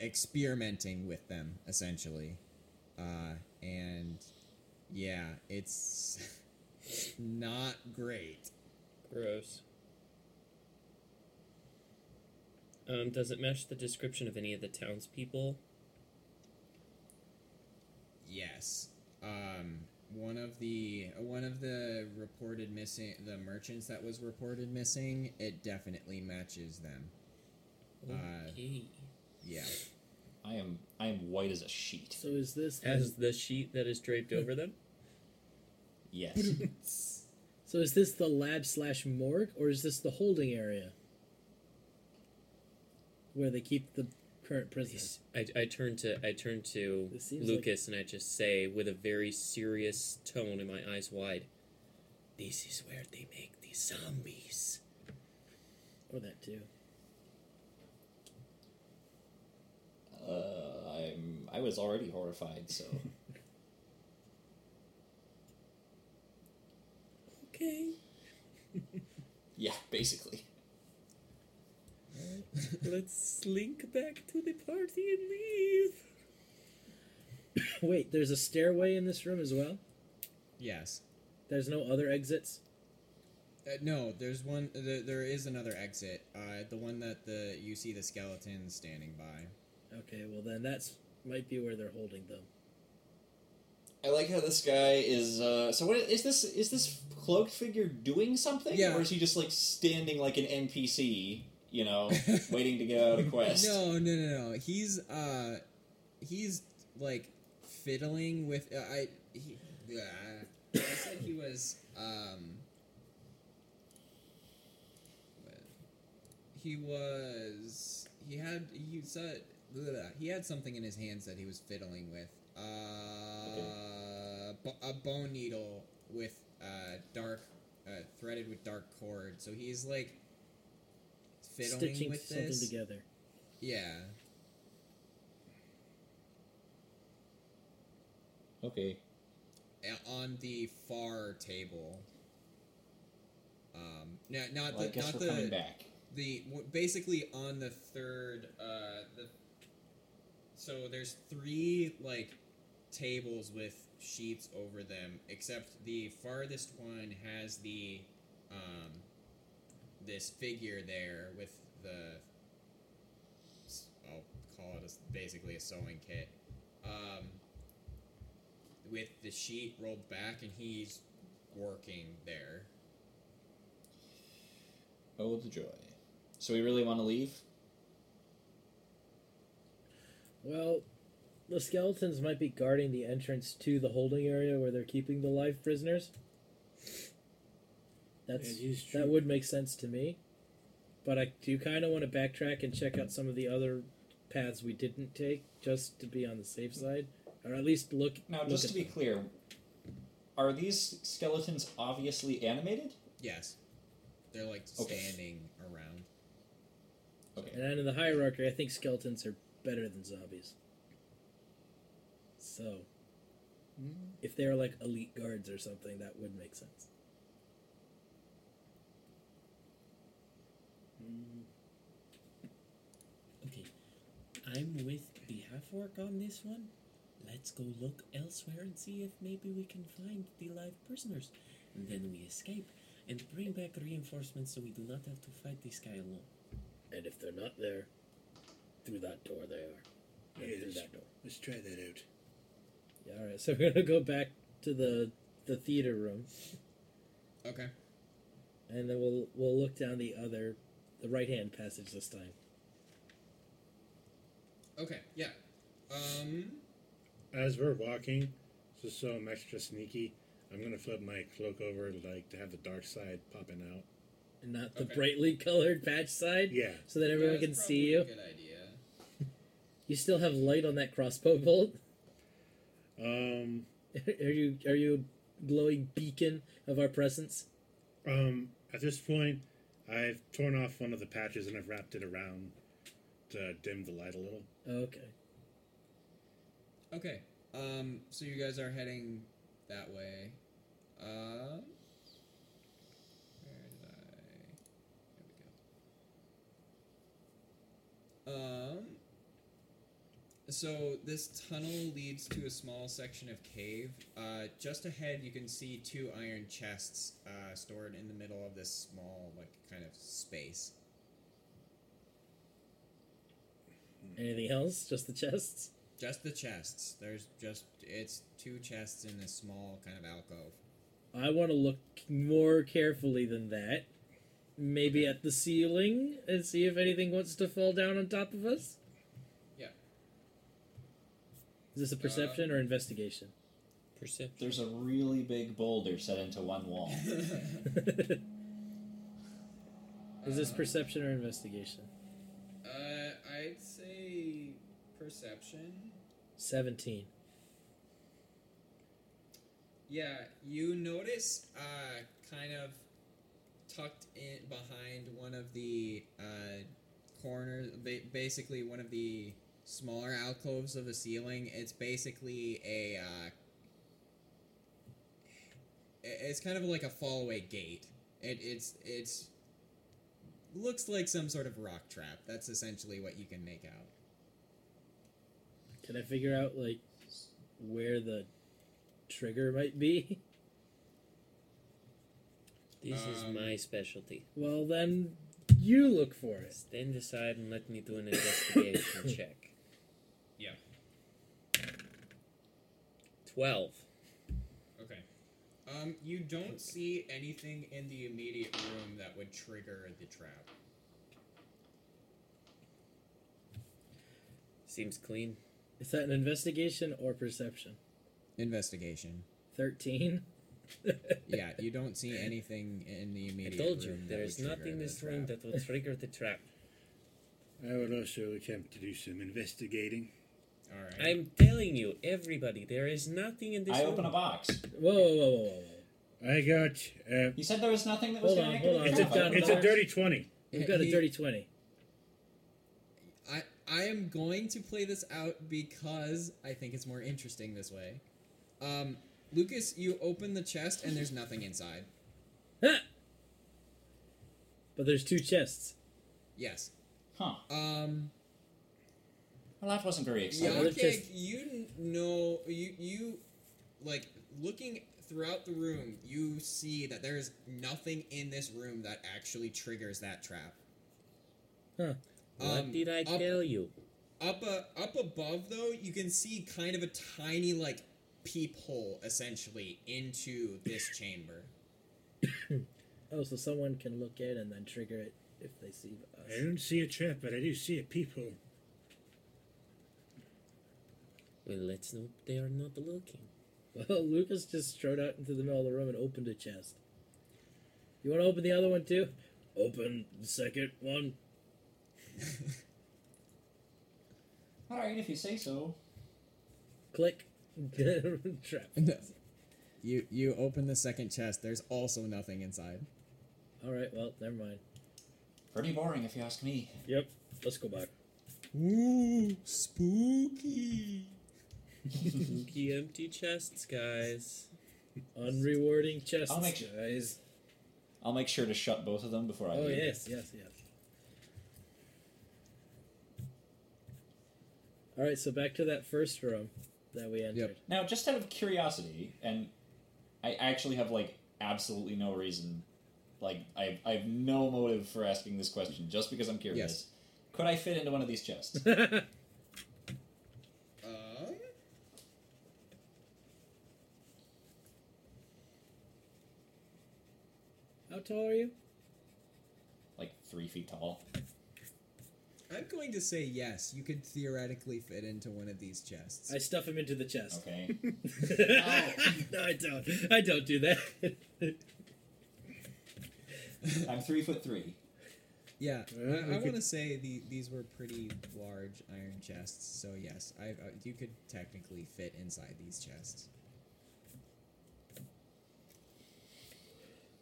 S1: experimenting with them essentially uh, and yeah it's not great
S4: Gross. Um, does it match the description of any of the townspeople?
S1: yes um, one of the one of the reported missing the merchants that was reported missing it definitely matches them Uh,
S4: Okay.
S1: yeah
S3: I am. I am white as a sheet.
S2: So is this
S4: As the sheet that is draped over them?
S3: Yes.
S2: so is this the lab slash morgue or is this the holding area where they keep the current prisoners?
S4: I, I turn to I turn to
S2: This seems like-
S4: Lucas and I just say with a very serious tone and my eyes wide, "This is where they make the zombies."
S2: Or that too.
S3: uh, I'm. I was already horrified. So
S4: Okay.
S3: yeah, basically.
S4: Let's slink back to the party and leave.
S2: Wait, there's a stairway in this room as well.
S1: yes
S2: There's no other exits.
S1: Uh, no, there's one. There, there is another exit. Uh, the one that the you see the skeleton standing by.
S2: Okay, well then that's might be where they're holding them.
S3: I like how this guy is. Uh, so what is this? Is this cloaked figure doing something,
S1: Yeah.
S3: or is he just like standing like an NPC? You know, waiting to get out of quest.
S1: No, no, no, no. He's uh, he's like fiddling with. Uh, I he, uh, I said he was um. He was. He had. He said bleh, he had something in his hands that he was fiddling with. Uh, bo- a bone needle with uh, dark, uh, threaded with dark cord. So he's like fiddling
S2: Stitching
S1: with
S2: something
S1: this.
S2: together.
S1: Yeah.
S8: Okay.
S1: a- on the far table. Um, no, not
S3: Well, I
S1: the
S3: guess
S1: not
S3: we're
S1: the
S3: coming back.
S1: the w- basically on the third uh, the so there's three like tables with sheets over them, except the farthest one has the um, this figure there with the s- I'll call it a, basically a sewing kit. Um, with the sheet rolled back, and he's working there.
S3: Oh, the joy. So we really want to leave?
S2: Well, the skeletons might be guarding the entrance to the holding area where they're keeping the live prisoners. That's
S6: That is
S2: that
S6: true.
S2: would make sense to me. But I do kind of want to backtrack and check out some of the other paths we didn't take, just to be on the safe side, or at least look.
S3: Now,
S2: look
S3: just
S2: at
S3: to be
S2: them.
S3: clear, are these skeletons obviously animated?
S1: Yes, they're like
S3: Okay.
S1: standing around.
S3: Okay.
S2: And then in the hierarchy, I think skeletons are better than zombies. So, if they're like elite guards or something, that would make sense.
S4: Okay, I'm with the half orc on this one. Let's go look elsewhere and see if maybe we can find the live prisoners. And then we escape and bring back reinforcements so we do not have to fight this guy alone.
S2: And if they're not there, through that door they are. And
S5: Yeah,
S2: through
S5: this-
S2: that door.
S5: Let's try that out.
S2: Yeah, all right. So we're gonna go back to the the theater room,
S1: Okay.
S2: and then we'll we'll look down the other, the right hand passage this time.
S1: Okay. Yeah. Um.
S5: As we're walking, just so I'm extra sneaky, I'm gonna flip my cloak over like to have the dark side popping out.
S2: And not the
S1: Okay.
S2: brightly colored patch side,
S5: Yeah.
S2: so that everyone
S1: yeah,
S2: can
S1: that's
S2: see
S1: probably a
S2: you.
S1: Good idea.
S2: You still have light on that crossbow bolt.
S5: Um.
S2: are you are you a glowing beacon of our presence?
S5: Um. At this point, I've torn off one of the patches and I've wrapped it around to dim the light a little.
S2: Okay.
S1: Okay. Um. So you guys are heading that way. Um. Where did I? There we go. Um. So this tunnel leads to a small section of cave. Uh, just ahead, you can see two iron chests uh, stored in the middle of this small, like, kind of space. Hmm.
S2: Anything else? Just the chests.
S1: Just the chests. There's just it's two chests in this small kind of alcove.
S2: I want to look more carefully than that. Maybe at the ceiling and see if anything wants to fall down on top of us.
S1: Yeah. Uh,
S2: Is this a perception or investigation?
S4: Perception.
S3: There's a really big boulder set into one wall.
S2: Is this perception or investigation?
S1: Um, Uh, I'd say perception.
S2: 17.
S1: Yeah, you notice uh, kind of tucked in behind one of the uh, corners, ba- basically one of the smaller alcoves of the ceiling. It's basically a. Uh, i- it's kind of like a fallaway gate. It, it's it's looks like some sort of rock trap. That's essentially what you can make out.
S2: Can I figure out, like, where the trigger might be?
S4: This is
S1: Um,
S4: my specialty.
S2: Well, then you look for it.
S4: Stand aside and let me do an investigation check.
S1: Yeah.
S4: 12.
S1: Okay. Um, you don't see anything in the immediate room that would trigger the trap.
S4: Seems clean.
S2: Is that an investigation or perception?
S1: Investigation.
S2: 13?
S1: Yeah, you don't see anything in the
S4: I
S1: immediate.
S4: told you,
S1: room that
S4: there
S1: would
S4: is nothing
S1: trigger
S4: in this
S1: the
S4: room
S1: trap.
S4: that will trigger the trap.
S5: I will also attempt to do some investigating.
S1: All right.
S4: I'm telling you, everybody, there is nothing in this
S3: I
S4: room.
S3: open a box.
S2: Whoa, whoa, whoa, whoa, whoa.
S5: I got. Uh,
S3: You said there was nothing that was
S2: Hold
S3: going
S2: on,
S3: to
S2: hold on.
S5: it's
S2: It's
S5: a,
S2: a-
S5: it's a dirty 20.
S2: We've got a
S1: He-
S2: dirty 20.
S1: I I am going to play this out because I think it's more interesting this way. Um, Lucas, you open the chest and there's nothing inside.
S2: Ha! But there's two chests.
S1: Yes.
S3: Huh.
S1: Um,
S3: Well, that wasn't very exciting.
S2: Yeah. Another
S1: Yakek,
S2: chest.
S1: you n- know you you like looking throughout the room. You see that there is nothing in this room that actually triggers that trap. Um,
S2: Huh.
S4: What did I
S1: up-
S4: tell you?
S1: Up a, up above though, you can see kind of a tiny like peephole essentially into this chamber.
S2: Oh, so someone can look in and then trigger it if they see
S5: I
S2: us.
S5: don't see a trap, but I do see a people.
S4: Well, let's know they are not looking.
S2: Well, Lucas just strode out into the middle of the room and opened a chest. You want to open the other one too? Open the second one.
S3: All right, if you say so.
S2: Click. Trap.
S1: you you open the second chest. There's also nothing inside.
S2: All right. Well, never mind.
S3: Pretty boring, if you ask me.
S2: Yep. Let's go back.
S1: Ooh, spooky.
S4: Spooky empty chests, guys.
S2: Unrewarding chests,
S3: I'll make sure-
S2: guys.
S3: I'll make sure to shut both of them before I
S2: Oh
S3: leave.
S2: yes, yes, yes. All right. So back to that first room that we entered.
S3: Now, just out of curiosity, and I actually have like absolutely no reason, like I I have no motive for asking this question, just because I'm curious.
S1: Yes.
S3: Could I fit into one of these chests?
S1: Um,
S2: How tall are you?
S3: like three feet tall.
S1: I'm going to say yes. You could theoretically fit into one of these chests.
S2: I stuff him into the chest.
S3: Okay.
S2: no, I don't. I don't do that.
S3: I'm three foot three.
S1: yeah,
S5: Uh,
S1: I,
S5: we
S1: I
S5: could-
S1: want to say the, these were pretty large iron chests. So yes, I uh, you could technically fit inside these chests.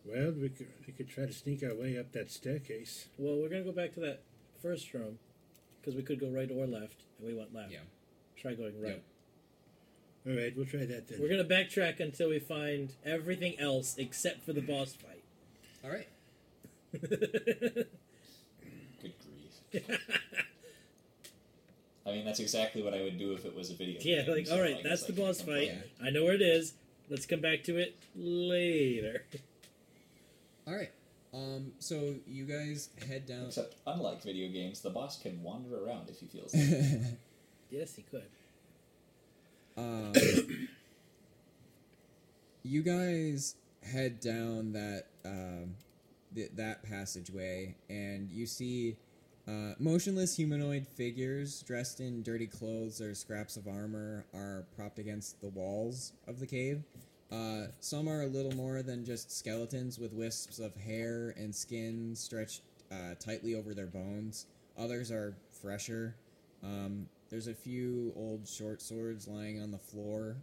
S5: Well, we could, we could try to sneak our way up that staircase.
S2: well, we're gonna go back to that first room because we could go right or left, and we went left.
S1: Yeah.
S2: Try going right.
S5: All right, we'll try that then.
S2: We're gonna backtrack until we find everything else except for the boss fight.
S1: All right.
S3: Good grief. I mean, that's exactly what I would do if it was a video.
S2: yeah,
S3: game,
S2: like
S3: so
S2: all right,
S3: I guess
S2: that's
S3: I
S2: the
S3: can't
S2: boss fight.
S3: complain.
S2: I know where it is. Let's come back to it later.
S1: All right. Um. So you guys head down.
S3: Except, unlike video games, the boss can wander around if he feels like. it.
S2: yes, he could.
S1: Um, you guys head down that um, th- that passageway, and you see uh, motionless humanoid figures dressed in dirty clothes or scraps of armor are propped against the walls of the cave. Uh, some are a little more than just skeletons with wisps of hair and skin stretched uh, tightly over their bones. Others are fresher. Um, there's a few old short swords lying on the floor.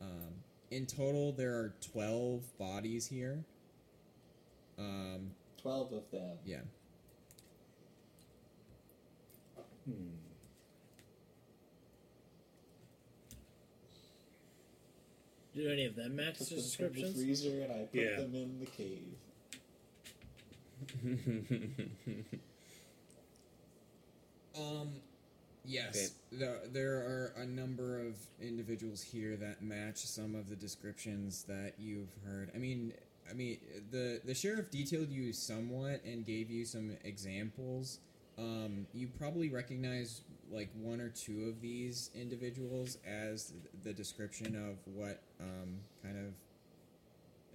S1: Um, in total, there are 12 bodies here. Um,
S3: Twelve of them.
S1: yeah.
S2: Do any of them match the
S3: Took them
S2: descriptions?
S3: From the freezer and I put
S5: Yeah.
S3: them in the cave.
S1: Um, yes. There, there are a number of individuals here that match some of the descriptions that you've heard. I mean, I mean, the the sheriff detailed you somewhat and gave you some examples. Um, you probably recognize like one or two of these individuals as the description of what um, kind of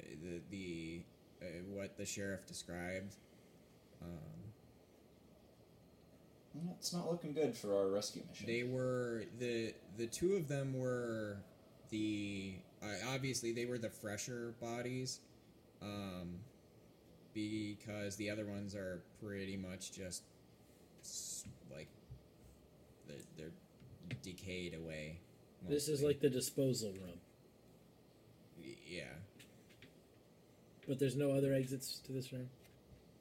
S1: uh, the the uh, what the sheriff described. Um,
S3: Well, It's not looking good for our rescue mission.
S1: They were the the two of them were the uh, obviously they were the fresher bodies, um, because the other ones are pretty much just s- like they're, they're decayed away.
S2: This is
S1: mostly.
S2: like the disposal room,
S1: Y- yeah.
S2: but there's no other exits to this room.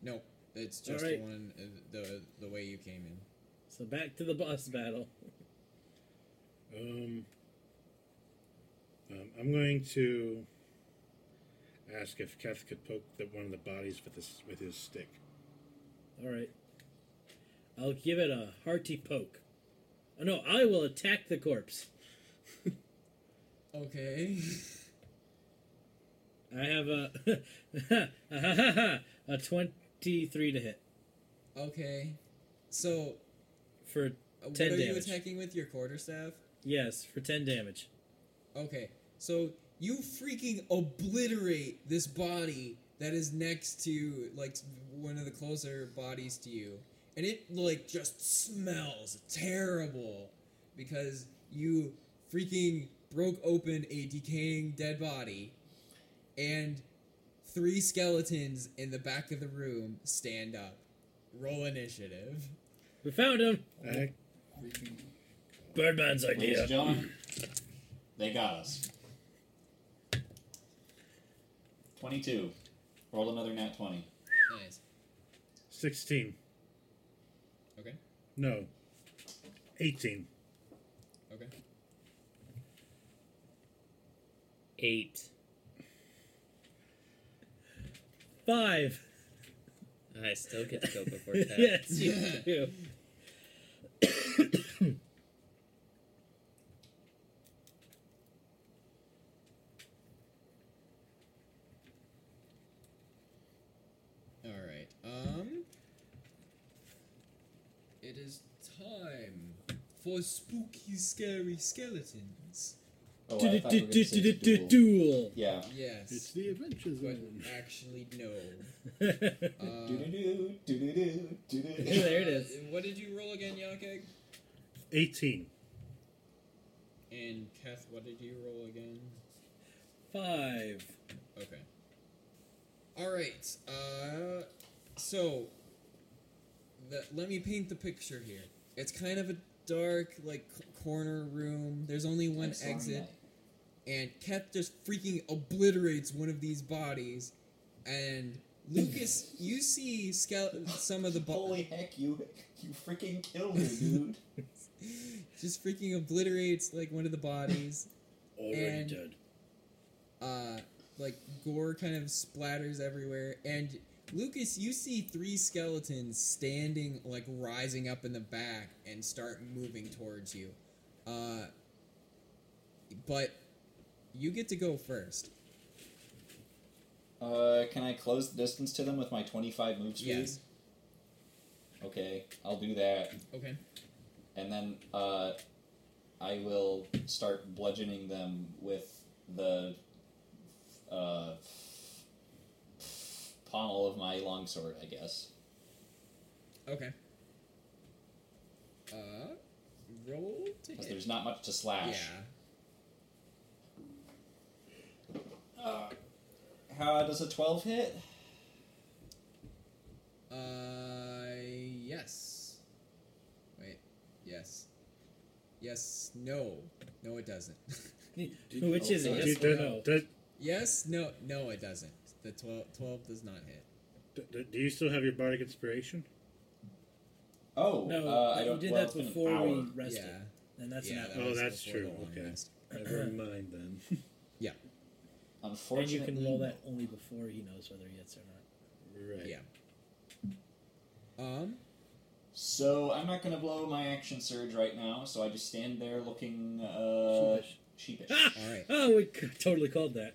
S1: No, it's just
S2: Alright.
S1: the one uh, the the way you came in.
S2: So back to the boss battle.
S5: Um, um, I'm going to ask if Keth could poke the, one of the bodies with his with his stick.
S2: All right. I'll give it a hearty poke. Oh, no, I will attack the corpse.
S1: Okay.
S2: I have a a 23 to hit
S1: okay. So
S2: for
S1: uh, what
S2: 10
S1: are you
S2: damage.
S1: attacking with your quarterstaff?
S2: yes, for 10 damage.
S1: Okay. So you freaking obliterate this body that is next to like one of the closer bodies to you. And it like just smells terrible because you freaking broke open a decaying dead body and three skeletons in the back of the room stand up. Roll initiative.
S2: We found him.
S5: I,
S2: Birdman's
S3: Ladies
S2: idea.
S3: and gentlemen, they got us. 22. Rolled another nat 20.
S1: Nice.
S5: Sixteen.
S1: Okay.
S5: No. Eighteen.
S1: Okay.
S4: Eight.
S2: Five.
S4: I still get to go before that.
S2: yes, you do.
S1: All right. Um. It is time for spooky, scary skeletons.
S3: Oh, I thought we were gonna say it's a duel.
S2: Duel.
S3: Yeah.
S5: It's
S1: Yes,
S5: the adventure
S1: but
S5: zone.
S1: actually no.
S2: I
S1: Uh,
S3: Do-do-do, do-do-do, do-do-do.
S2: There it is.
S1: uh, What did you roll again, Yakeg?
S5: Eighteen.
S1: And Keth, what did you roll again?
S2: Five.
S1: Okay. All right. Uh, so the, let me paint the picture here. It's kind of a dark, like c- corner room. There's only one
S3: Excellent
S1: exit.
S3: night.
S1: and Keth just freaking obliterates one of these bodies. And Lucas, you see skele- some of the
S3: Holy
S1: bodies
S3: heck, you you freaking killed me, dude.
S1: just freaking obliterates like one of the bodies.
S5: Already
S1: And-
S5: dead.
S1: Uh, like gore kind of splatters everywhere. And Lucas, you see three skeletons standing like rising up in the back and start moving towards you. Uh, but you get to go first.
S3: Uh, can I close the distance to them with my 25 move speed?
S1: Yes.
S3: Okay, I'll do that.
S1: Okay.
S3: And then uh, I will start bludgeoning them with the uh, pommel of my longsword, I guess.
S1: Okay. Uh, roll to
S3: Because
S1: hit.
S3: there's not much to slash.
S1: Yeah.
S3: Uh, how does a 12 hit?
S1: Uh, yes. Wait. Yes. Yes. No. No, it doesn't.
S2: Which is
S3: oh,
S2: it?
S3: sorry.
S2: Yes
S5: Do-
S2: or
S5: do-
S2: no?
S5: do-
S1: yes. No. No, it doesn't. The 12, 12 does not hit.
S5: do- do you still have your bardic inspiration?
S3: Oh,
S2: No,
S3: uh, I
S2: we
S3: don't,
S2: did
S3: well,
S2: that
S3: it's been an
S2: before we
S3: hour.
S2: rested,
S1: yeah.
S2: and that's
S1: yeah.
S2: not.
S1: that
S5: Oh,
S1: was
S5: that's
S1: before the
S5: true,
S1: long
S5: okay.
S1: rest.
S5: Never mind then.
S2: And you
S3: Unfortunately,
S2: can roll that only before he knows whether he hits or not.
S5: right.
S1: Yeah. Um.
S3: So I'm not gonna blow my action surge right now. So I just stand there looking uh, sheepish.
S1: All right.
S2: Oh, we c- totally called that.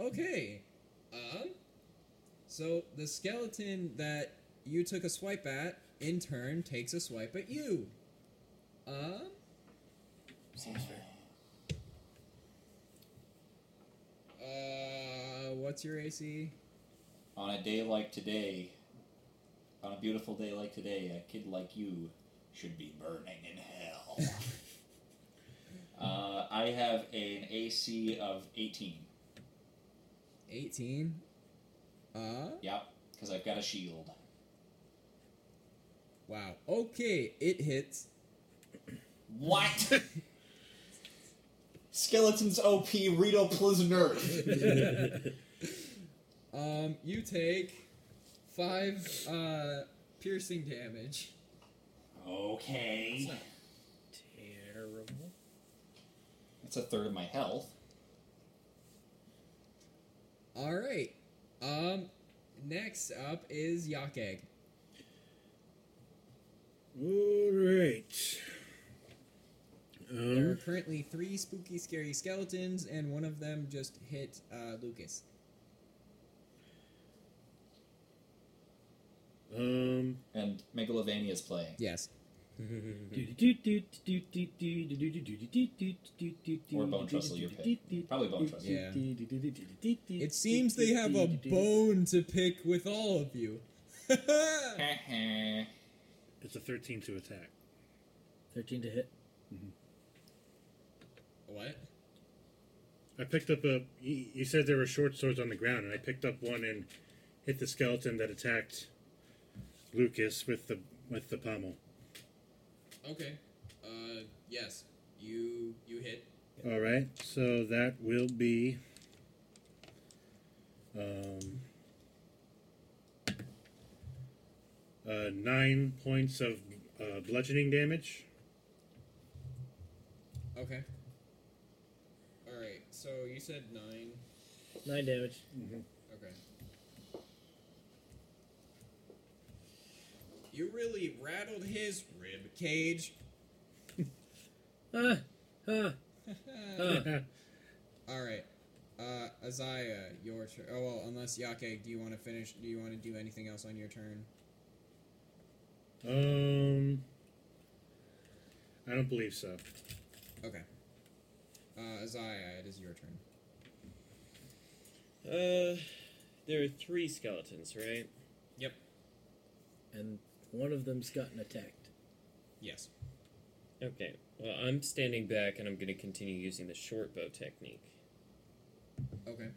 S1: Okay. Um. So the skeleton that you took a swipe at, in turn, takes a swipe at you. Um. Uh, what's your AC?
S3: on a day like today, on a beautiful day like today, a kid like you should be burning in hell. uh, I have an AC of 18.
S1: 18. Uh,
S3: Yep, because I've got a shield.
S1: Wow. Okay, it hits.
S3: What? Skeleton's OP Rito Prisoner.
S1: Um, you take five uh, piercing damage.
S3: okay.
S2: Terrible.
S3: That's a third of my health.
S1: All right. Um, next up is Yakeg.
S5: All right.
S1: There are
S5: Um,
S1: currently three spooky, scary skeletons, and one of them just hit uh, Lucas.
S5: um,
S3: And Megalovania is playing.
S1: Yes.
S2: Or
S3: bone trestle, your pick. Probably bone trestle.
S1: Yeah. It seems they have a bone to pick with all of you.
S5: it's a 13 to attack.
S2: Thirteen to hit.
S1: what?
S5: I picked up a. You you said there were short swords on the ground, and I picked up one and hit the skeleton that attacked Lucas with the with the pommel.
S1: Okay. Uh, yes. You you hit.
S5: All right, so that will be. Um, uh, nine points of uh, bludgeoning damage.
S1: Okay. All right. So you said nine.
S2: Nine damage.
S1: Okay. You really rattled his rib cage.
S2: Ah, ah,
S1: Uh,
S2: ah.
S1: All right. Uh, Isaiah, your turn. Oh well, unless Yake, do you want to finish? Do you want to do anything else on your turn?
S5: Um, I don't believe so.
S1: Okay. Uh, Isaiah, it is your turn.
S4: Uh, there are three skeletons, right?
S2: And one of them's gotten attacked.
S1: Yes.
S4: Okay. Well, I'm standing back and I'm going to continue using the short bow technique.
S1: Okay.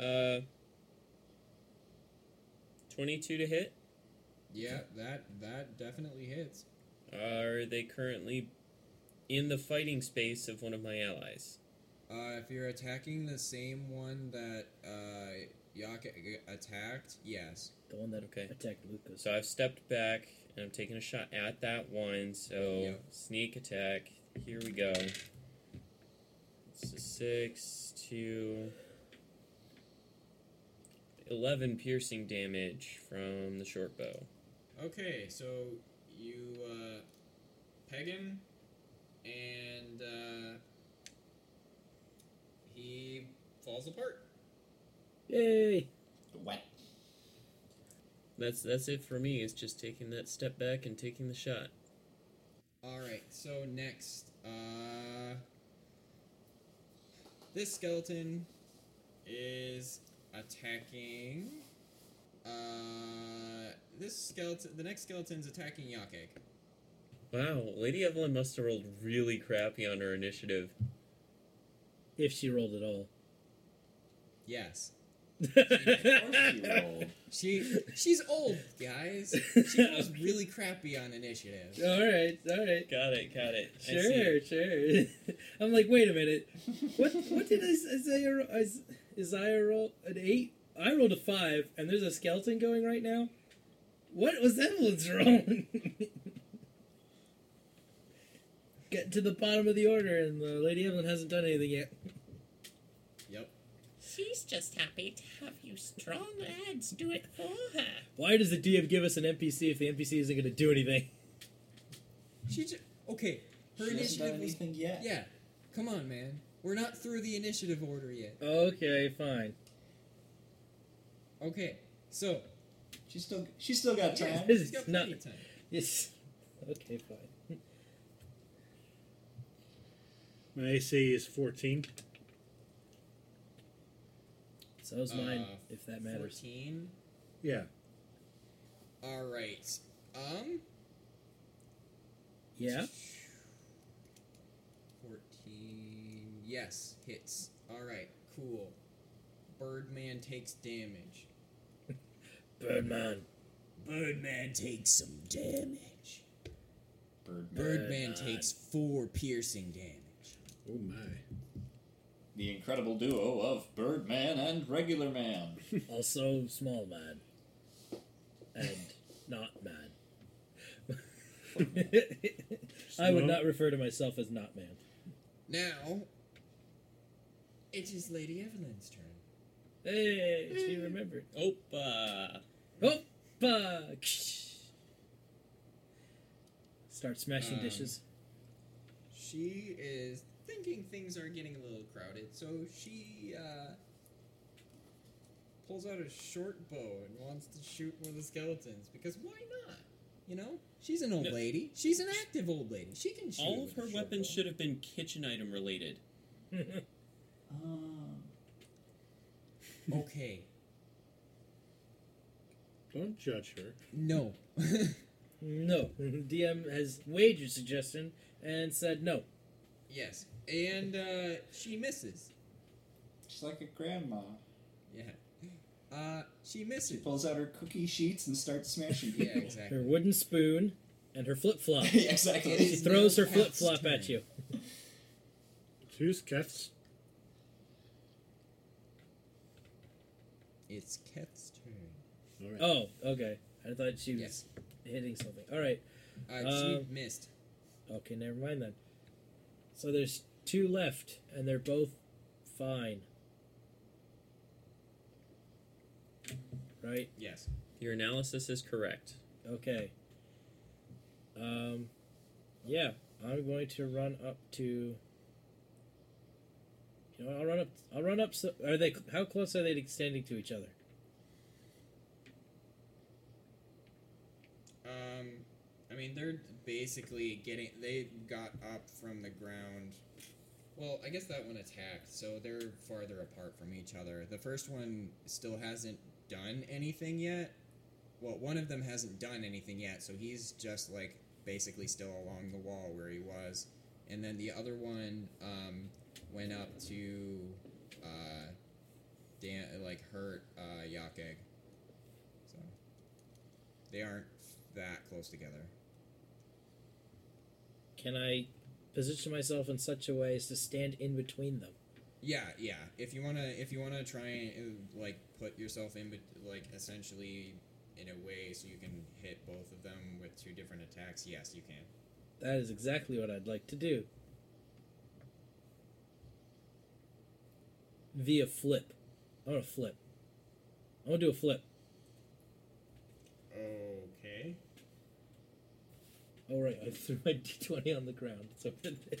S4: Uh, 22 to hit.
S1: Yeah, that that definitely hits.
S4: Are they currently in the fighting space of one of my allies?
S1: Uh, if you're attacking the same one that uh, Yake uh, attacked, yes.
S2: The one that
S4: Okay.
S2: attacked Lucas.
S4: So I've stepped back and I'm taking a shot at that one. So
S1: Yeah.
S4: sneak attack. Here we go. It's a six to eleven piercing damage from the short bow.
S1: Okay, so you uh, peg him, and uh, he falls apart.
S2: Yay!
S3: Wet.
S4: That's that's it for me. It's just taking that step back and taking the shot.
S1: All right. So next, uh, this skeleton is attacking. Uh, this skeleton. The next skeleton's attacking Yakeg.
S4: Wow, Lady Evelyn must have rolled really crappy on her initiative.
S2: If she rolled at all.
S1: Yes.
S3: Of course you rolled.
S1: She she's old, guys. She was really crappy on initiative.
S2: all right, all right.
S4: Got it, got it. I see
S2: Sure,
S4: it.
S2: sure. I'm like, wait a minute. What what did Is- Isaiah ro- Is- Isaiah roll? An eight? I rolled a five, and there's a skeleton going right now. What was Evelyn's wrong? Get to the bottom of the order, and uh, Lady Evelyn hasn't done anything yet.
S1: Yep.
S9: She's just happy to have you strong lads do it for her.
S2: Why does the DM give us an NPC if the NPC isn't going to do anything?
S1: She just okay. Her
S3: She hasn't done
S1: initiative was
S3: anything yet.
S1: yeah. Come on, man. We're not through the initiative order yet.
S2: Okay, fine.
S1: Okay. So
S3: She's still she's still got
S1: yeah,
S3: time.
S2: This
S1: she's
S2: is
S1: got
S2: not-
S1: plenty of time.
S2: Yes. Okay, fine.
S5: My AC is 14.
S2: So is mine,
S1: Uh,
S2: if that matters.
S1: Fourteen.
S5: Yeah.
S1: All right. Um.
S2: Yeah.
S1: Fourteen. Yes, hits. All right. Cool. Birdman takes damage.
S2: Birdman.
S1: Birdman takes some damage.
S3: Bird.
S1: Birdman
S2: Birdman.
S1: takes four piercing damage.
S5: Oh my.
S3: The incredible duo of Birdman and Regular Man.
S2: Also small man. And not man. I would
S5: Small-
S2: not refer to myself as not man.
S1: Now, it is Lady Evelyn's turn.
S2: Hey, she remembered.
S7: Opa.
S2: Oh, fuck. Start smashing
S1: Um,
S2: dishes.
S1: She is thinking things are getting a little crowded, so she uh, pulls out a short bow and wants to shoot one of the skeletons because why not? You know, she's an old
S7: No.
S1: lady. She's an active old lady. She can shoot.
S7: All
S1: with
S7: of
S1: a
S7: her
S1: short
S7: weapons
S1: bow.
S7: should have been kitchen item related.
S2: Ah.
S1: Okay,
S5: Don't judge her.
S1: no.
S2: No. DM has weighed your suggestion and said no.
S1: yes, and uh, she misses.
S3: She's like a grandma.
S1: Yeah, uh, she
S3: She
S1: misses.
S3: pulls out her cookie sheets and starts smashing
S1: Yeah,
S3: people.
S1: exactly.
S2: Her wooden spoon and her flip flop.
S3: Yeah, exactly.
S1: It
S2: She
S1: is-
S2: throws her
S1: now
S2: flip
S1: Cat's
S2: flop
S1: turn.
S2: at you.
S5: Two cats.
S1: It's Ket's turn.
S5: All right.
S2: Oh, okay. I thought she was
S1: Yes,
S2: hitting something. All right.
S1: uh, she
S2: Um,
S1: missed.
S2: Okay, never mind then. So there's two left, and they're both fine. Right?
S1: Yes.
S4: Your analysis is correct.
S2: Okay. Um, yeah, I'm going to run up to. You know, I'll run up. I'll run up. So, are they? How close are they standing to each other?
S1: Um, I mean, they're basically getting. They got up from the ground. Well, I guess that one attacked, so they're farther apart from each other. The first one still hasn't done anything yet. Well, one of them hasn't done anything yet, so he's just like basically still along the wall where he was. And then the other one um, went up to uh, Dan, like hurt uh, Yakeg. So they aren't that close together.
S2: Can I position myself in such a way as to stand in between them?
S1: Yeah, yeah. If you wanna, if you wanna try and uh, like put yourself in, bet- like essentially in a way so you can hit both of them with two different attacks, yes, you can.
S2: That is exactly what I'd like to do. Via flip. I'm gonna flip. I'm gonna do a flip.
S1: Okay.
S2: Oh right, I threw my d20 on the ground. It's over there.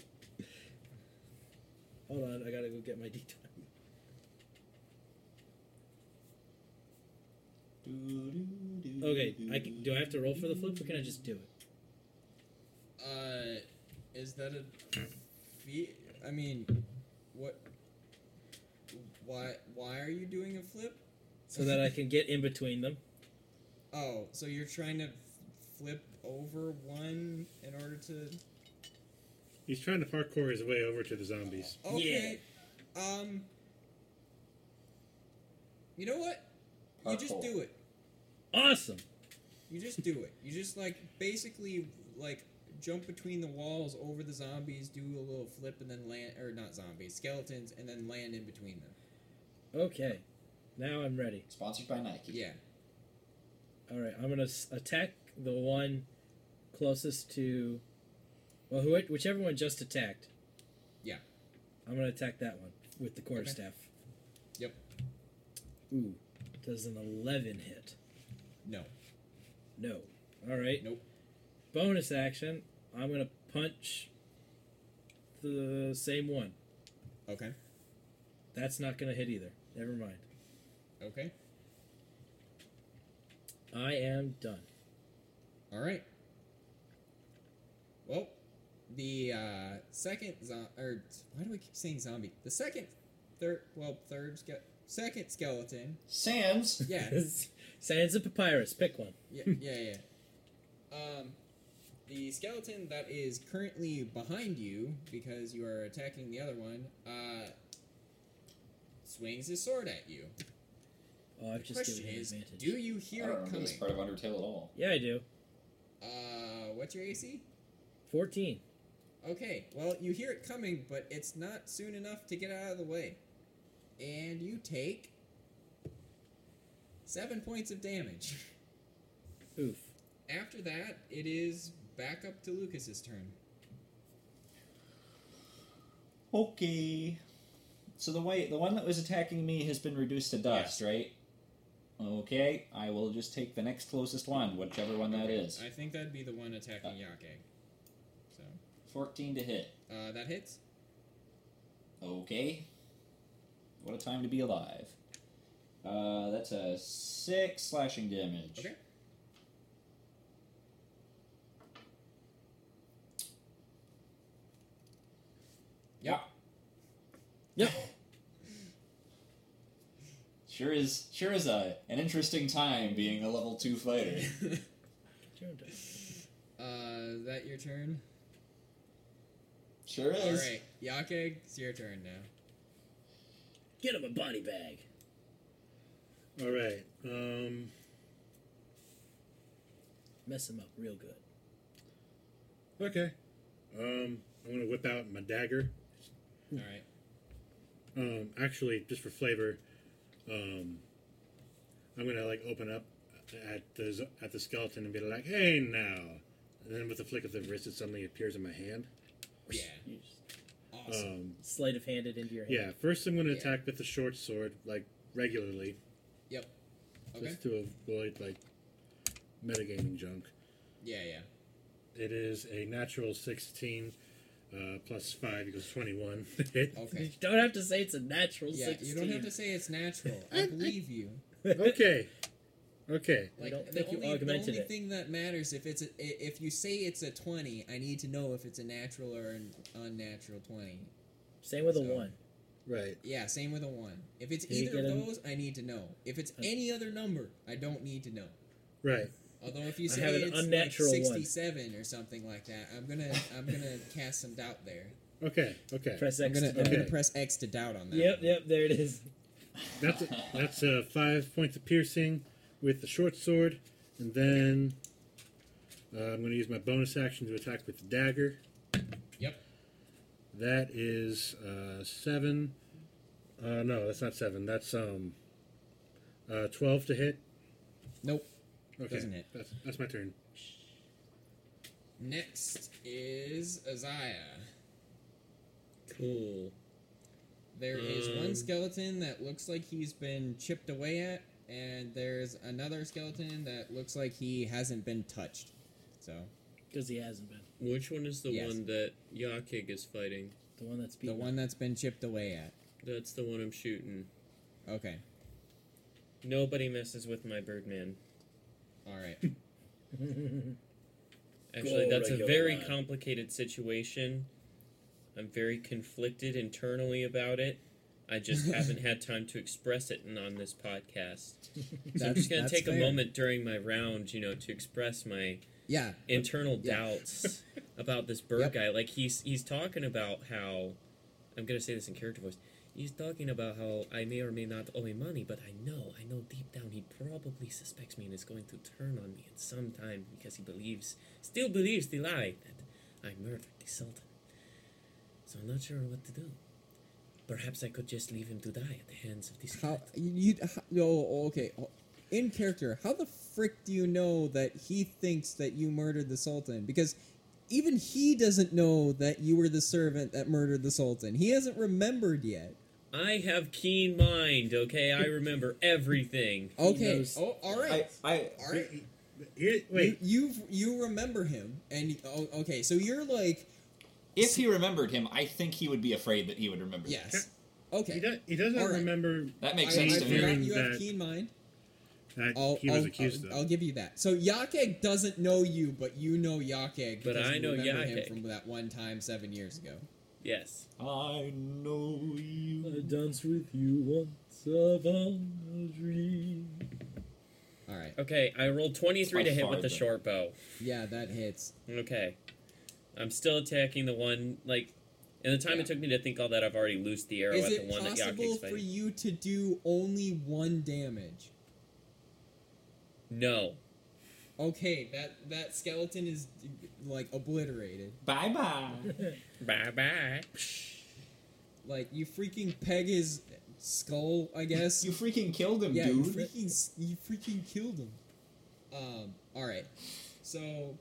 S2: Hold on, I gotta go get my d20. Okay, I can, do I have to roll for the flip, or can I just do it?
S1: Uh, is that a feat? I mean, what? Why? Why are you doing a flip?
S2: So that I can get in between them.
S1: Oh, so you're trying to f- flip over one in order to?
S5: He's trying to parkour his way over to the zombies.
S1: Okay. Um. You know what? You just
S3: Parkour.
S1: do it.
S2: Awesome.
S1: You just do it. You just like basically like jump between the walls over the zombies, do a little flip, and then land or not zombies, skeletons, and then land in between them.
S2: Okay, now I'm ready.
S3: Sponsored by Nike.
S1: Yeah.
S2: All right, I'm gonna s- attack the one closest to, well, who, whichever one just attacked.
S1: Yeah.
S2: I'm gonna attack that one with the quarterstaff.
S1: Yep.
S2: Ooh, does an 11 hit?
S1: No.
S2: No. All right.
S1: Nope.
S2: Bonus action. I'm gonna punch the same one.
S1: Okay.
S2: That's not gonna hit either. Never mind.
S1: Okay.
S2: I am done.
S1: All right. Well, the uh, second zo- or why do I keep saying zombie? The second, third, well, third ske- second skeleton.
S3: Sam's.
S1: Yeah.
S2: Sands of papyrus. Pick one.
S1: yeah, yeah, yeah. Um, the skeleton that is currently behind you, because you are attacking the other one, uh, swings his sword at you.
S2: Oh, I've
S1: The
S2: just
S1: question
S2: given
S1: is,
S2: him advantage.
S1: do you
S3: I
S1: hear
S3: don't
S1: it
S3: remember this
S1: coming?
S3: part of Undertale at all.
S2: Yeah, I do.
S1: Uh, what's your AC?
S2: Fourteen.
S1: Okay, well, you hear it coming, but it's not soon enough to get out of the way. And you take seven points of damage.
S2: Oof.
S1: After that, it is back up to Lucas's turn.
S3: Okay. So the way the one that was attacking me has been reduced to dust, right? Okay, I will just take the next closest one, whichever one that is.
S1: I think that'd be the one attacking
S2: Uh.
S1: Yake. So,
S3: Fourteen to hit.
S1: uh, that hits.
S3: Okay. What a time to be alive. Uh, that's a six slashing damage.
S1: Okay.
S3: Yeah.
S2: Yep.
S3: Sure is sure is a an interesting time being a level two fighter.
S1: Uh, is that your turn?
S3: Sure is.
S1: Alright, Yake, it's your turn now.
S2: Get him a body bag.
S5: All right. Um,
S2: Mess him up real good.
S5: okay. Um, I'm gonna whip out my dagger.
S2: Hmm.
S1: Alright.
S5: Um, actually, just for flavor, um, I'm gonna like open up at the z- at the skeleton and be like, "Hey, now!" And then with a flick of the wrist, it suddenly appears in my hand.
S1: Yeah.
S2: You just
S1: Awesome.
S5: Um,
S2: sleight of hand it into your hand.
S5: yeah. First, I'm gonna
S1: Yeah.
S5: attack with the short sword, like regularly,
S1: yep. Okay.
S5: just to avoid like metagaming junk.
S1: Yeah, yeah.
S5: It is a natural 16 uh, plus five equals 21. Hit.
S1: Okay.
S2: You don't have to say it's a natural
S1: Yeah,
S2: 16.
S1: you don't have to say it's natural. I believe you.
S5: okay. Okay.
S1: Like
S2: don't
S1: the
S2: think you
S1: only, the
S2: augmented
S1: only
S2: it.
S1: thing that matters if it's a, i- if you say it's a twenty, I need to know if it's a natural or an unnatural twenty.
S2: Same with a
S1: So-
S2: 1.
S5: Right.
S1: Yeah, same with a one. If it's
S2: Did you
S1: either of
S2: get an-
S1: those, I need to know. If it's any other number, I don't need to know.
S5: Right.
S1: Although if you
S2: I
S1: say
S2: have an
S1: it's like
S2: unnatural one.
S1: sixty-seven or something like that, I'm gonna I'm gonna cast some doubt there.
S5: Okay. Okay.
S2: Press
S1: I'm
S2: X.
S1: gonna,
S2: to
S1: I'm
S2: doubt.
S1: gonna
S5: Okay.
S1: press X to doubt on that.
S2: Yep,
S1: one.
S2: yep, there it is.
S5: That's that's uh, five points of piercing with the short sword, and then uh, I'm going to use my bonus action to attack with the dagger.
S1: Yep.
S5: That is uh, seven. Uh, no, that's not seven. That's um, uh, twelve to hit.
S1: Nope.
S5: Okay.
S1: Doesn't hit.
S5: That's, that's my turn.
S1: Next is Isaiah.
S4: Cool.
S1: There is one
S2: Mm.
S4: Um,
S1: skeleton that looks like he's been chipped away at, and there's another skeleton that looks like he hasn't been touched. So
S2: Because he hasn't been.
S4: Which one is the
S1: Yes.
S4: one that Yakig is fighting?
S2: The one that's
S1: the
S2: beaten.
S1: one that's been chipped away at.
S4: That's the one I'm shooting.
S1: Okay.
S4: Nobody messes with my Birdman.
S1: All right.
S4: Actually,
S2: Go
S4: that's a
S2: regular
S4: very
S2: line.
S4: complicated situation. I'm very conflicted internally about it. I just haven't had time to express it in- on this podcast. So I'm
S1: That's-
S4: just going to
S1: that's
S4: take a
S1: fair.
S4: moment during my round, you know, to express my
S1: Yeah.
S4: internal
S1: Yeah.
S4: doubts about this bird
S1: Yep.
S4: guy. Like he's he's talking about how I'm gonna say this in character voice. He's talking about how I may or may not owe him money, but I know, I know deep down he probably suspects me and is going to turn on me at some time because he believes, still believes the lie that I murdered the Sultan. So I'm not sure what to do. Perhaps I could just leave him to die at the hands of this.
S1: How you? How, no. Okay. In character, how the frick do you know that he thinks that you murdered the Sultan? Because even he doesn't know that you were the servant that murdered the Sultan. He hasn't remembered yet.
S4: I have keen mind, okay? I remember everything.
S1: Okay.
S2: knows.
S1: Oh, all
S3: I,
S1: right.
S3: I
S1: all right.
S5: Here- wait.
S1: You you've, you remember him, and oh, okay, so you're like
S3: if he remembered him, I think he would be afraid that he would remember. him.
S1: yes,
S5: He,
S1: okay.
S5: does, he doesn't
S1: All right.
S5: remember
S3: That
S1: I,
S3: makes
S1: I
S3: sense to me.
S1: forgot
S5: me.
S1: you
S5: That-
S1: have keen mind.
S5: that
S1: I'll,
S5: he was
S1: I'll,
S5: accused
S1: I'll,
S5: of.
S1: I'll give you that. So Yakeg doesn't know you, but you know Yakeg.
S4: But
S1: because
S4: I
S1: you
S4: know
S1: remember him
S4: Yakeg.
S1: from that one time seven years ago.
S4: Yes.
S3: I know you.
S2: dance with you once upon a dream.
S1: All right,
S4: Okay, I rolled 23
S3: By
S4: to hit
S3: far
S4: with the
S3: the-
S4: short bow.
S1: yeah, that hits.
S4: Okay. I'm still attacking the one, like, In the time
S1: Yeah.
S4: it took me to think all that, I've already loosed the arrow
S1: Is
S4: at the
S1: it
S4: one that Yaki's
S1: possible for
S4: fighting.
S1: you to do only one damage?
S4: No.
S1: Okay, that that skeleton is like obliterated.
S3: Bye bye.
S4: Bye bye.
S1: Like you freaking peg his skull, I guess.
S3: you freaking killed him,
S1: yeah,
S3: dude.
S1: you freaking s- you freaking killed him. Um. All right. So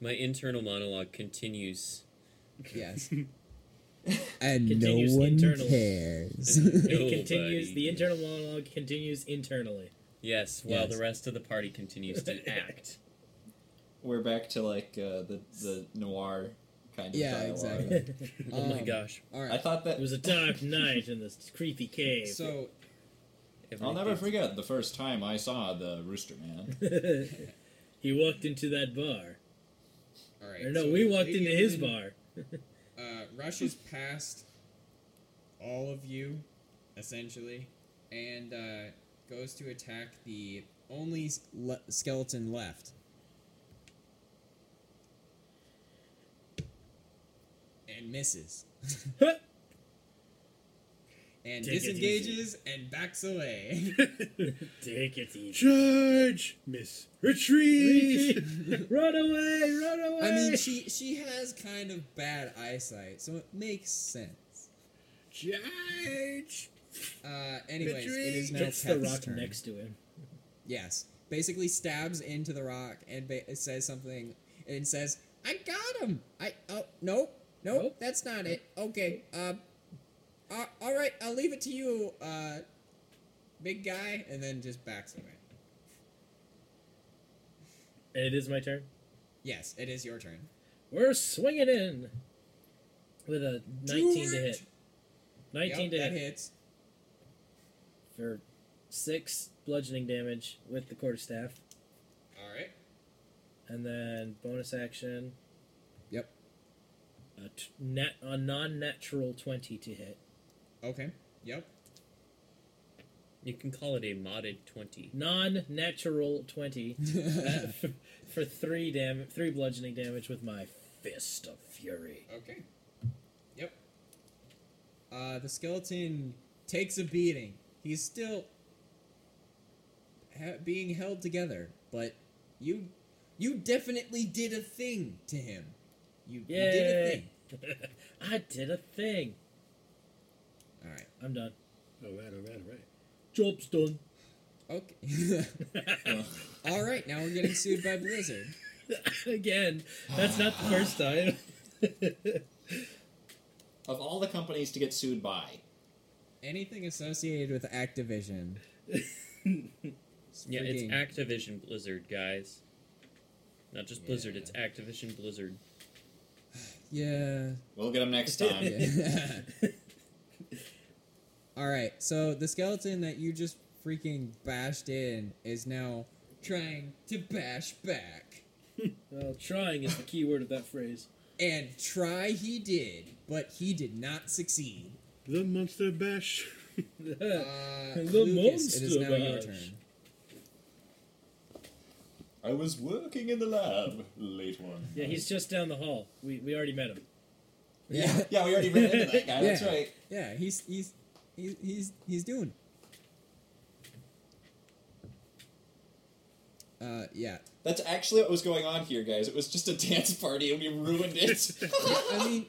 S4: My internal monologue continues.
S1: yes. And
S2: Continues internal.
S1: cares.
S2: It continues. The
S4: Nobody.
S2: internal monologue continues internally.
S4: Yes, while
S1: Yes.
S4: the rest of the party continues to act.
S3: We're back to like uh, the the noir kind of
S1: Yeah,
S3: dialogue.
S1: exactly.
S2: it
S4: oh my
S1: Um,
S4: gosh.
S1: All
S3: I
S1: right.
S3: thought that
S2: was a dark night in this creepy cave.
S1: So
S3: I'll never
S4: Everything's-
S3: forget the first time I saw the Rooster Man.
S2: he walked into that bar.
S1: all right.
S2: Or no,
S1: so
S2: we walked
S1: Lady
S2: into his
S1: Evelyn,
S2: bar.
S1: Uh, rushes past all of you, essentially, and uh, goes to attack the only s- le- skeleton left. And misses. and
S2: Take it easy.
S1: disengages and backs away.
S2: Take it easy.
S5: Charge, miss. Retreat.
S2: run away! Run away!
S1: I mean, she she has kind of bad eyesight, so it makes sense.
S5: Charge.
S1: Uh, anyways, it
S5: Victory!
S1: is now
S2: gets the
S1: Kev's
S2: rock
S1: turn.
S2: next to him.
S1: Yes. Basically stabs into the rock and ba- says something and says, "I got him. I oh nope nope,
S2: Nope.
S1: that's not it. Okay. Um. Uh, all right. I'll leave it to you, uh, big guy." And then just backs away.
S2: And it is my turn.
S1: Yes, it is your turn.
S2: We're swinging in with a 19 to hit.
S1: George!
S2: 19
S1: Yep,
S2: to
S1: that
S2: hit
S1: hits.
S2: for six bludgeoning damage with the quarterstaff,
S1: All right.
S2: and then bonus action.
S1: Yep.
S2: A t- net a non-natural 20 to hit.
S1: Okay. Yep.
S4: You can call it a modded 20.
S2: Non-natural 20 uh, for, for three dam- three bludgeoning damage with my fist of fury.
S1: Okay. Yep. Uh, the skeleton takes a beating. He's still ha- being held together, but you you definitely did a thing to him. You, you did a
S2: Yay!
S1: thing.
S2: I did a thing.
S1: All right.
S2: I'm done.
S5: All right, all oh, right, all right.
S2: Job's done.
S1: Okay.
S3: Uh,
S1: All right. Now we're getting sued by Blizzard.
S2: Again, that's not the first time.
S3: of all the companies to get sued by,
S1: Anything associated with Activision.
S4: Yeah, it's
S1: freaking-
S4: Activision Blizzard, guys. Not just Blizzard,
S1: Yeah.
S4: it's Activision Blizzard.
S1: Yeah.
S3: we'll get them next time.
S1: Yeah. All right, so the skeleton that you just freaking bashed in is now trying to bash back.
S2: well, trying is the key word of that phrase.
S1: And try he did, but he did not succeed.
S5: The monster bash.
S1: Uh,
S2: The
S1: Lucas, it is now
S2: monster
S1: your
S2: bash.
S1: turn.
S3: I was working in the lab late one.
S2: Yeah, he's just down the hall. We, we already met him.
S1: Yeah,
S3: Yeah, we already ran into that guy. That's
S1: Yeah.
S3: right.
S1: yeah, he's he's he's he's, he's doing. it. Uh, yeah.
S3: That's actually what was going on here, guys. It was just a dance party, and we ruined it.
S1: I mean,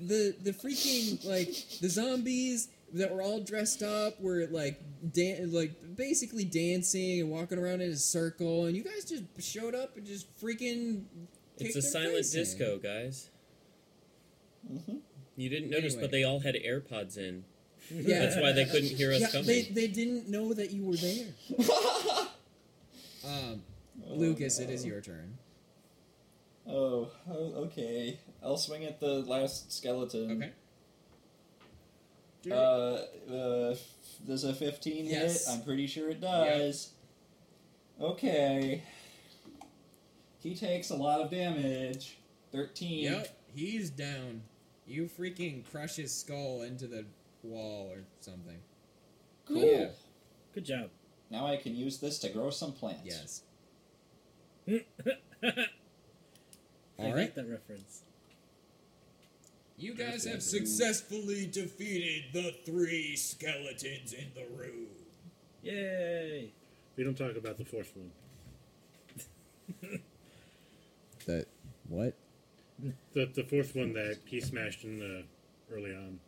S1: the the freaking like the zombies that were all dressed up were like dan- like basically dancing and walking around in a circle, and you guys just showed up and just freaking.
S4: It's
S1: kicked
S4: a
S1: their
S4: silent
S1: face in. Mm-hmm.
S4: disco, guys.
S3: Mhm.
S4: You didn't notice, but
S1: Anyway.
S4: they all had AirPods in.
S1: Yeah.
S4: That's why they couldn't hear us
S1: Yeah,
S4: coming.
S1: they, they didn't know that you were there.
S3: Oh,
S1: Um,
S4: Oh,
S1: Lucas, it is your turn.
S3: Oh, oh, okay. I'll swing at the last
S4: Um,
S3: skeleton.
S1: Okay.
S3: Uh, uh, does a 15
S1: Yes.
S3: hit? I'm pretty sure it does. Okay. He takes a lot of damage. 13.
S1: Yep, he's down. You freaking crush his skull into the wall or something.
S3: Cool.
S1: Yeah.
S2: Good job.
S3: Now I can use this to grow some plants.
S1: Yes.
S2: I
S1: All
S2: like
S1: right.
S2: that reference.
S1: You guys have
S7: That's
S1: successfully defeated the three skeletons in the room.
S2: Yay!
S1: Oh.
S5: We don't talk about the fourth one.
S10: That what?
S5: The, the fourth one that he smashed in the early on.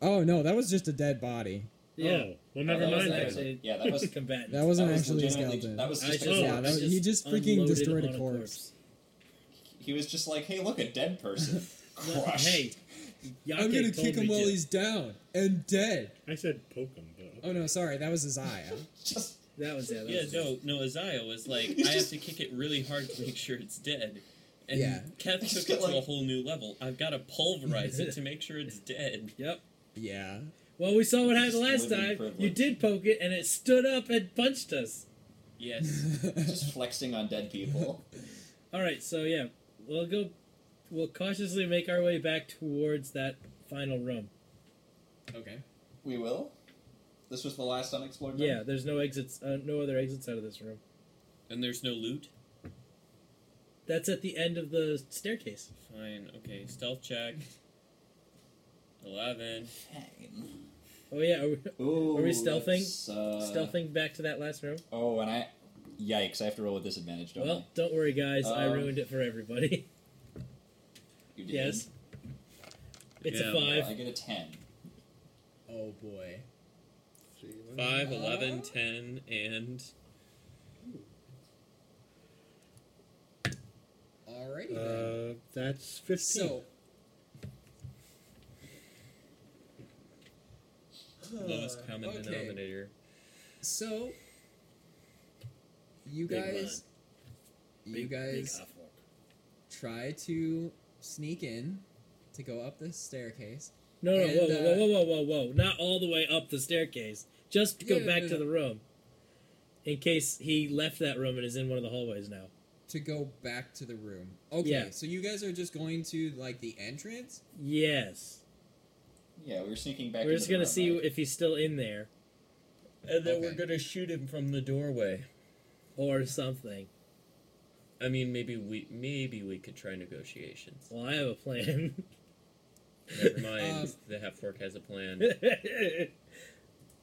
S1: Oh no, that was just a dead body.
S2: Yeah.
S5: Oh, well, never
S3: that was
S5: mind.
S3: actually-
S5: Then.
S2: then.
S3: yeah, that was
S2: Combatant.
S1: That wasn't
S3: that was
S1: actually a
S3: legitimately-
S1: skeleton.
S3: That was
S2: I
S3: just a
S5: just-
S3: corpse.
S1: yeah, that was- he just freaking
S2: unloaded
S1: destroyed a
S2: upon
S1: corpse.
S3: He was just like, "Hey, look, a dead person."
S2: corpse.
S3: Crushed.
S2: Hey, Yake
S1: I'm gonna
S2: told
S1: kick
S2: me
S1: him while
S2: to.
S1: he's down and dead.
S5: I said poke him, but.
S1: Oh no, sorry, that was Isaiah.
S3: Just
S2: That was it.
S7: Yeah, no, no. Isaiah was like, I have to kick it really hard to make sure it's dead. And
S1: Yeah.
S7: Kath
S3: Just
S7: took
S3: get
S7: it to a
S3: like-
S7: whole new level. I've got to pulverize it to make sure it's dead.
S2: Yep.
S1: yeah.
S2: Well, we saw what happened
S3: Just
S2: last
S3: living
S2: time.
S3: privilege.
S2: You did poke it, and it stood up and punched us.
S7: Yes.
S3: just flexing on dead people.
S2: All right, so yeah, we'll go. We'll cautiously make our way back towards that final room.
S1: okay.
S3: We will. This was the last unexplored. room?
S2: Yeah, there's no exits, uh, no other exits out of this room.
S7: And there's no loot.
S2: That's at the end of the staircase.
S7: Fine. Okay. Stealth check. Eleven.
S3: Fine.
S2: Oh yeah, are we
S3: Ooh,
S2: Are we stealthing?
S3: that's, Uh,
S2: stealthing back to that last room?
S3: Oh, and I. Yikes! I have to roll with disadvantage, don't
S2: Well, don't worry, guys. I
S3: Um,
S2: ruined it for everybody.
S3: I? You did.
S2: yes, it's
S7: Yeah,
S2: a
S7: well,
S3: Well,
S2: five.
S3: I get a ten.
S1: Oh boy. Oh,
S7: Five, eleven, ten, and
S1: Alrighty then.
S5: Uh, that's 15.
S1: So.
S7: lowest common
S1: Okay.
S7: denominator.
S1: So, you
S2: Big
S1: guys, you
S2: Big- big
S1: guys
S2: awful.
S1: try to sneak in to go up this staircase.
S2: No, no,
S1: And,
S2: whoa, whoa,
S1: uh,
S2: whoa, whoa, whoa, whoa, whoa! Not all the way up the staircase. Just to go
S1: Yeah, yeah,
S2: back
S1: yeah,
S2: to
S1: yeah.
S2: the room, in case he left that room and is in one of the hallways now.
S1: To go back to the room. Okay,
S2: Yeah.
S1: so you guys are just going to like the entrance.
S2: Yes,
S3: Yeah, we were sneaking back.
S2: we're
S3: into
S2: just
S3: the
S2: gonna
S3: room,
S2: see
S3: right?
S2: if he's still in there
S7: And then we're
S1: Okay.
S7: gonna shoot him from the doorway.
S2: or something.
S7: I mean, maybe we maybe we could try negotiations.
S2: Well, I have a plan.
S7: Never mind.
S1: Um,
S7: the half fork has a plan.
S2: yeah,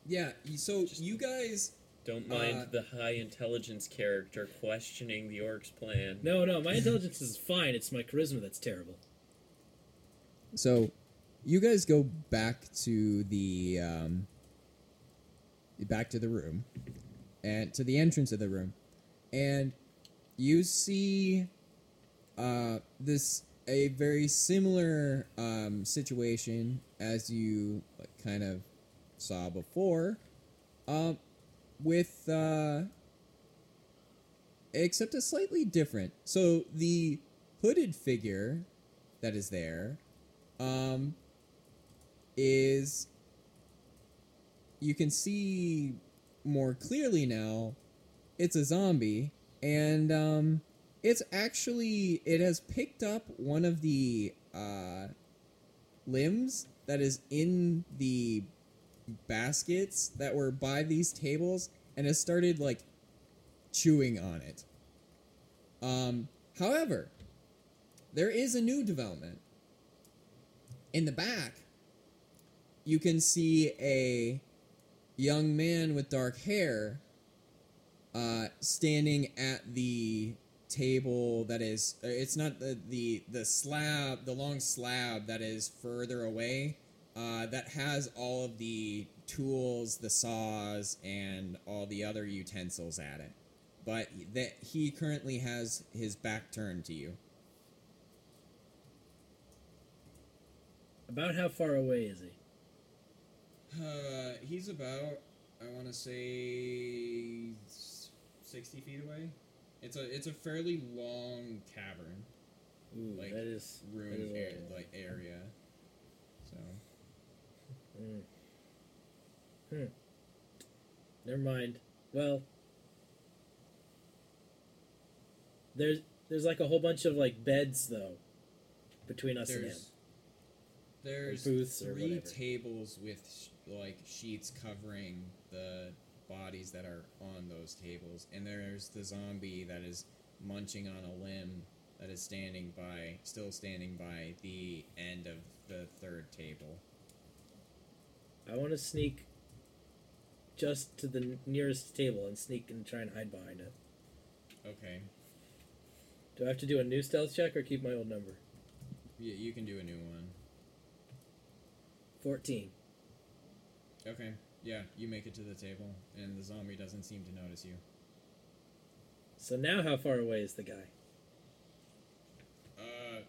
S1: Yeah. y- So you guys,
S7: Don't mind
S1: uh,
S7: the high intelligence character questioning the orc's plan.
S2: no, no, my intelligence is fine. It's my charisma that's terrible.
S1: so you guys go back to the um, back to the room, and to the entrance of the room, and you see uh, this a very similar um, situation as you like, kind of saw before, um, with uh, except a slightly different. So the hooded figure that is there um, is you can see more clearly now. It's a zombie, and um, it's actually it has picked up one of the uh, limbs that is in the baskets that were by these tables, and has started like chewing on it. Um, however, there is a new development. In the back, you can see a young man with dark hair uh, standing at the table that is uh, it's not the, the the slab the long slab that is further away uh, that has all of the tools the saws and all the other utensils at it but that he currently has his back turned to you
S2: About how far away is he?
S1: Uh, he's about I want to say s- sixty feet away. It's a it's a fairly long cavern
S2: Ooh,
S1: Like,
S2: that is
S1: room
S2: that is a
S1: area,
S2: lot.
S1: like area. So
S2: Mm. Hmm. Never mind. Well, there's there's like a whole bunch of like beds though between us and him.
S1: there's there's
S2: booths or
S1: three
S2: whatever.
S1: tables with sh- like sheets covering the bodies that are on those tables, and there's the zombie that is munching on a limb that is standing by, still standing by the end of the third table.
S2: I want to sneak just to the nearest table and sneak and try and hide behind it.
S1: Okay,
S2: Do I have to do a new stealth check or keep my old number?
S1: you, you can do a new one.
S2: 14.
S1: Okay, yeah, you make it to the table, and the zombie doesn't seem to notice you.
S2: So now how far away is the guy?
S1: Uh,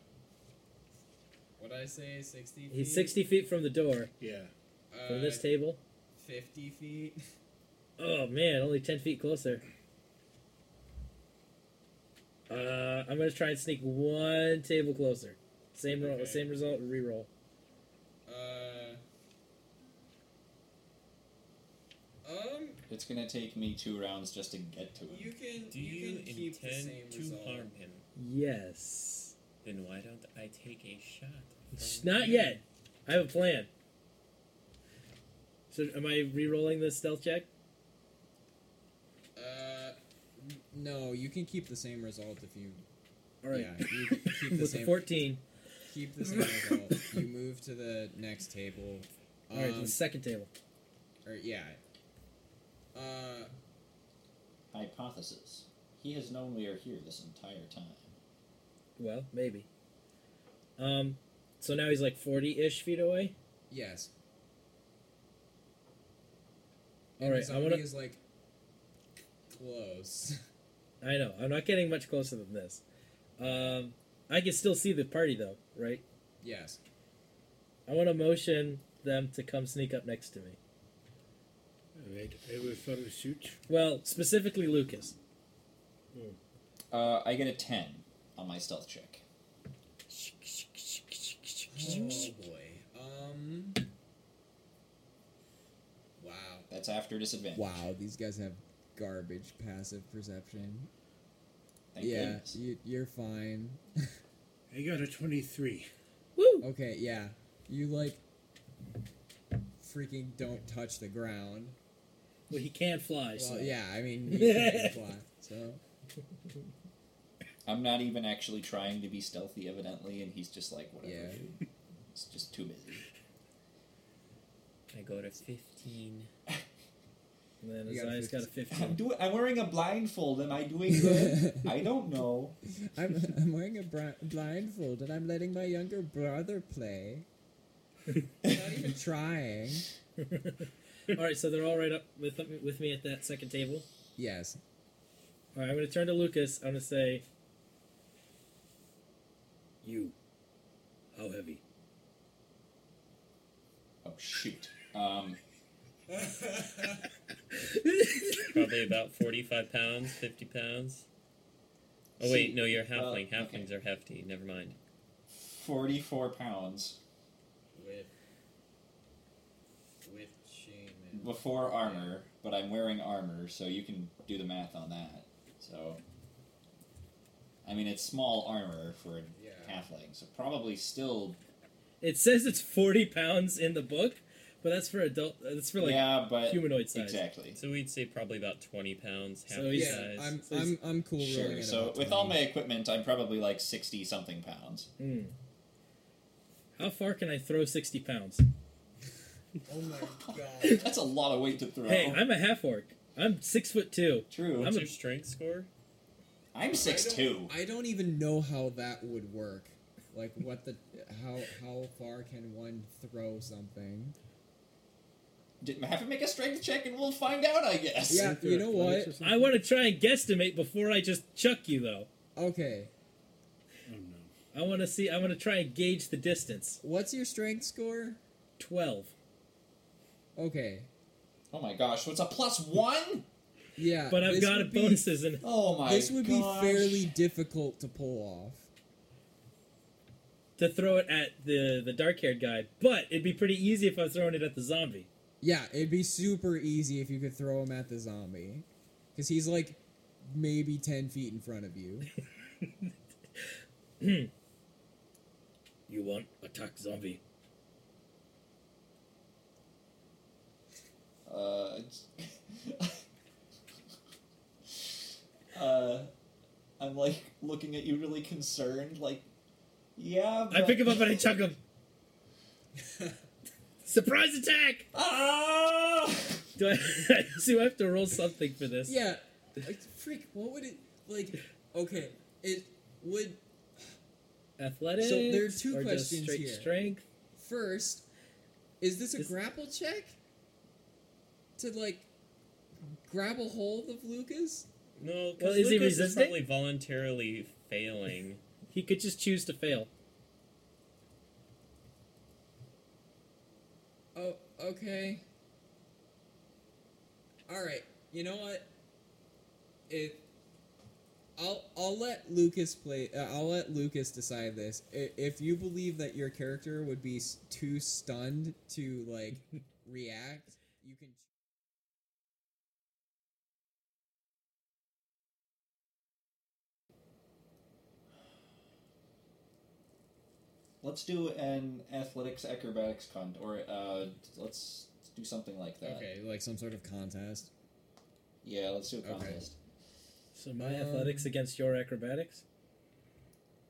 S1: what I say, sixty? Feet?
S2: He's 60 feet from the door,
S5: Yeah.
S1: Uh,
S2: from this table.
S1: Fifty feet.
S2: Oh man, only 10 feet closer. Uh, I'm gonna try and sneak one table closer. Same roll,
S1: Okay.
S2: same result, reroll.
S1: Uh. Um,
S3: It's gonna take me two rounds just to get to
S1: you
S3: him.
S1: can
S4: Do
S1: you,
S4: you
S1: can keep the same
S4: intend to
S1: result.
S4: harm him?
S2: Yes.
S4: Then why don't I take a shot?
S2: Sh-
S4: from
S2: Not
S4: you?
S2: yet. I have a plan. So am I re-rolling this stealth check?
S1: Uh, n- no, you can keep the same result if you.
S2: All right.
S1: Yeah, you can keep the
S2: With
S1: same.
S2: the 14.
S1: Keep the same result. You move to the next table. Um,
S2: All right, to the second table.
S1: or yeah. Uh,
S3: Hypothesis. He has known we are here this entire time.
S2: Well, maybe. Um, so now he's like forty-ish feet away.
S1: yes.
S2: All
S1: And the
S2: right, I
S1: zombie
S2: want to.
S1: is like close.
S2: I know I'm not getting much closer than this. Um, I can still see the party though, right?
S1: yes.
S2: I want to motion them to come sneak up next to me.
S5: Alright, I will follow suit.
S2: Well, specifically Lucas.
S3: Uh, I get a ten on my stealth check.
S1: Oh boy. Um. Wow.
S3: That's after disadvantage.
S10: Wow, these guys have garbage passive perception.
S3: Thank
S10: yeah,
S3: goodness.
S10: you, you're fine.
S5: I got a 23.
S2: Woo!
S10: Okay, yeah. You like freaking don't touch the ground.
S2: Well, he can't fly. so.
S10: Well, yeah, I mean, you can't fly. So,
S3: I'm not even actually trying to be stealthy, evidently, and he's just like, whatever.
S10: Yeah.
S3: dude. It's just too busy.
S1: Oh.
S4: I go to 15.
S2: And then
S10: You
S2: his
S10: got a
S2: eyes got a
S3: I'm
S2: fifteen.
S3: doing. I'm wearing a blindfold. Am I doing good? I don't know.
S10: I'm, I'm wearing a bri- blindfold and I'm letting my younger brother play. I'm not even trying.
S2: all right, so they're all right up with with me at that second table.
S10: Yes.
S2: All right, I'm going to turn to Lucas. I'm going to say, "You, how heavy?"
S3: Oh shoot. Um,
S4: Probably about 45 pounds, 50 pounds. Oh, wait,
S3: See,
S4: no, you're
S3: well,
S4: halfling.
S1: uh,
S3: okay.
S4: Halflings are hefty. Never mind.
S3: forty-four pounds
S1: With. With shaman.
S3: before armor, but I'm wearing armor, so you can do the math on that. So, I mean, it's small armor for a
S1: Yeah.
S3: halfling, so probably still.
S2: It says it's 40 pounds in the book, but that's for adult. uh, That's for like
S3: yeah, but
S2: humanoid size.
S3: exactly.
S4: So we'd say probably about 20 pounds, half
S2: So
S4: the
S2: he's-
S1: Yeah,
S4: size.
S1: I'm,
S2: So
S1: I'm, I'm cool rolling
S3: Sure.
S1: it
S3: So
S1: out,
S3: with
S1: Tony.
S3: all my equipment, I'm probably like sixty something pounds.
S2: Hmm. How far can I throw 60 pounds?
S1: Oh my god.
S3: That's a lot of weight to throw.
S2: Hey, I'm a half orc. I'm six foot two.
S3: True.
S4: What's
S2: I'm a-
S4: your strength score?
S3: I'm six two.
S1: I don't even know how that would work. Like what the how how far can one throw something?
S3: Have to make a strength check, and we'll find out. I guess.
S1: Yeah, you know what?
S2: I want to try and guesstimate before I just chuck you, though.
S1: Okay,
S5: Oh no.
S2: I want to see. I want to try and gauge the distance.
S1: what's your strength score?
S2: 12.
S1: Okay,
S3: Oh my gosh, what's a plus one?
S1: yeah,
S2: But I've
S1: Uh, this
S2: got
S1: would be-
S2: bonuses and
S3: Oh my.
S1: This would
S3: gosh.
S1: be fairly difficult to pull off.
S2: to throw it at the the dark haired guy, but it'd be pretty easy if I was throwing it at the zombie.
S1: Yeah, it'd be super easy if you could throw him at the zombie, because he's like maybe ten feet in front of you.
S2: You want attack zombie?
S3: Uh, it's- uh, I'm like looking at you really concerned, like, yeah.
S2: I
S3: but-
S2: pick him up and I chuck him. Surprise attack!
S3: Ah!
S2: Do I, do I have to roll something for this?
S1: Yeah. Like, freak, what would it like okay. It would
S2: Athletics?
S1: So there are two
S2: or just
S1: questions
S2: straight
S1: here.
S2: Strength?
S1: first is this a
S2: Is-
S1: grapple check? To like grab a hold of Lucas?
S4: No, because
S2: Well, is he
S4: Lucas is
S2: resisting?
S4: probably voluntarily failing.
S2: He could just choose to fail.
S1: Oh, okay. All right. You know what? If I'll I'll let Lucas play. Uh, I'll let Lucas decide this. I- If you believe that your character would be s- too stunned to like react, you can.
S3: Let's do an athletics acrobatics con, or uh, let's do something like that.
S1: Okay, like some sort of contest.
S3: Yeah, let's do a
S1: Okay.
S3: contest.
S2: So my
S1: Um,
S2: athletics against your acrobatics?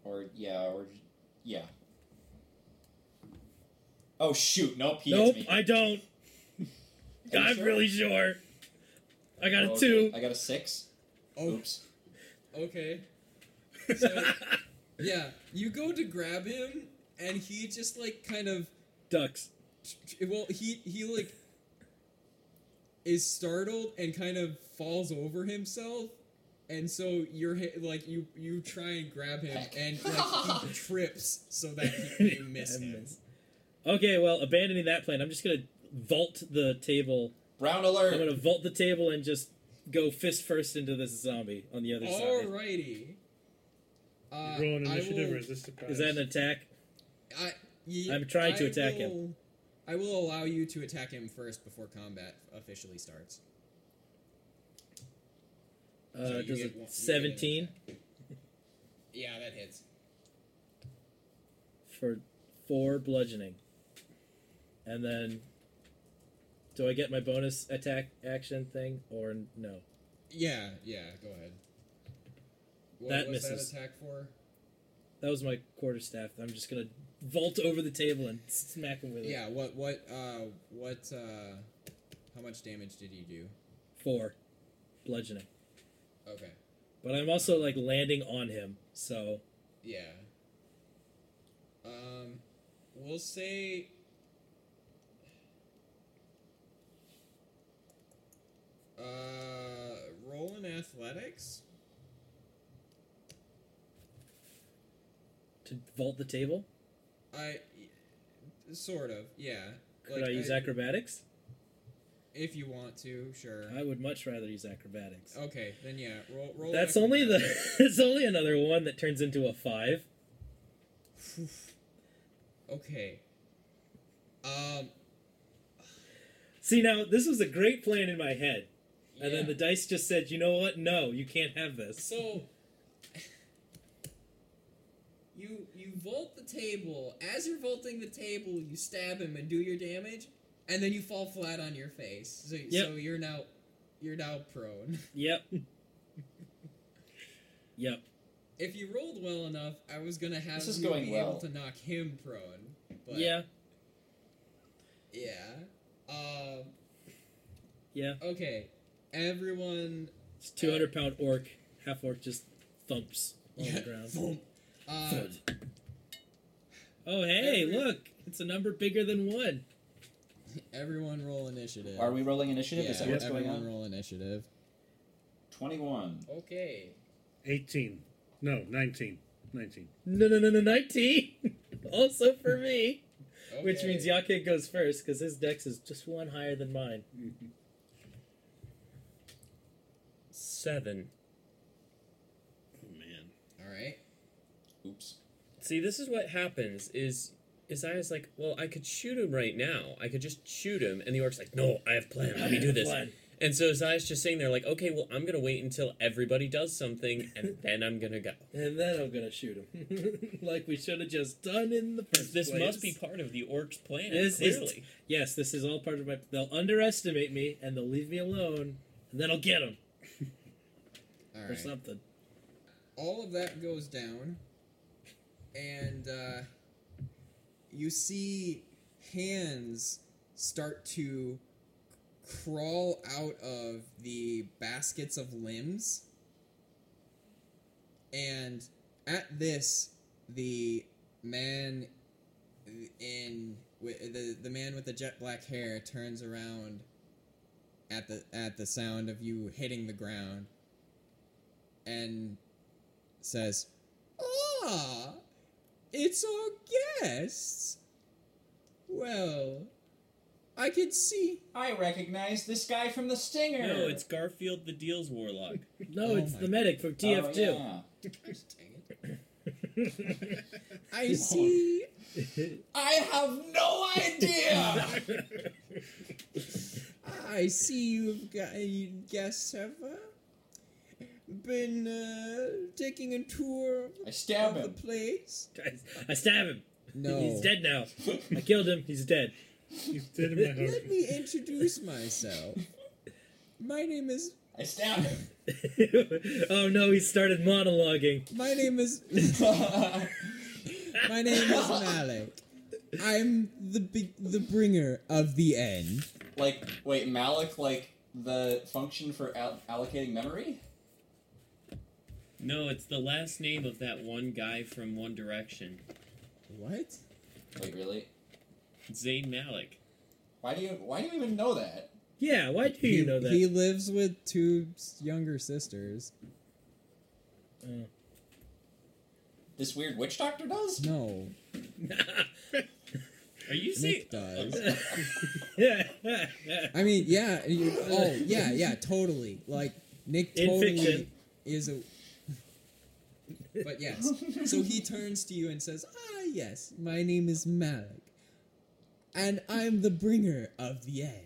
S3: Or yeah, or yeah. Oh shoot! Nope. He
S2: nope,
S3: hits me.
S2: I don't.
S3: Are you
S2: I'm
S3: sure?
S2: really sure. I got
S3: Oh,
S2: a
S3: okay.
S2: two.
S3: I got a six.
S1: Oh,
S3: Oops.
S1: okay. So, yeah, you go to grab him, and he just like kind of
S2: Ducks.
S1: well he he like is startled and kind of falls over himself and so you're hi- like you you try and grab him
S3: Heck.
S1: and like, he trips so that he, you miss him
S2: Okay, well, abandoning that plan, I'm just gonna vault the table.
S3: Brown
S2: I'm
S3: alert.
S2: gonna vault the table and just go fist first into this zombie on the other side.
S1: alrighty uh,
S5: Roll an
S1: I
S5: initiative
S1: will-
S5: or is this surprise?
S2: Is that an attack?
S1: I, ye-
S2: I'm trying to
S1: I
S2: attack him.
S1: will- I will allow you to attack him first before combat officially starts.
S2: Uh,
S1: So you
S2: does
S1: get one- you get
S2: it
S1: an
S2: 17
S1: Yeah, that hits.
S2: for four bludgeoning, and then do I get my bonus attack action thing or n- no?
S1: Yeah, yeah. Go ahead. What
S2: That
S1: was
S2: misses.
S1: that attack for?
S2: That was my quarter staff. I'm just gonna vault over the table and smack him with it.
S1: Yeah. What? What? Uh. What? Uh. How much damage did you do?
S2: Four, bludgeoning.
S1: Okay.
S2: But I'm also like landing on him, so
S1: Yeah. Um. We'll say. Uh. Roll in athletics.
S2: to vault the table,
S1: I. Sort of. Yeah.
S2: could I use acrobatics?
S1: If you want to, sure.
S2: I would much rather use acrobatics.
S1: Okay. Then yeah. Roll. roll
S2: That's only the.
S1: Oh, acrobatics.
S2: It's only another one that turns into a five.
S1: Okay. Um.
S2: See, now this was a great plan in my head, and then
S1: yeah.
S2: the dice just said, "You know what? No, you can't have this."
S1: So you you vault the table. As you're vaulting the table, you stab him and do your damage, and then you fall flat on your face. So, so you're now you're now prone.
S2: Yep. yep.
S1: If you rolled well enough, I was gonna have
S3: This is
S1: you
S3: going
S1: be
S3: well.
S1: able to knock him prone. But
S2: yeah.
S1: yeah. Um,
S2: Yeah.
S1: okay. Everyone
S2: It's two hundred pound orc, half orc, just thumps on
S1: uh, Yeah.
S2: the ground.
S1: uh,
S2: Oh hey,
S1: Every-
S2: look! It's a number bigger than one.
S1: everyone roll initiative.
S3: Are we rolling
S1: yeah,
S3: initiative? Is that what's
S1: everyone
S3: going on?
S1: roll initiative.
S3: Twenty-one.
S1: Okay.
S5: 18. No, 19. 19.
S2: No, no, no, no, nineteen. also for me, which
S1: Okay.
S2: means Yake goes first because his dex is just one higher than mine.
S4: Seven.
S5: Oh, man.
S1: All right.
S3: Oops.
S4: See, this is what happens is Isaiah's like, well, I could shoot him right now. I could just shoot him. And the orc's like, no, I have plan. Let me do this.
S2: Plan.
S4: And so Isaiah's just sitting there like, okay, well, I'm going to wait until everybody does something and then I'm going to go.
S2: And then I'm gonna shoot him, like we should have just done in the first
S4: This
S2: place.
S4: must be part of the orc's plan,
S2: This is-
S4: clearly.
S2: Yes, this is all part of my. They'll underestimate me and they'll leave me alone, and then I'll get them
S1: All
S2: or
S1: right.
S2: something.
S1: all of that goes down, and uh, you see hands start to crawl out of the baskets of limbs. And at this, the man in wi- the the man with the jet black hair turns around at the at the sound of you hitting the ground and says, "Ah, it's our guests. Well, I can see
S3: I recognize this guy from The Stinger. Oh,
S7: No, it's Garfield the Deals Warlock.
S2: No,
S1: Oh
S2: it's
S1: my-
S2: the medic from
S3: Oh,
S2: TF2.
S3: yeah.
S1: I see
S3: I have no idea.
S1: I see you've got you guests have uh, been uh, taking a tour of
S3: I stab
S1: the
S3: him.
S1: place.
S2: Guys, I stab him.
S1: No.
S4: Oh.
S2: He's dead now. I killed him. He's dead.
S5: He's dead in my heart.
S1: Let me introduce myself. My name is
S3: I stab him.
S2: oh no, he started monologuing.
S1: my name is my name is Malik. I'm the big, the bringer of the end.
S3: like, wait, Malik, like the function for al- allocating memory?
S7: No, it's the last name of that one guy from One Direction,
S1: What?
S3: Wait, really?
S7: Zayn Malik.
S3: Why do you? Why do you even know that?
S2: Yeah, why do you
S1: he,
S2: know that?
S1: he lives with two s- younger sisters.
S3: This weird witch doctor does?
S1: No,
S7: Are you saying?
S1: Nick
S4: Oh,
S1: does.
S2: yeah,
S1: I mean, yeah. You, oh, yeah, yeah, totally. Like Nick
S2: In
S1: totally
S2: fiction.
S1: is a. But yes, so he turns to you and says, "Ah, yes, my name is Malik, and I'm the bringer of the end."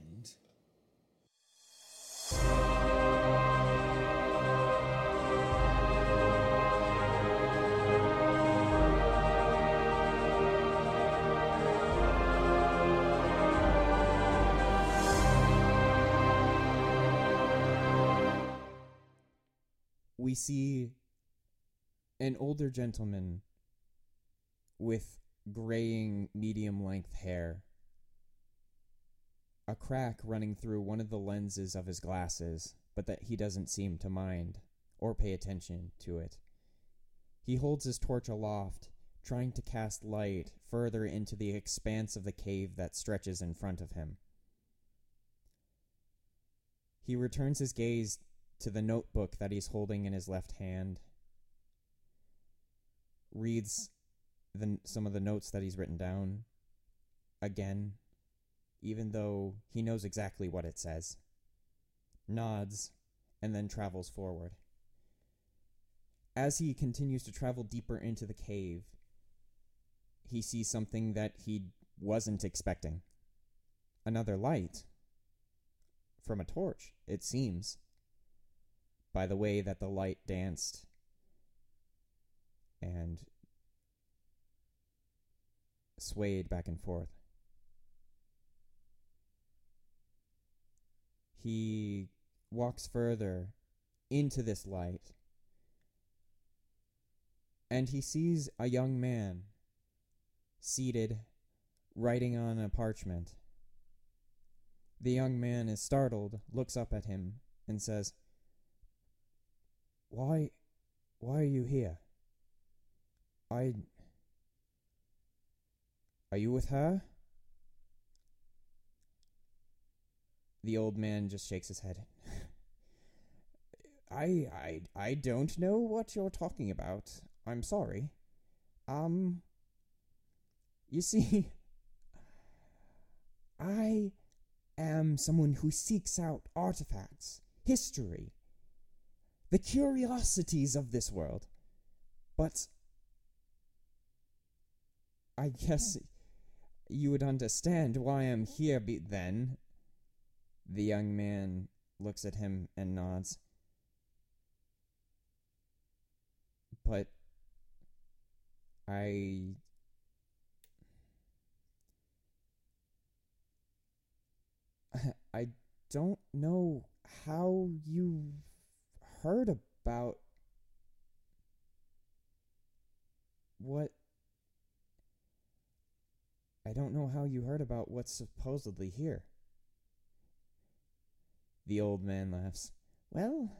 S1: we see an older gentleman with graying medium length hair, a crack running through one of the lenses of his glasses, but that he doesn't seem to mind or pay attention to it. He holds his torch aloft, trying to cast light further into the expanse of the cave that stretches in front of him. He returns his gaze to the notebook that he's holding in his left hand, reads the, some of the notes that he's written down again, even though he knows exactly what it says, nods, and then travels forward. As he continues to travel deeper into the cave, he sees something that he wasn't expecting. Another light from a torch, it seems by the way that the light danced and swayed back and forth. He walks further into this light and he sees a young man seated writing on a parchment. The young man is startled, looks up at him, and says, why why are you here i are you with her the old man just shakes his head i i i don't know what you're talking about i'm sorry um you see i am someone who seeks out artifacts history the curiosities of this world. But I guess you would understand why I'm here be- then. The young man looks at him and nods. But I. I don't know how you heard about
S10: What? I don't know how you heard about what's supposedly here. The old man laughs. Well,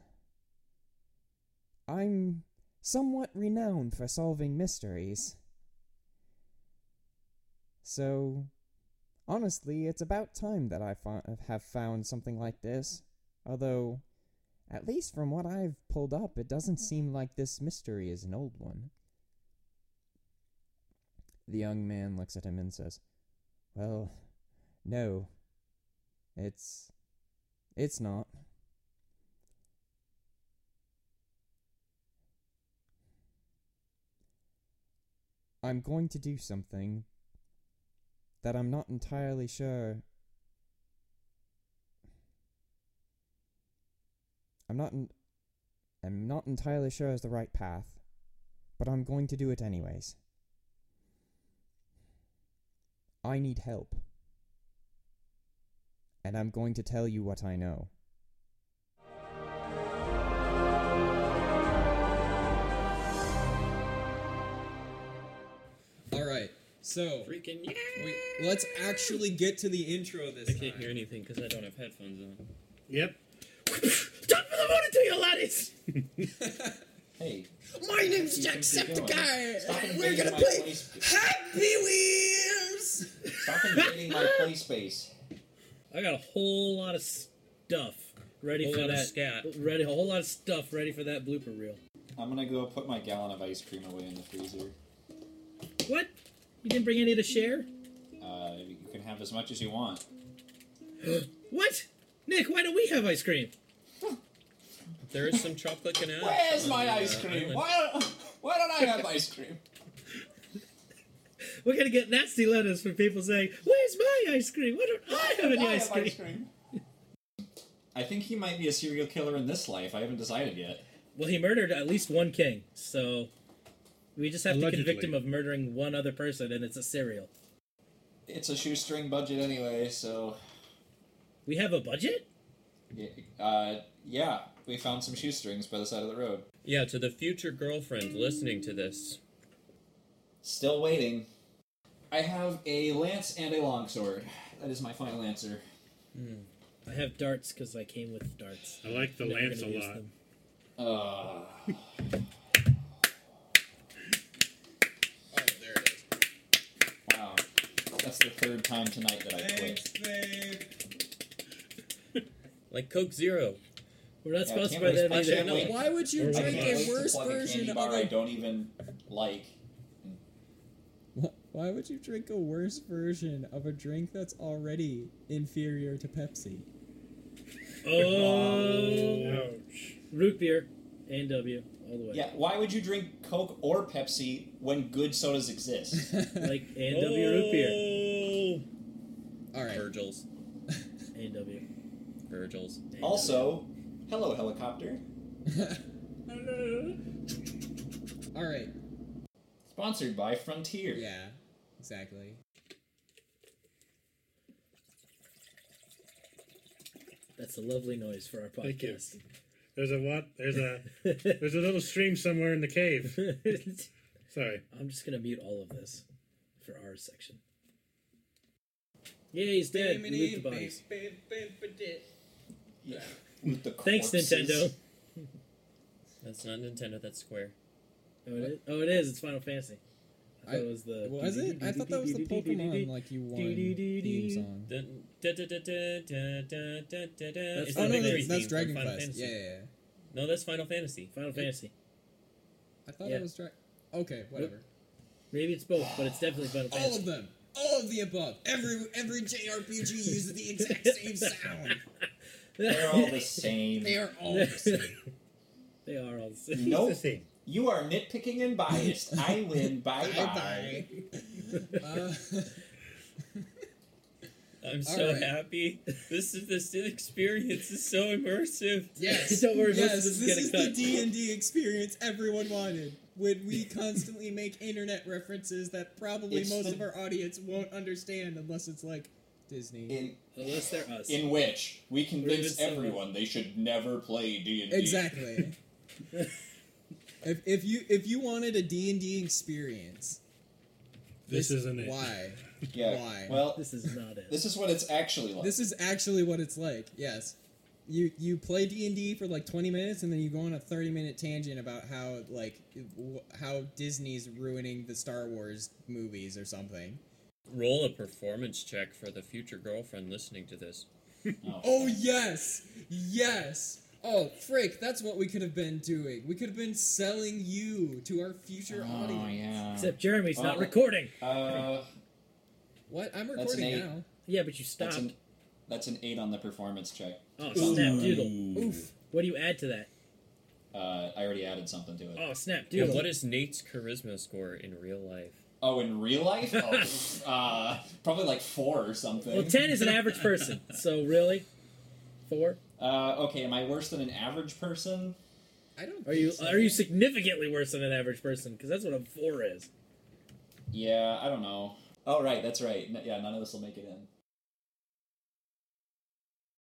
S10: I'm somewhat renowned for solving mysteries. So, honestly, it's about time that I fo- have found something like this. Although, at least from what I've pulled up, it doesn't seem like this mystery is an old one. The young man looks at him and says, Well, no. It's. It's not. I'm going to do something that I'm not entirely sure. I'm not. En- I'm not entirely sure is the right path, but I'm going to do it anyways. I need help. And I'm going to tell you what I know.
S1: All right, so
S4: Freaking yeah!
S1: we, let's actually get to the intro this
S4: I
S1: time.
S4: can't hear anything because I don't have headphones on.
S5: Yep.
S4: Top of the morning to you, laddies!
S3: Hey,
S1: My name's
S3: you think you're going? Stop
S1: Jacksepticeye. We're
S3: invading
S1: gonna
S3: my
S1: play
S3: place.
S1: Happy Wheels.
S3: Stop invading my play space.
S2: I got a whole lot of stuff ready
S4: Whole
S2: for
S4: lot of
S2: that.
S4: scat.
S2: Ready a whole lot of stuff ready for that blooper reel.
S3: I'm gonna go put my gallon of ice cream away in the freezer.
S2: What? You didn't bring any to share?
S3: Uh, you can have as much as you want.
S2: What? Nick, why don't we have ice cream?
S4: There is some chocolate ganache.
S3: Where's
S4: on
S3: my
S4: the, uh,
S3: ice cream?
S4: island.
S3: Why don't, why don't I have ice cream?
S2: We're gonna get nasty letters from people saying, "Where's my ice cream? Why don't I have any
S3: I
S2: ice
S3: have
S2: cream?"
S3: ice cream. I think he might be a serial killer in this life. I haven't decided yet.
S2: Well, he murdered at least one king, so we just have to convict
S5: Allegedly.
S2: him of murdering one other person, and it's a serial.
S3: It's a shoestring budget anyway, so
S2: We have a budget.
S3: y- uh, yeah, we found some shoestrings by the side of the road.
S4: Yeah, to the future girlfriend listening to this.
S3: Still waiting. I have a lance and a longsword. That is my final answer.
S2: I have darts because I came with darts.
S5: I like the
S2: Never
S5: lance a
S2: gonna use
S5: lot.
S2: them.
S3: Uh,
S1: Oh, there it is.
S3: wow, that's the third time tonight that I quit.
S1: babe.
S4: Like Coke Zero.
S2: We're not
S3: Yeah, I
S2: sponsored
S3: can't
S2: by
S3: waste
S2: that
S3: my
S2: either.
S3: shit. Wait.
S1: Why would you
S5: Or
S3: I
S1: drink
S3: can't wait
S1: a
S3: to
S1: worse
S3: plug a candy
S1: version
S3: bar
S1: of
S3: I
S1: a
S3: don't even like.
S10: Wh- Why would you drink a worse version of a drink that's already inferior to Pepsi?
S2: Oh,
S5: Ouch.
S2: root beer, and W all the way.
S3: Yeah, why would you drink Coke or Pepsi when good sodas exist?
S2: like and W root beer,
S1: All right.
S4: Oh. Virgil's.
S2: and W.
S4: Virgil's.
S3: also, hello helicopter.
S1: All right.
S3: Sponsored by Frontier.
S1: Yeah. Exactly.
S2: That's a lovely noise for our
S5: Thank you.
S2: podcast.
S5: There's a what? There's a there's a little stream somewhere in the cave. Sorry.
S2: I'm just gonna mute all of this for our section. Yeah, he's dead. We moved the bodies.
S3: Yeah. With the
S2: Thanks,
S3: corpses.
S2: Nintendo.
S4: That's not Nintendo, that's Square.
S2: Oh, it is. Oh, it is. It's Final Fantasy. I thought
S1: I-
S2: it was the.
S1: Was it? I thought that was the Pokemon like you won theme song.
S4: Dun- da- da- da- da- da- da- da- da- da.
S2: That's
S4: It's
S2: the
S1: Oh no,
S4: the victory
S1: that's,
S4: theme
S1: that's
S4: from
S1: Dragon
S4: Final
S1: Quest.
S4: Fantasy.
S1: Yeah, yeah, yeah.
S4: No, that's Final Fantasy.
S2: Final Fantasy.
S1: I thought
S2: Yeah.
S1: it was Dragon. Okay, whatever.
S2: Maybe it's both, but it's definitely Final
S4: Oh,
S1: All of
S2: Fantasy.
S1: them. All of the above. Every every JRPG uses the exact same sound.
S3: They're all the same.
S1: They are all the same.
S2: they are all the same.
S5: It's
S3: Nope.
S5: the same.
S3: You are nitpicking and biased. I win. Bye bye.
S1: Bye bye. Uh,
S4: I'm so
S1: right.
S4: happy. This is this experience is so immersive.
S1: yes.
S2: Don't worry, most of
S1: yes,
S2: this is
S1: this
S2: getting
S1: is the
S2: cut.
S1: D and D experience everyone wanted. When we constantly make internet references that probably
S3: It's
S1: most
S3: the-
S1: of our audience won't understand unless it's like Disney.
S3: In
S2: Unless they're us.
S3: in which we
S2: even
S3: convince
S2: someone.
S3: everyone they should never play D and D.
S1: exactly.
S7: If, if you if you wanted a D and D experience,
S1: This isn't it.
S7: Why?
S3: Yeah.
S7: Why?
S3: Well,
S2: This is not it.
S3: this is what it's actually like.
S7: This is actually what it's like. Yes, you you play D and D for like twenty minutes, and then you go on a thirty minute tangent about how like w- how Disney's ruining the Star Wars movies or something.
S4: Roll a performance check for the future girlfriend listening to this.
S7: Oh yes, yes. Oh frick, that's what we could have been doing. We could have been selling you to our future
S3: Oh,
S7: audience.
S3: yeah.
S2: Except Jeremy's not
S3: Well,
S4: Oh.
S2: recording.
S3: Uh,
S7: What? I'm
S3: That's an
S7: recording
S3: eight.
S7: now.
S2: Yeah, but you stopped.
S3: that's an that's an eight on the performance check.
S2: Oh, snap doodle.
S7: Oof.
S2: What do you add to that?
S3: Uh, I already added something to it.
S2: Oh, snap
S4: And
S2: doodle.
S4: what is Nate's charisma score in real life?
S3: Oh, in real life, oh, uh, probably like four or
S2: well,
S3: something.
S2: 10 is an average person, so really? Four?
S3: Uh, okay, am I worse than an average person?
S7: I don't.
S2: Are you
S7: think so.
S2: are you significantly worse than an average person? Because that's what a four is.
S3: Yeah, I don't know. Oh, right, that's right. N- yeah, none of this will make it in.